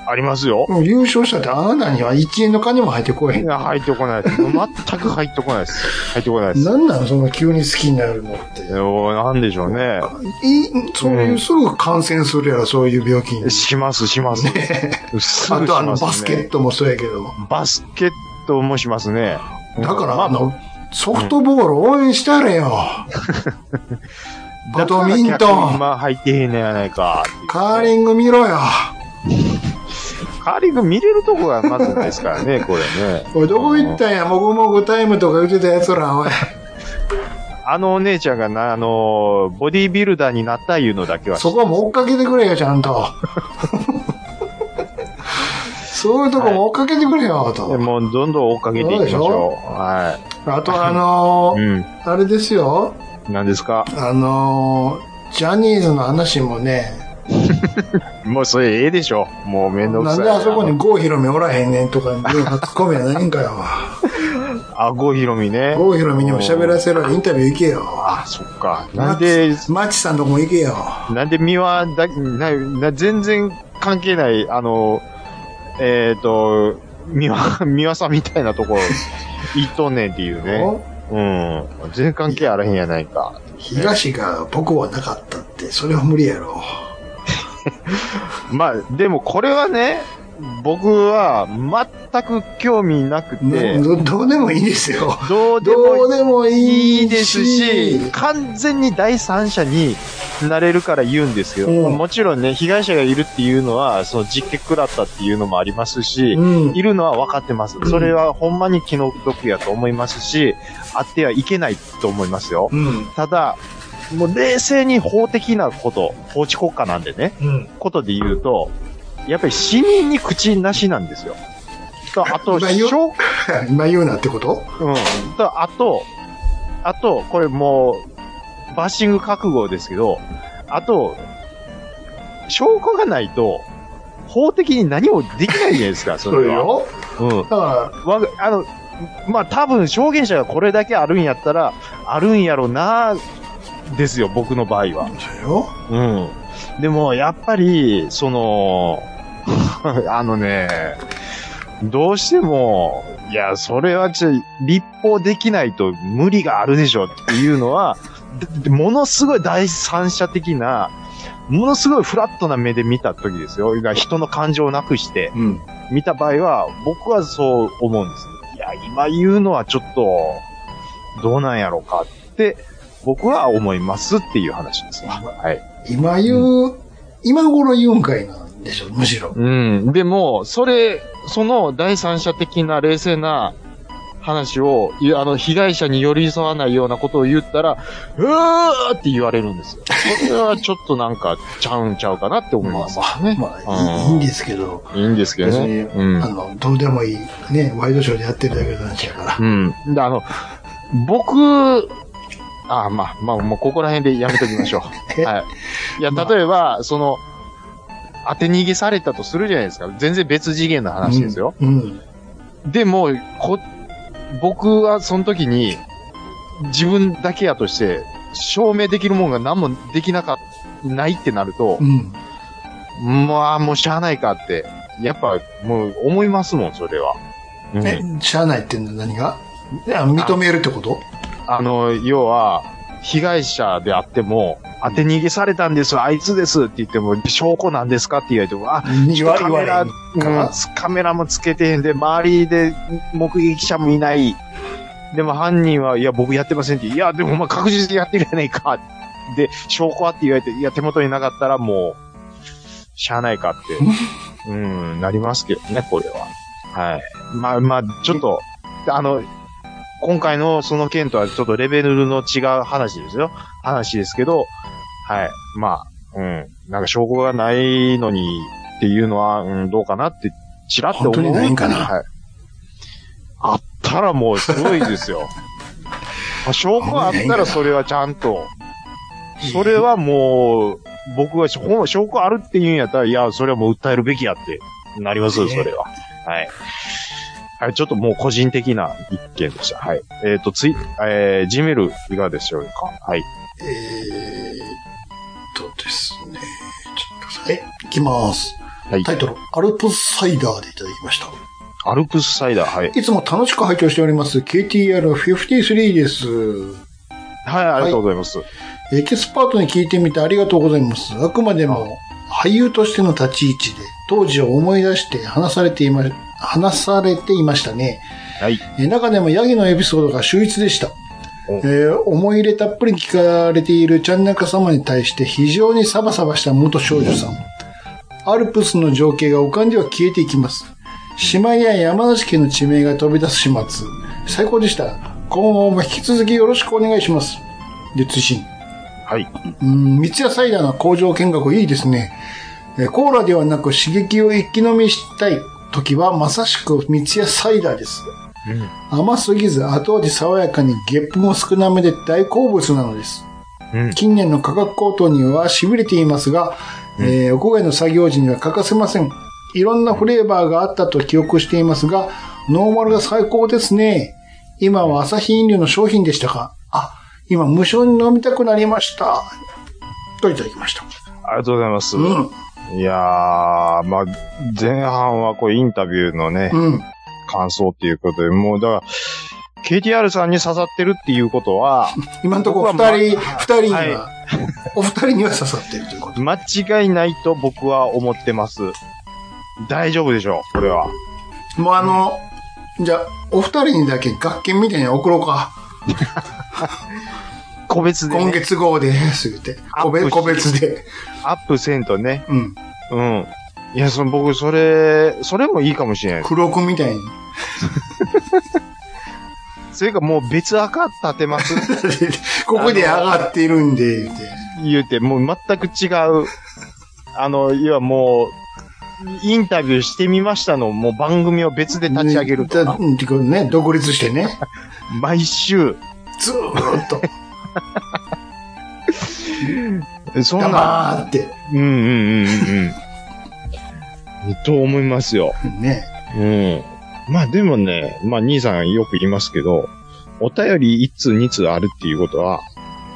C: ありますよ。
B: もう優勝したってあなたには1円の金も入ってこえへ
C: い
B: ん。
C: や、入ってこないです。全く入ってこないです。入ってこないです。
B: なんなんその急に好きになるのって。
C: おなんでしょうね。
B: いそういうう、
C: ん
B: すぐ感染するやろ、そういう病気に。
C: します、します。すぐ
B: あ
C: しますね
B: とあの、バスケットもそうやけど。
C: バスケットもしますね。
B: だか
C: ま
B: ら、
C: あ
B: あの、ソフトボール応援したれよ。バドミン
C: だか
B: ト
C: ら逆に
B: ン、
C: 今入ってへんのやないか。
B: カーリング見ろよ。
C: カーリング見れるとこがまずないですからね、 これね。
B: おい、どこ行ったんや、もぐもぐタイムとか言ってた奴ら、 おい。
C: あのお姉ちゃんがな、あのー、ボディービルダーになったいうのだけは。
B: そこはもう追っかけてくれよ、ちゃん と。そういうとこも追っかけてくれよ、と。
C: もうどんどん追っかけていきましょう。は
B: あ と、あの
C: い。
B: ー
C: うん。
B: あれですよ。
C: 何ですか
B: あのージャニーズの話もね、
C: もうそれええでしょ。もうめんどく
B: な
C: さい。
B: んであそこに郷ひろみおらへんねんとかいうツッコミはないんか よ。
C: あ、ゴヒロミね。
B: 郷ひろみにも喋らせろ、インタビュー行けよ。
C: あ、そっか。なんで、
B: マッチさんとこも行けよ。
C: なんで三輪だ、な、な、全然関係ない、あの、えっ、と、三輪、三輪さん みたいな ところ、行っとんねんっていうね。うん。全然関係あらへんやないか。
B: 東が僕はなかったって、それは無理やろ。
C: まあ、でもこれはね、僕は全く興味なくて、
B: どどうでもいいですよ。
C: どうで
B: ど
C: も
B: うでもいい
C: いいですし、完全に第三者になれるから言うんですけど、
B: うん
C: もちろんね、被害者がいるっていうのは、その実験食らったっていうのもありますし、
B: うん
C: い。るのは分かってます。それはほんまに気の毒やと思いますし、あってはいけないと思いますよ。
B: うん。
C: ただ、もう冷静に法的なこと、法治国家なんでね、
B: うん。
C: ことで言うと、やっぱり死人に口なしなんですよ。とあと、
B: まあよ
C: 証
B: 今言うなってこと
C: うん。と、あと、あと、これもう、バッシング覚悟ですけど、あと、証拠がないと、法的に何もできないじゃないですか、そ
B: そう
C: れは。
B: よ。
C: うん。
B: だから、
C: わが、あの、まあ、多分、証言者がこれだけあるんやったら、あるんやろな、ですよ、僕の場合は。
B: そうよ。
C: うん。でも、やっぱり、その、 あのね、どうしても、いや、それはちょ、立法できないと無理があるでしょっていうのは、 でものすごい第三者的な、ものすごいフラットな目で見た時ですよ。が人の感情をなくして、
B: うん。
C: 見た場合は、僕はそう思うんです。いや、今言うのはちょっと、どうなんやろうかって、僕は思いますっていう話ですわ。はい。
B: 今言う、今頃言うんかいなんでしょ、むしろ。
C: うん。でも、それ、その第三者的な冷静な話を、いあの、被害者に寄り添わないようなことを言ったら、うーって言われるんですよ。それはちょっとなんか、ちゃうんちゃうかなって思います。ね。
B: まあ、いいいいんですけど、
C: いいんですけ
B: 別
C: ど
B: に、
C: ね。うん
B: あ。の、どうでもいい、ね、ワイドショーでやってるだけの話やから。
C: うん。で、あの、僕、あ、まあ、まあ、もうここら辺でやめときましょう。
B: え
C: はい。いや、
B: まあ
C: 例えば、その、当て逃げされたとするじゃないですか。全然別次元の話ですよ。
B: うん。
C: でも、こ、僕はその時に、自分だけやとして、証明できるもんが何もできなかっ、ないってなると
B: う、ん。
C: まあ、もうしゃあないかって、やっぱ、もう思いますもん、それは。うん
B: え、しゃあないって何がいや認めるってこと
C: あの、要は、被害者であっても、当て逃げされたんです、あいつですって言っても、証拠なんですかって言われても、あ、
B: 言わ
C: カ
B: 言
C: メラ、
B: わ
C: う
B: れ
C: ん
B: から
C: カメラもつけてへんで、周りで目撃者もいない。でも犯人は、いや、僕やってませんって、いや、でもお前確実にやってるやないか。で、証拠はって言われて、いや、手元になかったらもう、しゃあないか って、うん、なりますけどね、これは。はい。まあまあ、ちょっと、あの、今回のその件とはちょっとレベルの違う話ですよ。話ですけど、はい。まあ、うん。なんか証拠がないのにっていうのは、うん、どうかなって、ちらっと思う。
B: 本当にないんかな
C: はい。あったらもうすごいです よ。まあ証拠があったらそれはちゃんと。それはもう、僕はほん証拠あるって言うんやったら、いや、それはもう訴えるべきやってなりますよ、それは。はい。はい、ちょっともう個人的な一件でした。はい。えっ、と、つい、えー、ジメルいかがでしょうかはい。
B: えーっとですね。ちょっと、え、いきます。
C: はい。
B: タイトル、アルプスサイダーでいただきました。
C: アルプスサイダー、はい。
B: いつも楽しく拝聴しております。KTR53 です。
C: はい、ありがとうございます。
B: エキスパートに聞いてみてありがとうございます。あくまでも俳優としての立ち位置で、当時を思い出して話されていま、話されていましたね。
C: はい。
B: えー中でもヤギのエピソードが秀逸でした。
C: お
B: えー思い入れたっぷりに聞かれているちゃん中様に対して非常にサバサバした元少女さん。アルプスの情景が浮かんでは消えていきます。島や山梨県の地名が飛び出す始末。最高でした。今後も引き続きよろしくお願いします。で、通信。
C: はい。
B: うん、三ツ矢サイダーの工場見学いいですね。えーコーラではなく刺激を一気飲みしたい時はまさしく三ツ矢サイダーです。甘すぎず後味爽やかにゲップも少なめで大好物なのです。
C: うん
B: 近年の価格高騰には痺れていますが、えーおこげの作業時には欠かせません。いろんなフレーバーがあったと記憶していますが、ノーマルが最高ですね。今は朝日飲料の商品でしたかあ、今無償に飲みたくなりました。といただきました。
C: ありがとうございます。
B: うん。
C: いやー、まあ、前半はこうインタビューのね、
B: うん。
C: 感想っていうことで、もうだから、KTR さんに刺さってるっていうことは、
B: 今のところ
C: 僕はまあ
B: 二人、二人には、
C: は
B: お二人には刺さってるということ。
C: 間違いないと僕は思ってます。大丈夫でしょう、これは。
B: もうあの、じゃあ、お二人にだけ学研みたいに送ろうか。
C: 個別で、
B: 今
C: ね、
B: 月号です、言って。
C: ア
B: 個
C: ップし
B: 別、個別で。
C: アップせんとね。
B: うん。
C: うん。いや、その僕、それ、それもいいかもしれないです。
B: 黒くみたいに。
C: それかもう別赤立てます。
B: ここで上がってるんで、言って。
C: 言うて、もう全く違う。あの、要はもう、インタビューしてみましたの、もう番組を別で立ち上げると
B: だ
C: か
B: っ、てことね、独立して ね。
C: 毎週、
B: ずー っと。
C: そんな、
B: 黙って。
C: うんうん うんうんうん。と思いますよ。
B: ね。
C: うん。まあでもね、まあ兄さんよく言いますけど、お便り1通2通あるっていうことは、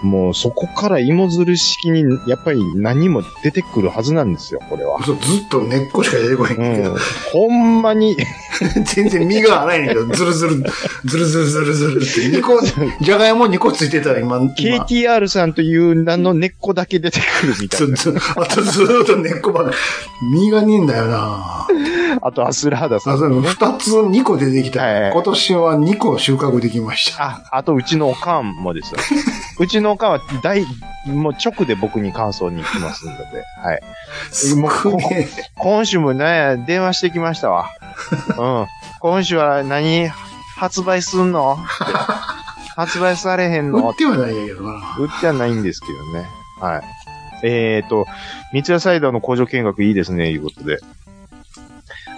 C: もうそこから芋づる式にやっぱり何も出てくるはずなんですよ、これは。
B: そう、ずっと根っこしか出てこないん
C: う
B: だけ
C: ん
B: ど。。
C: ほんまに、
B: 全然身がないんだけど、ずるずる、ずるずるずるずるって。二個、じゃがいも2個ついてたら今、今
C: KTR さんという名の根っこだけ出てくるみた
B: ず
C: い
B: っ
C: な。
B: と、あとずーっと根っこばっかり。身がねえんだよな
C: あとアスラーダさ
B: あ、
C: ん。
B: その二つ、二個出てき
C: はいは
B: た。
C: い
B: 今年は二個収穫できました。
C: あ、あとうちのおかんもですよ。うちのおかんは大、もう直で僕に感想に来ますので。はい。
B: すごい ね。
C: 今週もね、電話してきました わ。うん。今週は何発売す んのって発売されへん
B: 売
C: の
B: ってはないんやけどな。
C: 売ってはないんですけどね。はい。えーと、三ツ矢サイダーの工場見学いいですね、いうことで。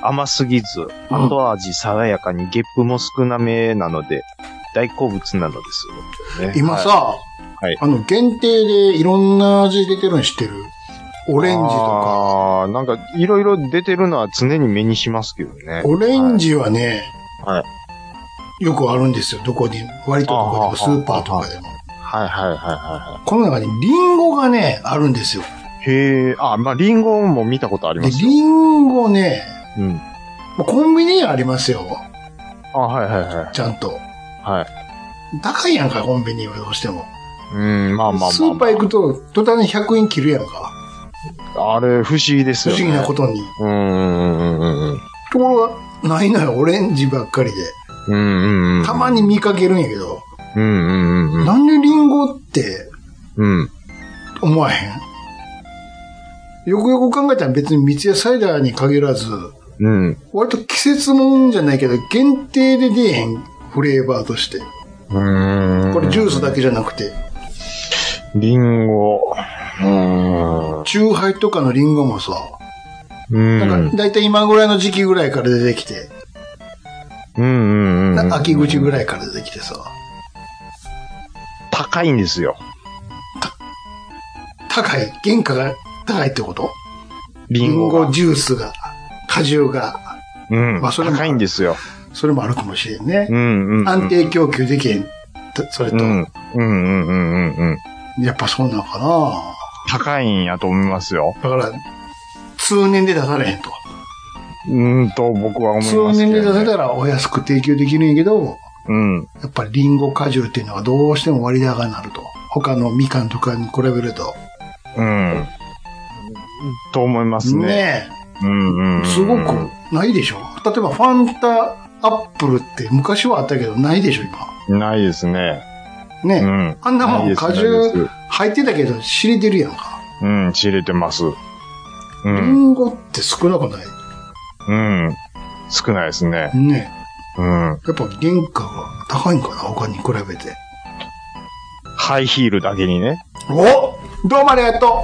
C: 甘すぎず、
B: うん
C: 後味爽やかにゲップも少なめなので、大好物なのですよ、ね。
B: 今さ、
C: はいい
B: あの、限定でいろんな味出てるの知ってるオレンジとか。
C: あーなんか、いろいろ出てるのは常に目にしますけどね。
B: オレンジはね、
C: は
B: よくあるんですよ。どこに、割とどこでも、
C: あー
B: スーパーとかでも。
C: はいはいはいはいは
B: この中にリンゴがね、あるんですよ。
C: い。へえ、あ、まあ、リンゴも見たことあり
B: で、
C: ますよ。
B: リンゴね、
C: うん。
B: コンビニにありますよ。
C: あ、はいはいはい。
B: ちゃんと。
C: はい。
B: 高いやんか、コンビニはどうしても。
C: うん、まあまあまあ、まあ。
B: スーパー行くと、途端に100円切るやんか。
C: あれ、不思議で
B: 不
C: すよ
B: 思
C: ね。
B: 議なことに。
C: と。うん、うん、うん、うん。
B: ところが、ないのよ、オレンジばっかりで。
C: うん、うん、うん。
B: たまに見かけるんやけど、
C: うん、うん、うん。
B: なんでリンゴって
C: うん。
B: 思わへんよくよく考えたら別に三ツ矢サイダーに限らず、
C: うん。
B: 割と季節もんじゃないけど、限定で出えへんフレーバーとして。
C: うん。
B: これジュースだけじゃなくて、
C: リンゴ。うん。
B: チューハイとかのリンゴもさ、
C: うん。
B: なんかだいたい今ぐらいの時期ぐらいから出てきて、
C: うんうんうん。
B: な秋口ぐらいから出てきてさ、
C: 高いんですよ。
B: 高い、原価が高いってこと
C: リ
B: リ
C: ン
B: ン
C: ゴ
B: ゴ
C: が。
B: ジュースが、果汁が、
C: うん。
B: まあそれも
C: 高いんですよ。
B: それもあるかもしれんね。
C: うんうんうん。
B: 安定供給できへんと。それと、
C: うん。うんうんうんうんうん。
B: やっぱそうなのか
C: 高いんやと思いますよ。
B: なだから、通年で出されへんと。
C: うーんと、僕は思いますけどね。
B: 通年で出せたらお安く提供できるんやけど、
C: うん。
B: やっぱりリンゴ果汁っていうのはどうしても割高になると。他のみかんとかに比べると。
C: うん。と思いますね。
B: ね
C: うんうんう
B: え、
C: ん。
B: すごくないでしょ例えばファンタアップルって昔はあったけどないでしょ、今。
C: ないですね。う
B: ねえ、
C: ん。
B: あんなも
C: い
B: ん
C: です
B: 果
C: ない
B: 汁
C: です
B: 入ってたけど知れてるやんか。
C: うん、仕入れてます。う
B: リ
C: ん。
B: ンゴって少なくない
C: うん。少ないですね。
B: ねえ。
C: うん。
B: やっぱ原価が高いんかな他に比べて。
C: ハイヒールだけにね。
B: おどうもありがと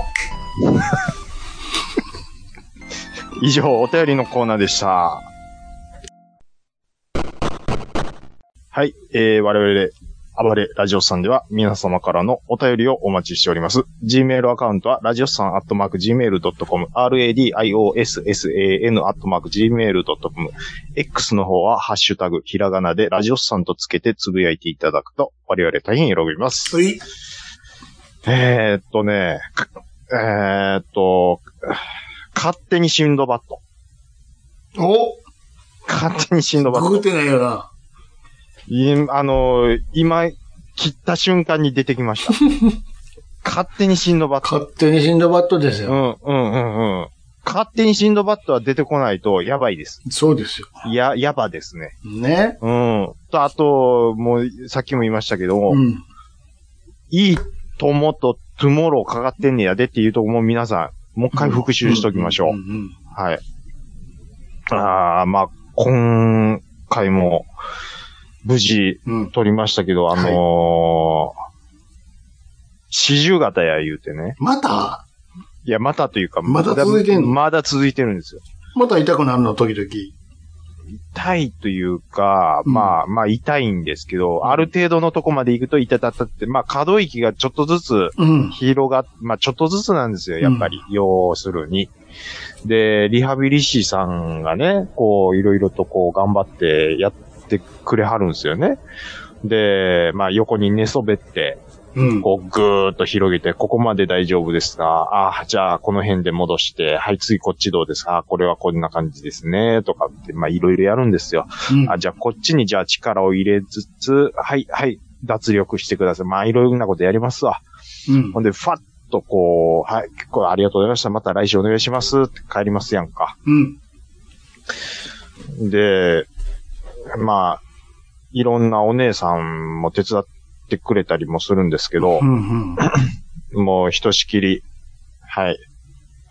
C: 以上、お便りのコーナーでした。はい、えー、我々、暴れラジオスさんでは皆様からのお便りをお待ちしております。Gmail アカウントは、ラジオスさんアットマーク Gmail.com、radiossan アットマーク Gmail.com、X の方は、ハッシュタグ、ひらがなでラジオスさんとつけてつぶやいていただくと、我々大変喜びます。
B: うい。
C: えー、っとね、えー、っと、勝手にシンドバット。
B: お
C: 勝手にシンドバッ
B: グ
C: ト
B: グってないよな。
C: いあのー、今、切った瞬間に出てきま した。勝手にシンドバット。
B: 勝手にシンドバッドです
C: う
B: よ。
C: ん、うん、うん、うん。勝手にシンドバットは出てこないと、やばいです。
B: そうですよ。
C: や、やばですね。
B: ね。
C: うん。と、あと、もう、さっきも言いましたけども、
B: うん。
C: いい友とトゥモローかかってんねやでっていうとこも皆さん、もう一回復習しときましょう。
B: んんん
C: はい。ああ、まあ、今回も、無事、
B: うん。うん。
C: 撮りましたけど、あのー四十型や言うてね。
B: また
C: いや、またというか、
B: まだ続いてんの
C: まだ続いてるんですよ。
B: また痛くなるの、時々。
C: 痛いというか、
B: うん
C: まあ、まあ痛いんですけど、
B: ん
C: ある程度のとこまで行くと痛たたって、まあ可動域がちょっとずつ
B: うん。
C: 広がっ、まあちょっとずつなんですよ、やっぱり。要するに。で、リハビリ士さんがね、こう、いろいろとこう、頑張ってやってくれはるんですよね。で、まあ横に寝そべって、
B: うん。
C: こう、ぐーっと広げて、ここまで大丈夫ですかああ、じゃあ、この辺で戻して、はい、次こっちどうですかあこれはこんな感じですね。とかって、まあ、いろいろやるんですよ。
B: うん
C: あ、じゃあ、こっちに、じゃあ、力を入れつつ、はい、はい、脱力してください。まあ、いろいろなことやりますわ。
B: うん
C: ほんで、ファッとこう、はい、結構ありがとうございました。また来週お願いします。って帰りますやんか。
B: うん。
C: で、まあ、いろんなお姉さんも手伝ってくれたりもするんですけど、
B: うん。うん。
C: もうひとしきり、はい。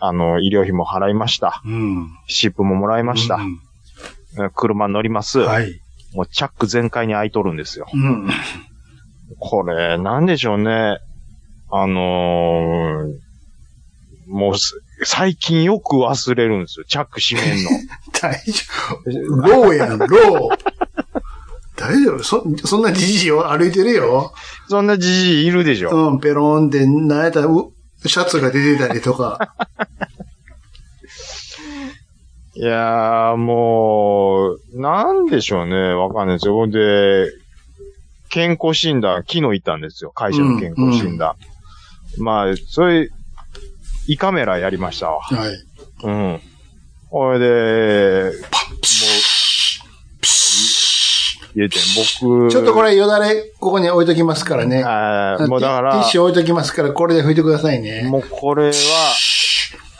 C: あの、医療費も払いました。
B: うん。
C: シップももらいました
B: う。ん
C: 車乗ります。
B: はい。
C: もうチャック全開に開いとるんですよ。
B: うん。
C: これ、なんでしょうね。あのーもうす、最近よく忘れるんですよ。チャック閉め んの。
B: 大丈夫。ローやん、ロー。大丈夫そ、そんなじじいを歩いてるよ。
C: そんなじじいいるでしょ。
B: うん、ペロンって、なえたら、うシャツが出てたりとか。
C: いやー、もう、なんでしょうね。わかんないですよ。ほんで、健康診断、昨日行ったんですよ。会社の健康診断。まあ、それ、胃カメラやりましたわ。
B: はい。
C: うん。ほいで、もう、言うてん、僕、
B: ちょっとこれよだれ、ここに置いときますからね。
C: あーもうだか
B: ティッ
C: ら
B: シ、ュ置いときますから、これで拭いてくださいね。
C: もうこれは、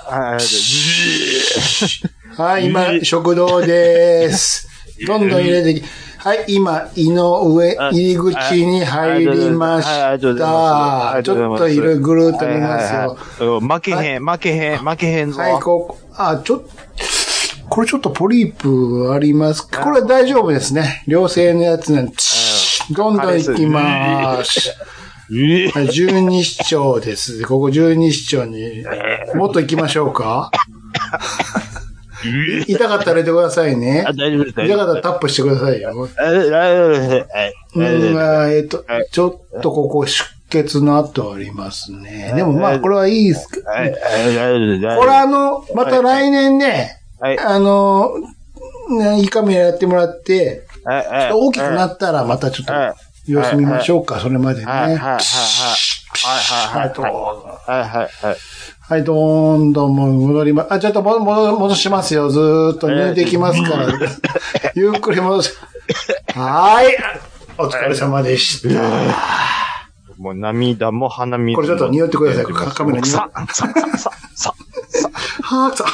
C: あー
B: はい、今、食堂 です。どんどん入れてき、はい、今、井上入り口に入りまし
C: はいありがとうございますあ
B: た。
C: り
B: ち
C: がとう
B: ょ
C: ご
B: っ
C: ざ
B: と
C: います
B: いる、ぐるっと
C: は
B: 見
C: い
B: ます
C: はい
B: よ。
C: はい負けへん、負けへん、負けへんぞ。
B: はい、こう、あ、ちょっと、これちょっとポリープありますかこれは大丈夫ですね。良性のやつなんで、どんどんいきまーす。
C: え
B: はい十二指腸です。ここ十二指腸に、もっと行きましょうか痛かったら入れてくださいね
C: あ、。大丈夫です、大
B: 痛
C: 丈
B: かった
C: 夫で
B: ら
C: す。
B: タップしてくださいよ。
C: あ大丈夫ですはい
B: うん、あーえっと
C: はい、
B: ちょっとここ出血の跡ありますね。でもまあ、これはいいですか。
C: はいはい大丈夫です大丈夫です
B: これあの、また来年ね、
C: はい
B: あの、ね胃カメラやってもらって、
C: はいはい
B: 大きくなったらまたちょっと
C: はい
B: 様子見ましょうか、それまでね。
C: はいはいはい
B: は
C: はいはいはいはい
B: い、どうぞ。
C: はいはいはい
B: はい、どんどんもう戻りま、あ、ちょっとも戻戻しますよ。ずーっと抜いてきますから。ゆっくり戻し、はーい。お疲れ様でした。
C: もう涙も鼻水
B: こ
C: も
B: れちょっと匂ってください。カカメラに。
C: さ
B: は
C: ささささ
B: ーくさ。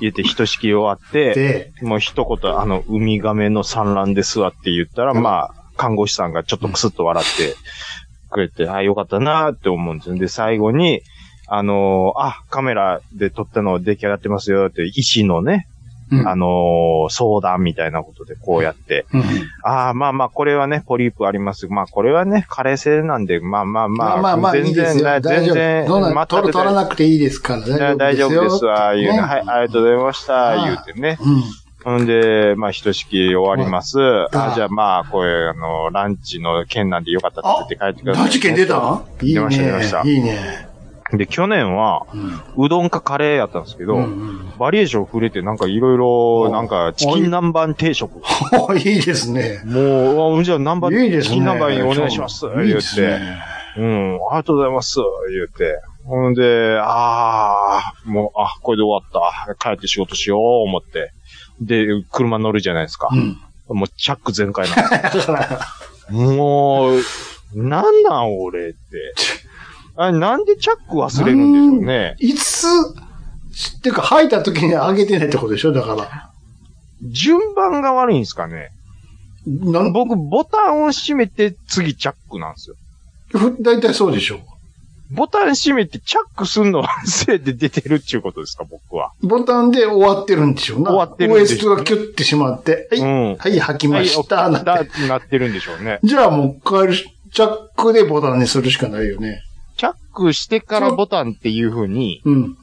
C: 言ってひとしき終わって、
B: で、
C: もう一言、あの、ウミガメの産卵ですわって言ったら、まあ、看護師さんがちょっとクスッと笑ってくれて、あよかったなーって思うんですよ。で、最後に、あのーあ、カメラで撮ったの出来上がってますよって、医師のね、
B: うん
C: あのー相談みたいなことでこうやって、
B: うん
C: ああ、まあまあ、これはね、ポリープあります。まあ、これはね、加齢性なんで、まあまあま
B: ま
C: あ、
B: あまあまあ、いいですよ。大丈
C: 全
B: 夫。
C: 然、
B: どんな
C: 全
B: ん、取る
C: く
B: 取らなくていいですから、
C: 大
B: 大
C: 丈
B: 丈夫
C: 夫で
B: ですすよ。
C: わ、いうね。はい、ありがとうございまし
B: あ
C: た、
B: あ
C: 言うてね。
B: うん。
C: ほんで、まあ、ひとしき終わります。
B: た
C: あじゃあまあ、これ、あの、ランチの件なんでよかったって言って帰ってください、
B: 大事件出たいい
C: 出ました出ま
B: ね
C: した。
B: いいね。
C: で、去年は、
B: うん
C: うどんかカレーやったんですけど、
B: うんうん
C: バリエーション触れて、なんかいろいろ、なんか、チキン南蛮定食。
B: おいいですね。
C: もうあ、じゃあ南蛮、
B: いいです
C: チ
B: ね。
C: キン南蛮お願いします。
B: いい
C: 言
B: で
C: っ
B: す
C: て。
B: ね。
C: うん、ありがとうございます、言うて。ほんで、ああ、もう、あ、これで終わった。帰って仕事しよう、思って。で、車乗るじゃないですか
B: う。ん。
C: もう、チャック全開なんですよもう、なんなん、俺って。あなんでチャック忘れるんでしょうね。
B: いつ、っていうか、吐いた時にあげてないってことでしょだから。
C: 順番が悪いんですかね。
B: なん
C: 僕、ボタンを閉めて、次チャックなんですよ。
B: ふ大体そうでしょ
C: ボタン閉めて、チャックすんの忘れて出てるっていうことですか、僕は。
B: ボタンで終わってるんでしょな
C: 終わってるんでしょ
B: ウエストがキュッてしまって、はい、
C: うん。
B: はい、吐きました、
C: はい
B: なっ
C: お
B: て。
C: だなってるんでしょうね。
B: じゃあもう一回、チャックでボタンにするしかないよね。
C: チャックしてからボタンっていう風に
B: うん。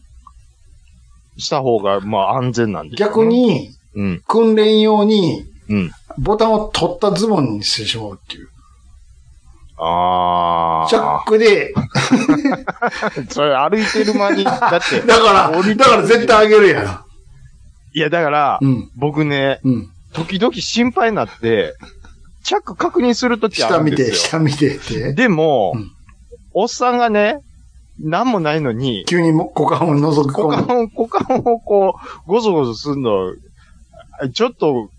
C: した方が、まあ安全なんで、
B: 逆。に、
C: うん、
B: 訓練用に、
C: うん。
B: ボタンを取ったズボンにしてしまうっていう。
C: あ
B: チャッ
C: あ。
B: クで、
C: それ歩いてる間に、だって、
B: だから、だから絶対あげるやん。
C: いやだから、
B: うん。
C: 僕ね、
B: うん。
C: 時々心配になって、チャック確認するときあ
B: 下
C: るん
B: 見
C: で
B: て、
C: す
B: 下
C: よ。
B: 見てって。
C: でも、
B: うん
C: おっさんがね、なんもないのに、
B: 急にも股間を覗く
C: 股間を、股間をこう、ごそごそすんの、ちょっと、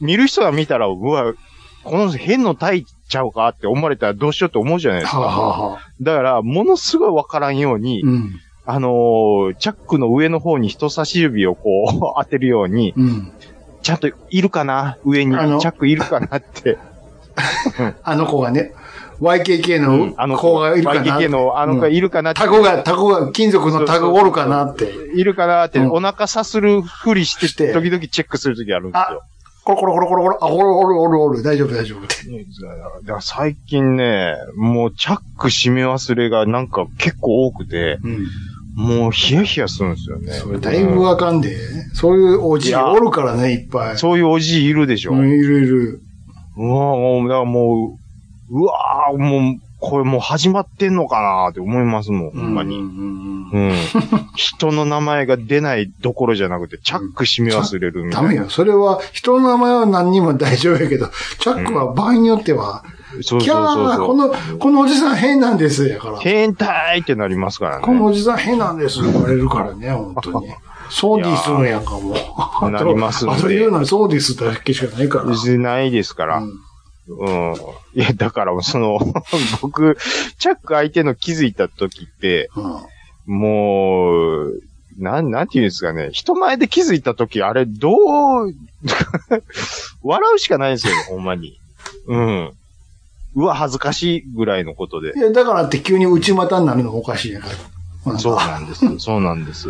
C: 見る人が見たら、うわ、この変の体ちゃうかって思われたらどうしようって思うじゃないです
B: はあ、
C: か。
B: はあはあ、
C: だから、ものすごいわからんように、
B: うん。
C: あのーチャックの上の方に人差し指をこう当てるように、
B: うん。
C: ちゃんといるかな上に、チ
B: あの
C: ャックいるかなって。
B: あの子がね、YKK
C: うん
B: の
C: 子
B: 子がいるかな。
C: YKK のあの子がいるかなって。
B: タコが、タコが、金属のタコおるかなって。
C: いるかなって、
B: うん
C: お腹さするふりし、
B: してて
C: 時々チェックするときあるんですよ。
B: コロコロコロコロコロ、あ、おるおるおるおる、大丈夫大丈夫って。
C: ねだから最近ね、もうチャック閉め忘れがなんか結構多くて、
B: うん。
C: もうヒヤヒヤするんですよね。
B: それだいぶわかんで、そういうおじい
C: いや
B: おるからね、いっぱい。
C: そういうおじいいるでしょ。う
B: うんいるいる。
C: わもう、だからもう、うわーもう、これもう始まってんのかなって思いますもん、ほんまに。
B: に。
C: うん。人の名前が出ないどころじゃなくて、チャック閉め忘れるみた
B: ダ
C: いな。
B: メよ。それは、人の名前は何にも大丈夫やけど、チャックは場合によっては、
C: そう
B: キャ
C: そうそう
B: ー、こ
C: そう。
B: の、このおじさん変なんです、やから。
C: 変態ってなりますから
B: この
C: ね。
B: おじさん変なんです、言われるからね、本当 に。そうですんやんかもう。あと
C: なりますんで
B: あと言うのはそうですだけしかないから。
C: しないですから。
B: うん
C: うん。いや、だから、その、 僕、チャック相手の気づいた時って、
B: うん
C: もう、なん、なんていうんですかね。人前で気づいた時、あれ、どう、 笑うしかないんですよ、ほんまに。うん。うわ、恥ずかしいぐらいのことで
B: い。や、だからって急に内股になるのもおかしいやから。うん
C: そうなんです。そうなんです。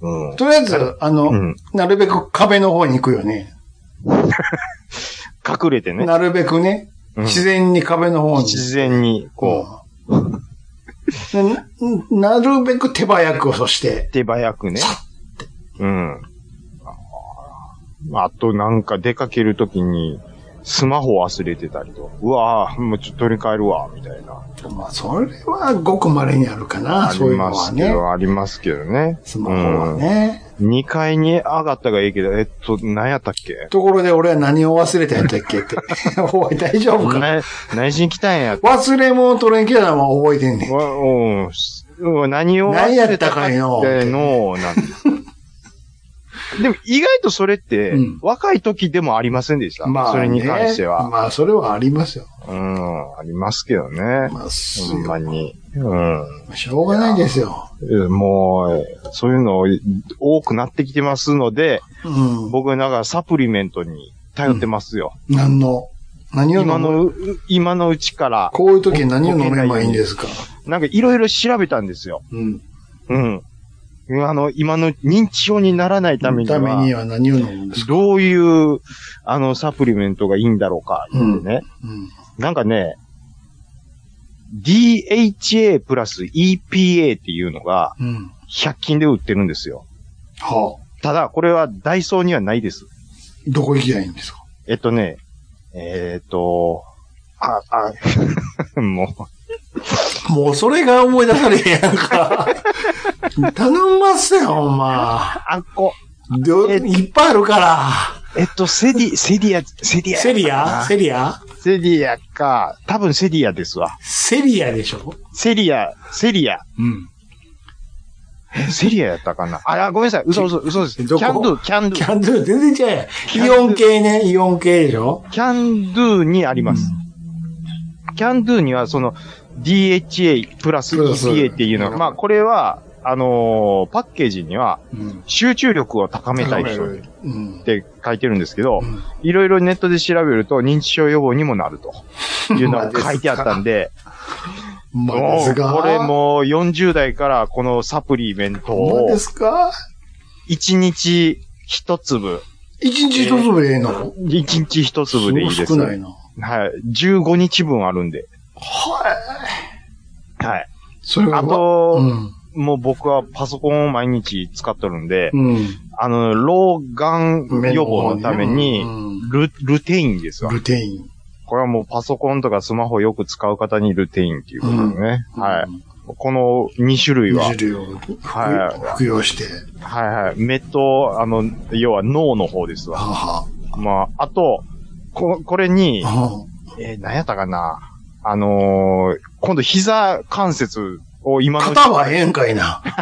C: うん。
B: とりあえず、あの、
C: うん
B: なるべく壁の方に行くよね。
C: 隠れてね。
B: なるべくね、
C: うん
B: 自然に壁の方に。
C: 自然に、こう、
B: うんでななるべく手早くそして。
C: 手早くね。うん。あとなんか出かけるときに、スマホ忘れてたりと。うわぁ、もうちょっと取り替えるわ、みたいな。
B: まあ、それはごく稀にあるかな、
C: あ
B: そうい
C: り
B: うの
C: ま
B: は
C: すけ
B: ね。
C: ど、ありますけどね。
B: スマホはね。
C: うん。2階に上がったがいいけど、えっと、何やったっけ
B: ところで俺は何を忘れたんやったっけって。 おい、大丈夫か
C: な何しに来たんや。
B: 忘れ物取れんきだな、もう覚えてんねん。
C: わうんすうん何を
B: 何やった
C: っ
B: か
C: て
B: いの
C: のなんです。でも意外とそれって
B: うん、
C: 若い時でもありませんでした。
B: まあ、ね、
C: それに関しては。
B: まあ、それはありますよ。
C: うん、ありますけどね。
B: まあ、す
C: ほんまに。う
B: しょうがないですよ。
C: ん。もう、そういうの多くなってきてますので、
B: うん。
C: 僕なんかサプリメントに頼ってますよ。
B: 何の、何を飲む
C: 今のう、今のうちから、
B: こういう時何を飲めばいいんですか
C: なんかいろいろ調べたんですよ。
B: うん。
C: うん。あの、今の認知症にならないためには、
B: ためには何を飲むんですか
C: どういう、あの、サプリメントがいいんだろうか、ってね。
B: うん。
C: なんかね、DHA プラス EPA っていうのが、
B: うん。
C: 100均で売ってるんですよ。
B: はあ、
C: ただ、これはダイソーにはないです。
B: どこ行きゃいいんですか
C: えっとね、えっ、と、あ、あ、 も
B: もうそれが思い出されへんやん か。頼んますよ、ほんま
C: う、。あっこ、
B: ど
C: え
B: いっぱいあるから。
C: えっと、セディ、セディア、セディア。
B: セリアセリア
C: セディアか、多分セディアですわ。
B: セリアでしょ
C: セリア、セリア。
B: うん。
C: えセリアやったかなあ、あごめんなさい。嘘嘘、嘘です。キ
B: どこ
C: ャンドゥ、キャンド
B: キ
C: ゥ、
B: ャンドゥ全然違うやん。
C: ャン
B: イ
C: ドゥ
B: オン系ね、イオン系でしょ
C: キャンドゥにあります。キャンドゥには、その、DHA プラス
B: そうそう
C: EPA っていうの
B: う
C: が、
B: ん
C: まあ、これは、あのーパッケージには、
B: うん。
C: 集中力を高めたい人っ
B: うん。
C: て書いてるんですけど
B: う、ん
C: いろいろネットで調べると認知症予防にもなるというの
B: まあです
C: が
B: か
C: 書いてあったんで、
B: まあで
C: も
B: す
C: う
B: が。
C: これもう40代からこのサプリメント
B: まあで
C: を
B: すか
C: 1日1粒、
B: 一日一粒でええの
C: 1日1
B: す
C: 粒
B: ご
C: でい
B: い
C: いで
B: 少
C: す。
B: ないな。
C: はい。15日分あるんで。はい。
B: それが
C: あと
B: うん。
C: もう僕はパソコンを毎日使っとるんで、
B: うん。
C: あの、老眼予防のため
B: 目の
C: に
B: 方ね
C: ル、ルテインですわ。
B: ルテイン。
C: これはもうパソコンとかスマホよく使う方にルテインっていうことでね。はい。この2種類は
B: 二、種類を服
C: はい
B: 服用して、
C: はいはい。目と、あの、要は脳の方ですわ。
B: は
C: まあ、あと、こ、これに
B: は、は。
C: えー何やったかな。あのー今度膝関節を今のうち
B: 肩はええんかいな。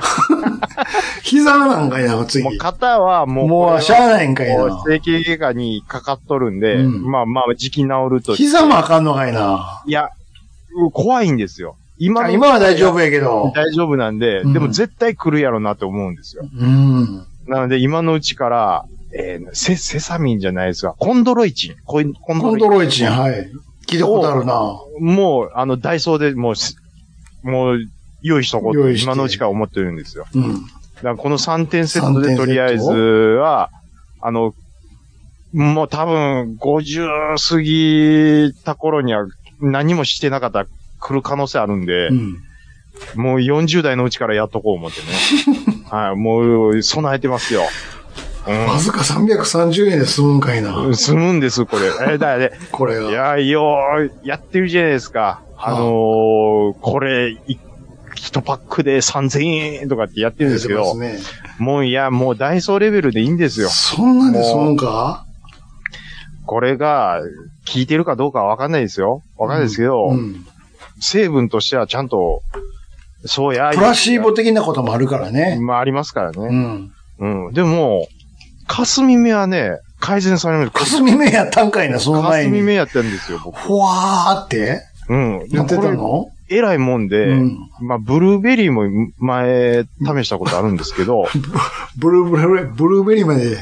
B: 膝なんかいな、次。
C: もう肩はもう、
B: もう、しゃあないんかい
C: もう
B: な。
C: 整形外科にかかっとるんで、
B: うん
C: まあまあ、時期治ると。
B: 膝もあかんのかいな。
C: いや、う怖いんですよ。今
B: あ
C: の
B: 今は大丈夫やけど。
C: 大丈夫なんで、
B: うん
C: でも絶対来るやろなって思うんですよ。
B: うん。
C: なので、今のうちから、えーセ、セサミンじゃないですが、コンドロイチン。コンコン
B: コン
C: ドロイ
B: トロイチン、はい。聞いたことあるな。
C: チン。もう、あの、ダイソーでもうす、もう、用意しとこう
B: 用
C: と、
B: 意して
C: 今のうちから思ってるんですよ。
B: うん。
C: だからこの3点セット
B: 三
C: で
B: 点セット
C: とりあえずは、あの、もう多分50過ぎた頃には何もしてなかったら来る可能性あるんで、
B: うん。
C: もう40代のうちからやっとこう思ってね。 はい、もう備えてますよ。
B: わずか330円で済むん かいな
C: う。ん。済むんです、これ。えだからね、
B: これが。
C: いや、よー、やってるじゃないですか。あのーこれ、い一パックで3000円とかってやってるんですけど、
B: ね、
C: もういや、もうダイソーレベルでいいんですよ。
B: そんなにそのか
C: これが、効いてるかどうかはわかんないですよ。わかんないですけど、
B: うん。
C: 成分としてはちゃんと、そうや、
B: プラシーボ的なこともあるからね。
C: まあありますから
B: う
C: ね。
B: ん。
C: うん。でも、霞目はね、改善される。
B: 霞目やったんかいな、その前
C: 霞目
B: に。
C: やってるんですよ、僕。
B: ふわーって
C: うん。で
B: なってた
C: こ
B: の
C: れ偉いもんで、
B: うん
C: まあ、ブルーベリーも前、試したことあるんです けど、
B: ブルーブルー、ブルーベリーまで。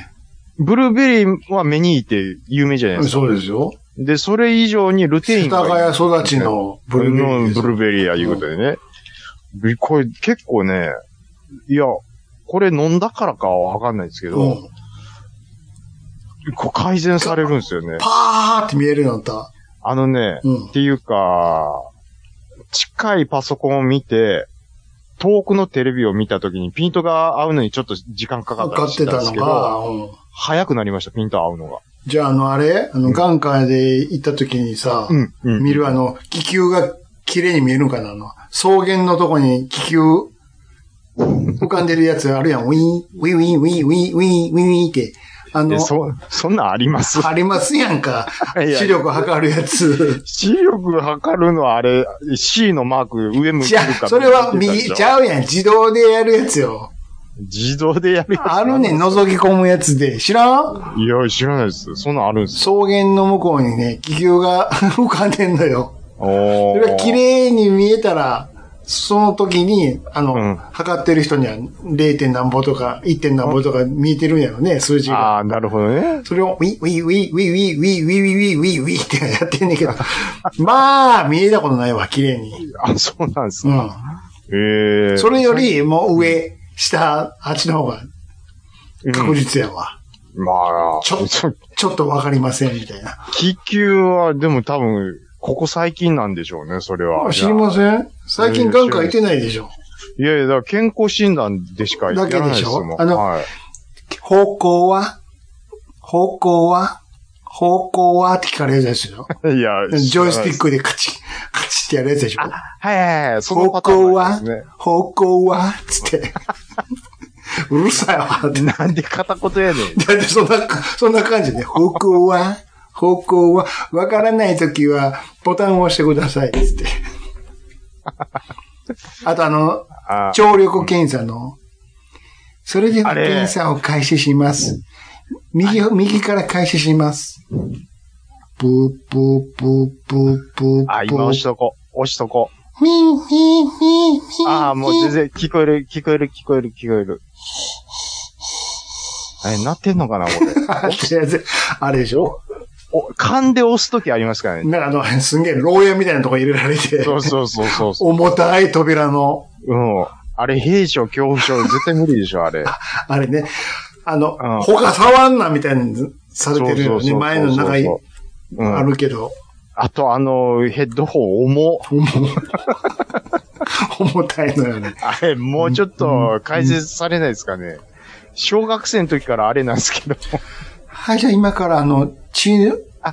C: ブルーベリーは目にいて有名じゃないですか。
B: そうですよ。
C: で、それ以上にルテイン
B: 世
C: が
B: 田谷育ちのブルーベリーです。
C: うんブルーベリーやいうことでね。びこれ結構ね、いや、これ飲んだからかはわかんないですけど、
B: うん
C: こう改善されるんですよね。
B: パーって見えるようになった。
C: あのね、
B: うん
C: っ。ていうか、近いパソコンを見て、遠くのテレビを見たときにピントが合うのにちょっと時間かか
B: 分
C: った
B: か
C: り
B: っ
C: して
B: て
C: たん
B: た
C: です
B: の
C: けど、
B: が、うん。
C: 早くなりました、ピント合うのが。
B: じゃあ、あの、あれあの、眼科で行った時にさ、
C: うん、うん。
B: 見るあの、気球が綺麗に見えるんかなあの、草原のとこに気球浮かんでるやつあるやん。ウィーン、ウィーン、ウィーン、ウィーン、ウィーン、ウィーン、ウィーンって。あ
C: え
B: の、
C: そ、そんなんあります
B: ありますやんか。
C: いや
B: 視力測るやつ。
C: 視力測るのはあれ、C のマーク上向いて
B: じ
C: る
B: ゃ
C: か
B: あ、それは
C: 見てたでし
B: 右、
C: ょ
B: ちゃうやん。自動でやるやつよ。
C: 自動でやるやつ
B: あるね、覗き込むやつで。知らん
C: いや、知らないです。そんなんあるんです
B: 草原の向こうにね、気球が浮かんでんのよ。
C: お
B: それが綺麗に見えたら、その時に、あの、
C: うん
B: 測ってる人には 0. 点何歩とか 1. 点何歩とか見えてるんやろね、数字が。
C: ああ、なるほどね。
B: それを、ウィウィウィウィウィウィウィウィウィウィウィってやってんねんけど、まあ、見えたことないわ、綺麗に。
C: あそうなんです
B: う
C: ね。
B: ん。
C: ええ
B: それより、もう上、下、あっちの方が確実やわ。
C: まあ、
B: ちょ
C: ちょ
B: ちょっとわかりません、みたいな。
C: 気球は、でも多分、ここ最近なんでしょうね、それは。
B: 知りません最近眼科行ってないでしょ。
C: いやいや、だから健康診断でしかやらないですもん。
B: だけでしょあの
C: はい、
B: 方向は方向は方向はって聞かれるやつですよ。
C: いや、
B: ジョイスティッ
C: ク。
B: クでカチッ、カチってやるやつでしょ
C: はいはいはい。その
B: 方
C: パターン
B: 向
C: もあ
B: は
C: りますね。
B: 方向はつって。うるさいわって。だ
C: なんで片言やねん。
B: ってそんな、そんな感じで、方向は方向はわからないときは、ボタンを押してください。つって。あとあの、
C: あ
B: 聴力検査の、それでは
C: あれ
B: 検査を開始します。右を、右から開始します。ブーブーブーブーブーブー。
C: あ、今押しとこ。押しとこ。
B: ミーミーミーミー。
C: ああ、もう全然聞こえる、聞こえる、聞こえる、聞こえる。え、なってんのかな、これ。
B: あ全然あれでしょ
C: お、勘で押すときありますからね。
B: なんかあの、すんげえ牢屋みたいなとこ入れられて、
C: そうそうそうそう そ
B: 重たい扉の、
C: う。うん。あれ、兵所恐怖症、絶対無理でしょ、 あれ。
B: あれね、あの、
C: うん
B: 他触んなみたいにされてるよね。前の中に
C: うん
B: あるけど、
C: あと、あの、ヘッドホン重。
B: 重たいのよね。
C: あれ、もうちょっと解説されないですかね。小学生の時からあれなんですけど。
B: はい、じゃあ今からあの、血、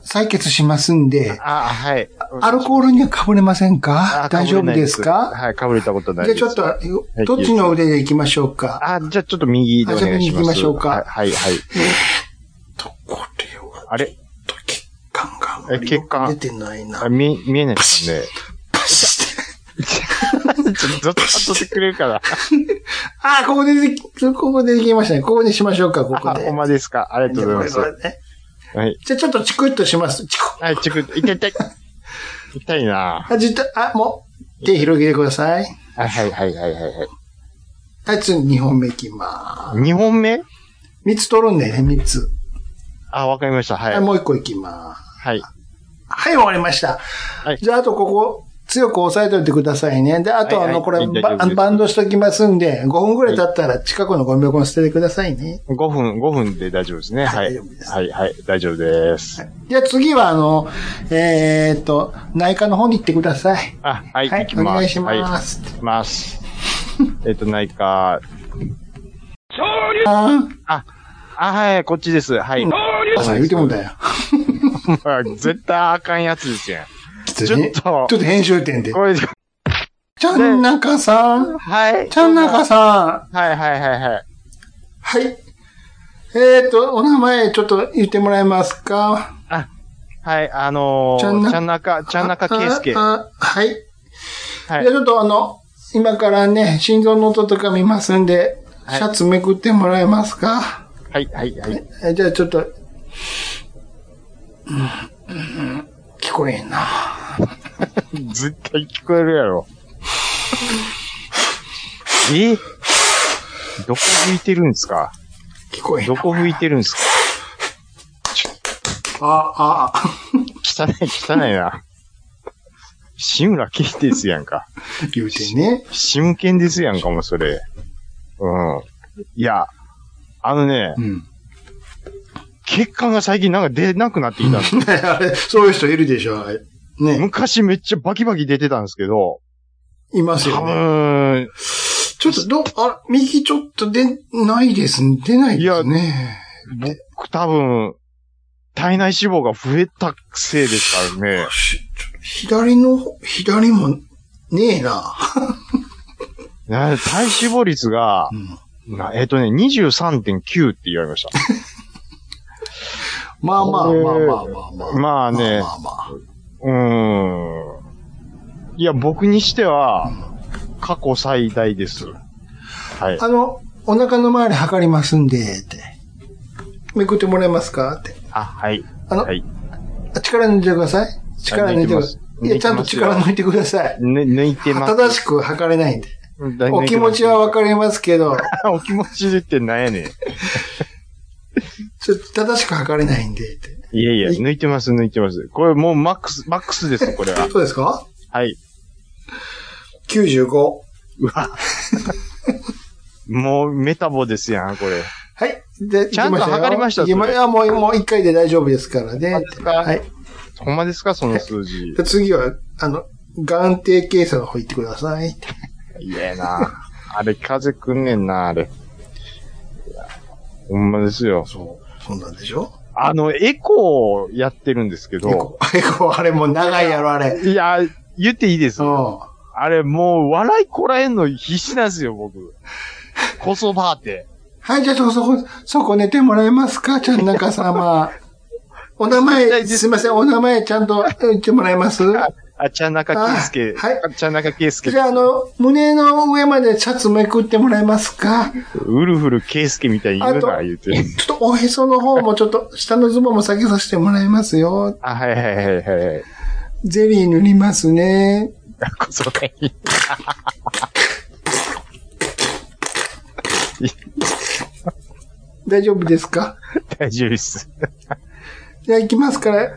B: 採血しますんで、
C: あ、はい。
B: アルコールにはかぶれませんか
C: あ
B: 大丈夫ですか
C: はい、かぶれたことない
B: じゃ
C: で
B: あ
C: す。
B: ちょっと、どっちの腕で行きましょうか。
C: あ、じゃあちょっと右でお
B: あじ
C: 願いします。
B: ゃあ右行きましょうか
C: はい、はいはい。
B: と、これは、
C: あれ
B: ちょっと血管が
C: え血管
B: 出てないな
C: あ。見、見えないですね。
B: パシッて。
C: ちょっと、ずっとってくれ るから。
B: あー、ここででき、ここでできましたね。ここにしましょうか、ここ
C: あ、
B: で。
C: ほんまですか。ありがとうございます。
B: じゃあ
C: は
B: これね
C: い。
B: じゃあちょっとチクッとします。チクッ。
C: はい、ちく、痛い痛い。痛いな
B: あ、じっと、あ、もう、手広げてください。
C: はいはいはいはいはい。
B: はい、次2本目いきま
C: 2本目
B: ーす。3つ取るんだよね、3つ。
C: あ、わかりました。は
B: はい、
C: い。
B: もう1個いきまーす。
C: はい。
B: はい、終わりました。
C: い
B: じゃあ、あとここ、強く押さえておいてくださいね。で、あと、
C: はいはい
B: あの、これ、
C: 大丈夫です
B: ババンドしときますんで、5分ぐらい経ったら近くのゴミ箱に捨ててくださいね。
C: 5分、5分で大丈夫ですね。
B: はい大
C: はい。
B: 丈夫です
C: はい、はい、大丈夫です。
B: じゃあ次は、あの、えーっと、内科の方に行ってください。
C: あ、はい、
B: はい
C: 行き
B: お
C: ます。
B: 願いし
C: はい、
B: ま
C: 行
B: す。
C: きます。 えっと、内科。
B: あ
C: あ、あ、はい、こっちです。はい。
B: あ、朝言うてもだよ。
C: まあ絶対あかんやつですやん。
H: つ
C: ち
H: って
C: ょっ
H: ね。
C: と、
H: ちょっと編集点で。
C: これで、
B: ちゃんなかさん、
C: はい。
B: ちゃんなかさん。
C: はいはいはいはい。
B: はい。えっ、ー、と、お名前ちょっと言ってもらえますか
C: はい、あのー、
B: ち
C: ち
B: ゃ
C: ゃ
B: ん
C: ん
B: な
C: なか、ちゃんなかけいすけ。は
B: ああはい。
C: い
B: じゃあちょっとあの、今からね、心臓の音とか見ますんで、
C: はい
B: シャツめくってもらえますか、
C: はいはいはい。
B: えじゃあちょっと、うんうん聞こえんな。
C: 絶対聞こえるやろ。 えどこ吹いてるんですか
B: 聞こえん
C: ど
B: な。
C: こ吹いてるんですか
B: あ、あ、
C: 汚い、汚いな。 志村けんですやんか。
B: 言うてね。
C: シムケンですやんかも、それ。うん。いや、あのね、
B: うん。
C: 血管が最近なんか出なくなってきたんです
B: あれそういう人いるでしょ。ね、
C: 昔めっちゃバキバキ出てたんですけど、
B: います
C: 多
B: よね。
C: 分、
B: ちょっと、ど、あ、右ちょっと出ないですね。出ないですね。
C: 僕多分、体内脂肪が増えたせいですからね。
B: しちょ左の、左も、ねえな。
C: な体脂肪率が、
B: ん
C: なえっ、とね、23.9って言われまし
B: まあまあ
C: これ
B: まあまあまあまあ。
C: た。まあ
B: ま
C: ね、
B: あまあまあ
C: うーん。いや、僕にしては、過去最大です。はい。
B: あの、お腹の周り測りますんで、って。めくってもらえますかって。
C: あ、はい。
B: あの、
C: はい。
B: あ力抜いてください。力抜いてくださ
C: 抜いてます
B: い。いや、ちゃんと
C: 抜いてますよ
B: 力抜いてください。
C: ね、抜いてます。
B: 正しく測れないんで。
C: うんだい
B: お気持ちはわ
C: る。
B: かりますけど、
C: お気持ちってなんやねん。
B: ちょっと正しく測れないんで、って。
C: いやいや、抜いてます、抜いてます。これもうマックス、マックスです、これ は。
B: そうですか
C: はい。
B: ?95。
C: うわ。もうメタボですやん、これ。
B: はい。で、
C: ちゃんと
B: 行きよ
C: 測りました
B: 行きま
C: それ
B: あ、もう、もう一回で大丈夫ですからね。
C: か
B: はい。
C: ほんまですか、その数字。
B: で次は、あの、眼底検査の方行ってくださいって。
C: いやな。あれ、風くんねんな、あれ。いやほんまですよ。
B: そう。そんなんでしょ
C: あの、エコーやってるんですけ
B: エ
C: ど、
B: コー。エコー、あれもう長いやろ、あれ。
C: いや、言っていいです。
B: そ
C: あれ、もう、笑いこらえんの必死なんですよ、僕。こそばーっ
B: う。
C: て。
B: はい、じゃあ、そこ、そこ、そこ寝てもらえますかちゃん中様。お名前、すいません、お名前ちゃんと言ってもらえます
C: あ、ちゃなかけいすけ。
B: あはい
C: あちゃなかけいすけ。
B: じゃあ、あ、の、胸の上までシャツめくってもらえますか
C: ウルフルけいすけみたいに言う
B: あ
C: な、
B: と
C: 言うて。
B: ちょっとおへその方もちょっと、下のズボンも下げさせてもらいますよ。
C: あ、はいはいはいはいはい。
B: ゼリー塗りますね。
C: あこそばい。
B: 大丈夫ですか
C: 大丈夫です。
B: じゃあ行きますから、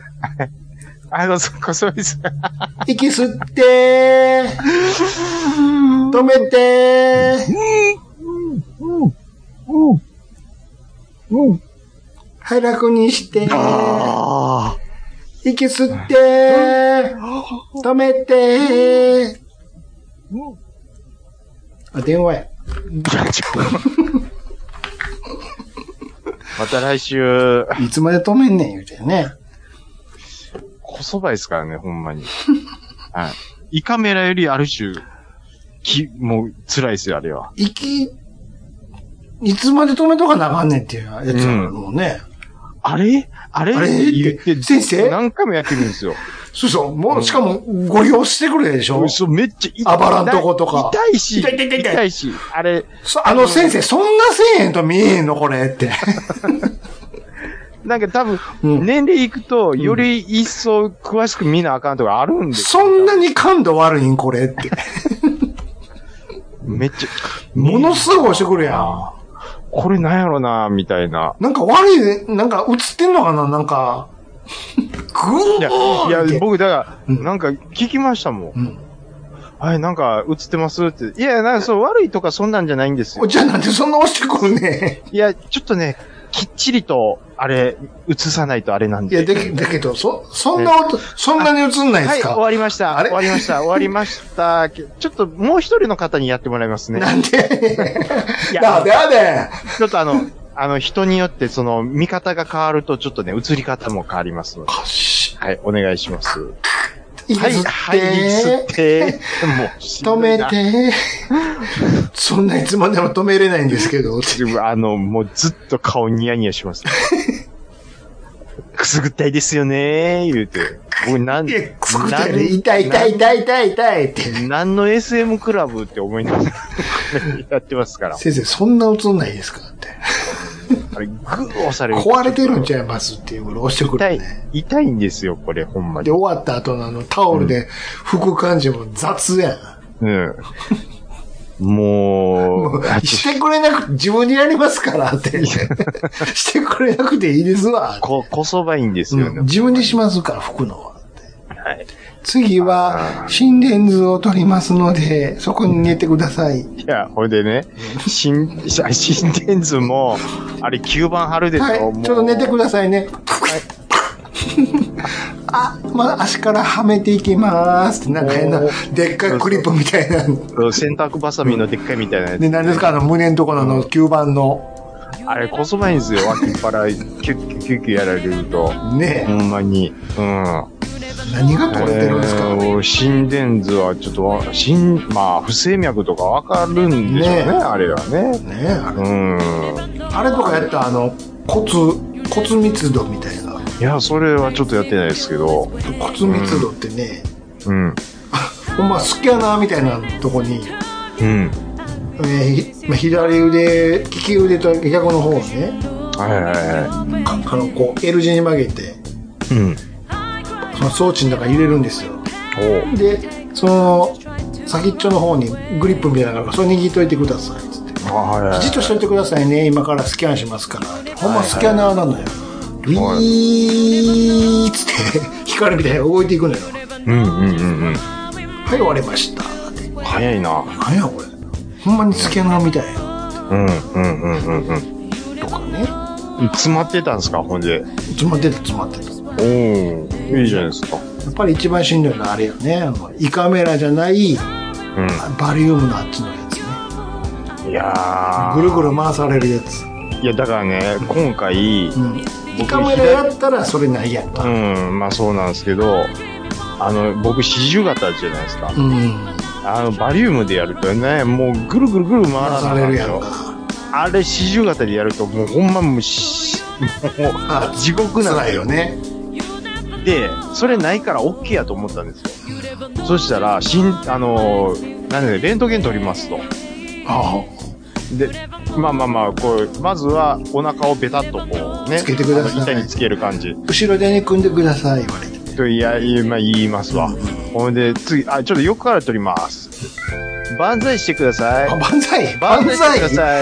C: あの、そこそばです。
B: 息吸ってー止めてーはい、楽にしてー息吸ってー止めてーあ、電話や。
C: また来週、
B: いつまで止めんねん言うてね。
C: こそばいですからね、ほんまに。はい。胃カメラよりある種、き、もう、辛いですよ、あれは。
B: 息、いつまで止めとかなあかんねんっていうやつやからもうね。
C: あれあれ
B: あれ
C: って言って、
B: 先生
C: 何回もやってるんですよ。
B: そうそう、も
C: う
B: う、
C: ん
B: しかも、ご利用してくれでしょ
C: そう、めっちゃ痛い。
B: あばらんとことか
C: 痛いし、
B: 痛い痛い痛い痛い
C: し、あれ、
B: そあの先生、そんなせえへんと見えへんのこれ って。
C: なんか多分、
B: うん
C: 年齢いくと、より一層詳しく見なあかんとかあるんで。
B: そんなに感度悪いんこれ って。
C: めっちゃ、
B: ものすごい押してくるやん。
C: あこれなんやろな、みたいな。
B: なんか悪い、なんか映ってんのかななんか。ぐ
C: いや、い
B: ーん
C: や、
B: って。
C: 僕、だから、
B: うん
C: なんか聞きましたもん。
B: うん
C: あれ、なんか映ってますって。いや、なんかそう、悪いとかそんなんじゃないんですよ
B: お。じゃあなんでそんな押してくる ね
C: いや、ちょっとね、きっちりと、あれ、映さないとあれな
B: ん。
C: ん
B: い
C: で。
B: や、だけだけど、そ、そんな音、そんなに映んないで
C: は
B: す
C: い、
B: か、
C: 終わりました。
B: あれ
C: 終わりました。終わりました。けちょっと、もう一人の方にやってもらいますね。
B: なんで
C: いや
B: なんでやね
C: ちょっとあの、 あの、人によって、その、見方が変わると、ちょっとね、映り方も変わりますので。
B: ん。
C: はい、お願いします。
I: 息
C: はい、
I: 吸
C: は
I: っ、
C: い、吸ってて、もう、
I: 止め て、
B: そんないつまでも止めれないんですけど、
C: 自分あの、もうずっと顔ニヤニヤ します。くすぐったいですよねー、言うて。僕なん、
B: いや、くすぐったい
C: な
B: ね。
C: ん
B: 痛い痛い痛い痛い痛いって。
C: 何の SM クラブって思いながら やってますから。
B: 先生、そんな映んないですかって。
C: あれ、グー押される。
B: 壊れてるんちゃいますっていうぐらい押してく
C: 痛
B: る
C: い
B: ね。、
C: 痛いんですよ、これ、ほんま
B: で、
C: に。
B: 終わった後のあのタオルで拭く感じも雑やん。
C: うん。もう、あ
B: してくれなく、自分でやりますからって。 してくれなくていいですわ。
C: こ、こそばいんですよね。
B: うん自分でしますから、拭くのは。
C: はい。
B: 次は、心電図を取りますので、そこに寝てください。
C: いや、ほいでね、新、新電図も、あれ吸盤貼るでしょ、
B: はい、ちょ
C: もう
B: っと寝てくださいね。 あ、まあ、足からはめていきますって、なんか変な
C: お、
B: でっかいクリップみたいな。
C: 洗濯バサミのでっかいみたいなやつ。
B: で、何ですかあの、胸のところのあの吸盤の。
C: あれ、こそばいんですよ。脇っ腹、キュッキュッキュッキュやられると。ほ
B: ね
C: んまに。うん。
B: え、何が取れてるんですか、
C: えー心電図はちょっとわ、心、まあ、不整脈とかわかるんでしょうね、
B: ね
C: あれはね。
B: ねえ、あれ。
C: うん。
B: あれとかやったら、あの、骨、骨密度みたいな。
C: いや、それはちょっとやってないですけど。
B: 骨密度ってね、
C: うん。
B: ほんまスキャナーみたいなとこに、
C: うん。
B: えーひまあ左腕、利き腕と逆の方をね、
C: はいはいは
B: かあの、こう、L 字に曲げて、
C: い。うん。
B: その装置の中に入れるんですよ。
C: おう
B: でその先っちょの方にグリップみたいなのがあるからそれ握っといてくださいっつって
C: あはいはいはい
B: じっとしといてくださいね今からスキャンしますからほんまスキャナーなのよウィ
C: は
B: ー
C: い
B: っつって光みたいに動いていくのよ
C: うんうんうんうん。
B: はい終わりましたって
C: 早いな。
B: 何やこれほんまにスキャナーみたいな
C: うんうんうんうんうん。
B: とかね
C: 詰まってたんですか、ほんで。
B: 詰まってた詰まってたや
C: おおいいじゃないですか。
B: っぱり一番しんどいのはあれよねあの胃カメラじゃない
C: う
B: バリウムのあっちのやつね
C: ん。いやー。
B: ぐるぐる回されるやつ、
C: いや、だからね、今回、
B: うん、胃カメラやったらそれないやんか
C: うん、まあそうなんですけど、あの、僕、四十型じゃないですか。
B: うん
C: あの、バリウムでやるとね、もうぐるぐるぐる回ら
B: 回
C: さ
B: さ
C: れ
B: れ
C: る
B: る
C: や
B: やん
C: ろ。
B: か。
C: あれ、四十型でやると、もうほんまもうし、も
B: あ
C: う、地獄なん
B: 辛
C: だ
B: い
C: よ
B: よ。ね。
C: で、それないから OK やと思ったんですよ。そしたら、しん、あのー、なんで、レントゲン取りますと。
B: あ
C: で、まあまあまあ、こう、まずはお腹をベタっとこう、ね。
B: つけてください
C: あの板につける感じ。
B: 後ろ手に組んでください、言われて。
C: といや、いまあ、言いますわ。ほんで、次、あ、ちょっと横から撮ります。万歳してください
B: あ、。万歳
C: 万
B: 万
C: 歳してくだ
B: 歳
C: さ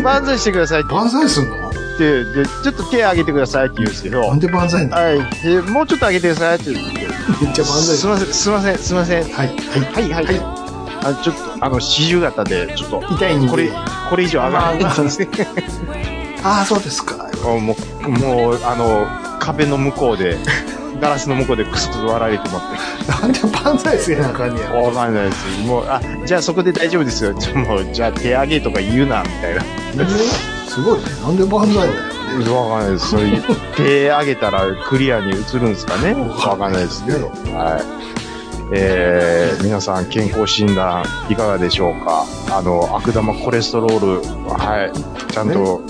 C: い。万歳してくださいって言
B: 万歳すんの
C: って、で、ちょっと手上げてくださいって言うんですけど、
B: な
C: は
B: んで万歳なの
C: い、でもうちょっと上げてくださいって言って、
B: めっちゃ万歳
C: すいません、すいません、すいません。
B: はい、は
C: はい、はい、あの、ちょっと、あの、四十型で、ちょっと、
B: 痛いんで
C: これ、これ以上上 がらない。
B: い。ああ、そうですか。
C: もう、もう、あの、壁の向こう で、ガラスの向こうでクスクス笑われてもって。
B: なんで万歳せなあかんねや。
C: わかんないです。もう、あ、じゃあそこで大丈夫ですよ。ちょもう、じゃあ手上げとか言うな、みたいな。
B: えすごいね。なんで万歳だよ。
C: わかんないです。そういう手上げたらクリアに映るんですかねわかんないですけど。はい。えー、皆さん健康診断いかがでしょうかあの、悪玉コレステロール、はい、ちゃんと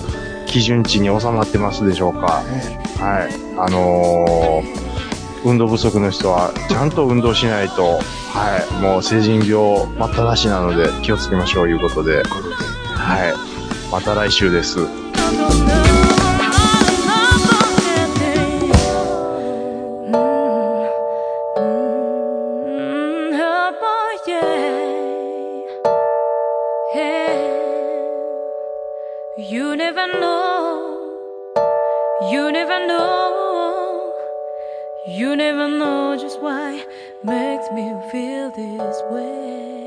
C: 基準値に収まってますでしょうかはい。あのー運動不足の人はちゃんと運動しないと、はい、もう成人病待ったなしなので気をつけましょういうことで、はい。また来週です。
A: You never know, you never know, you never know just why makes me feel this way.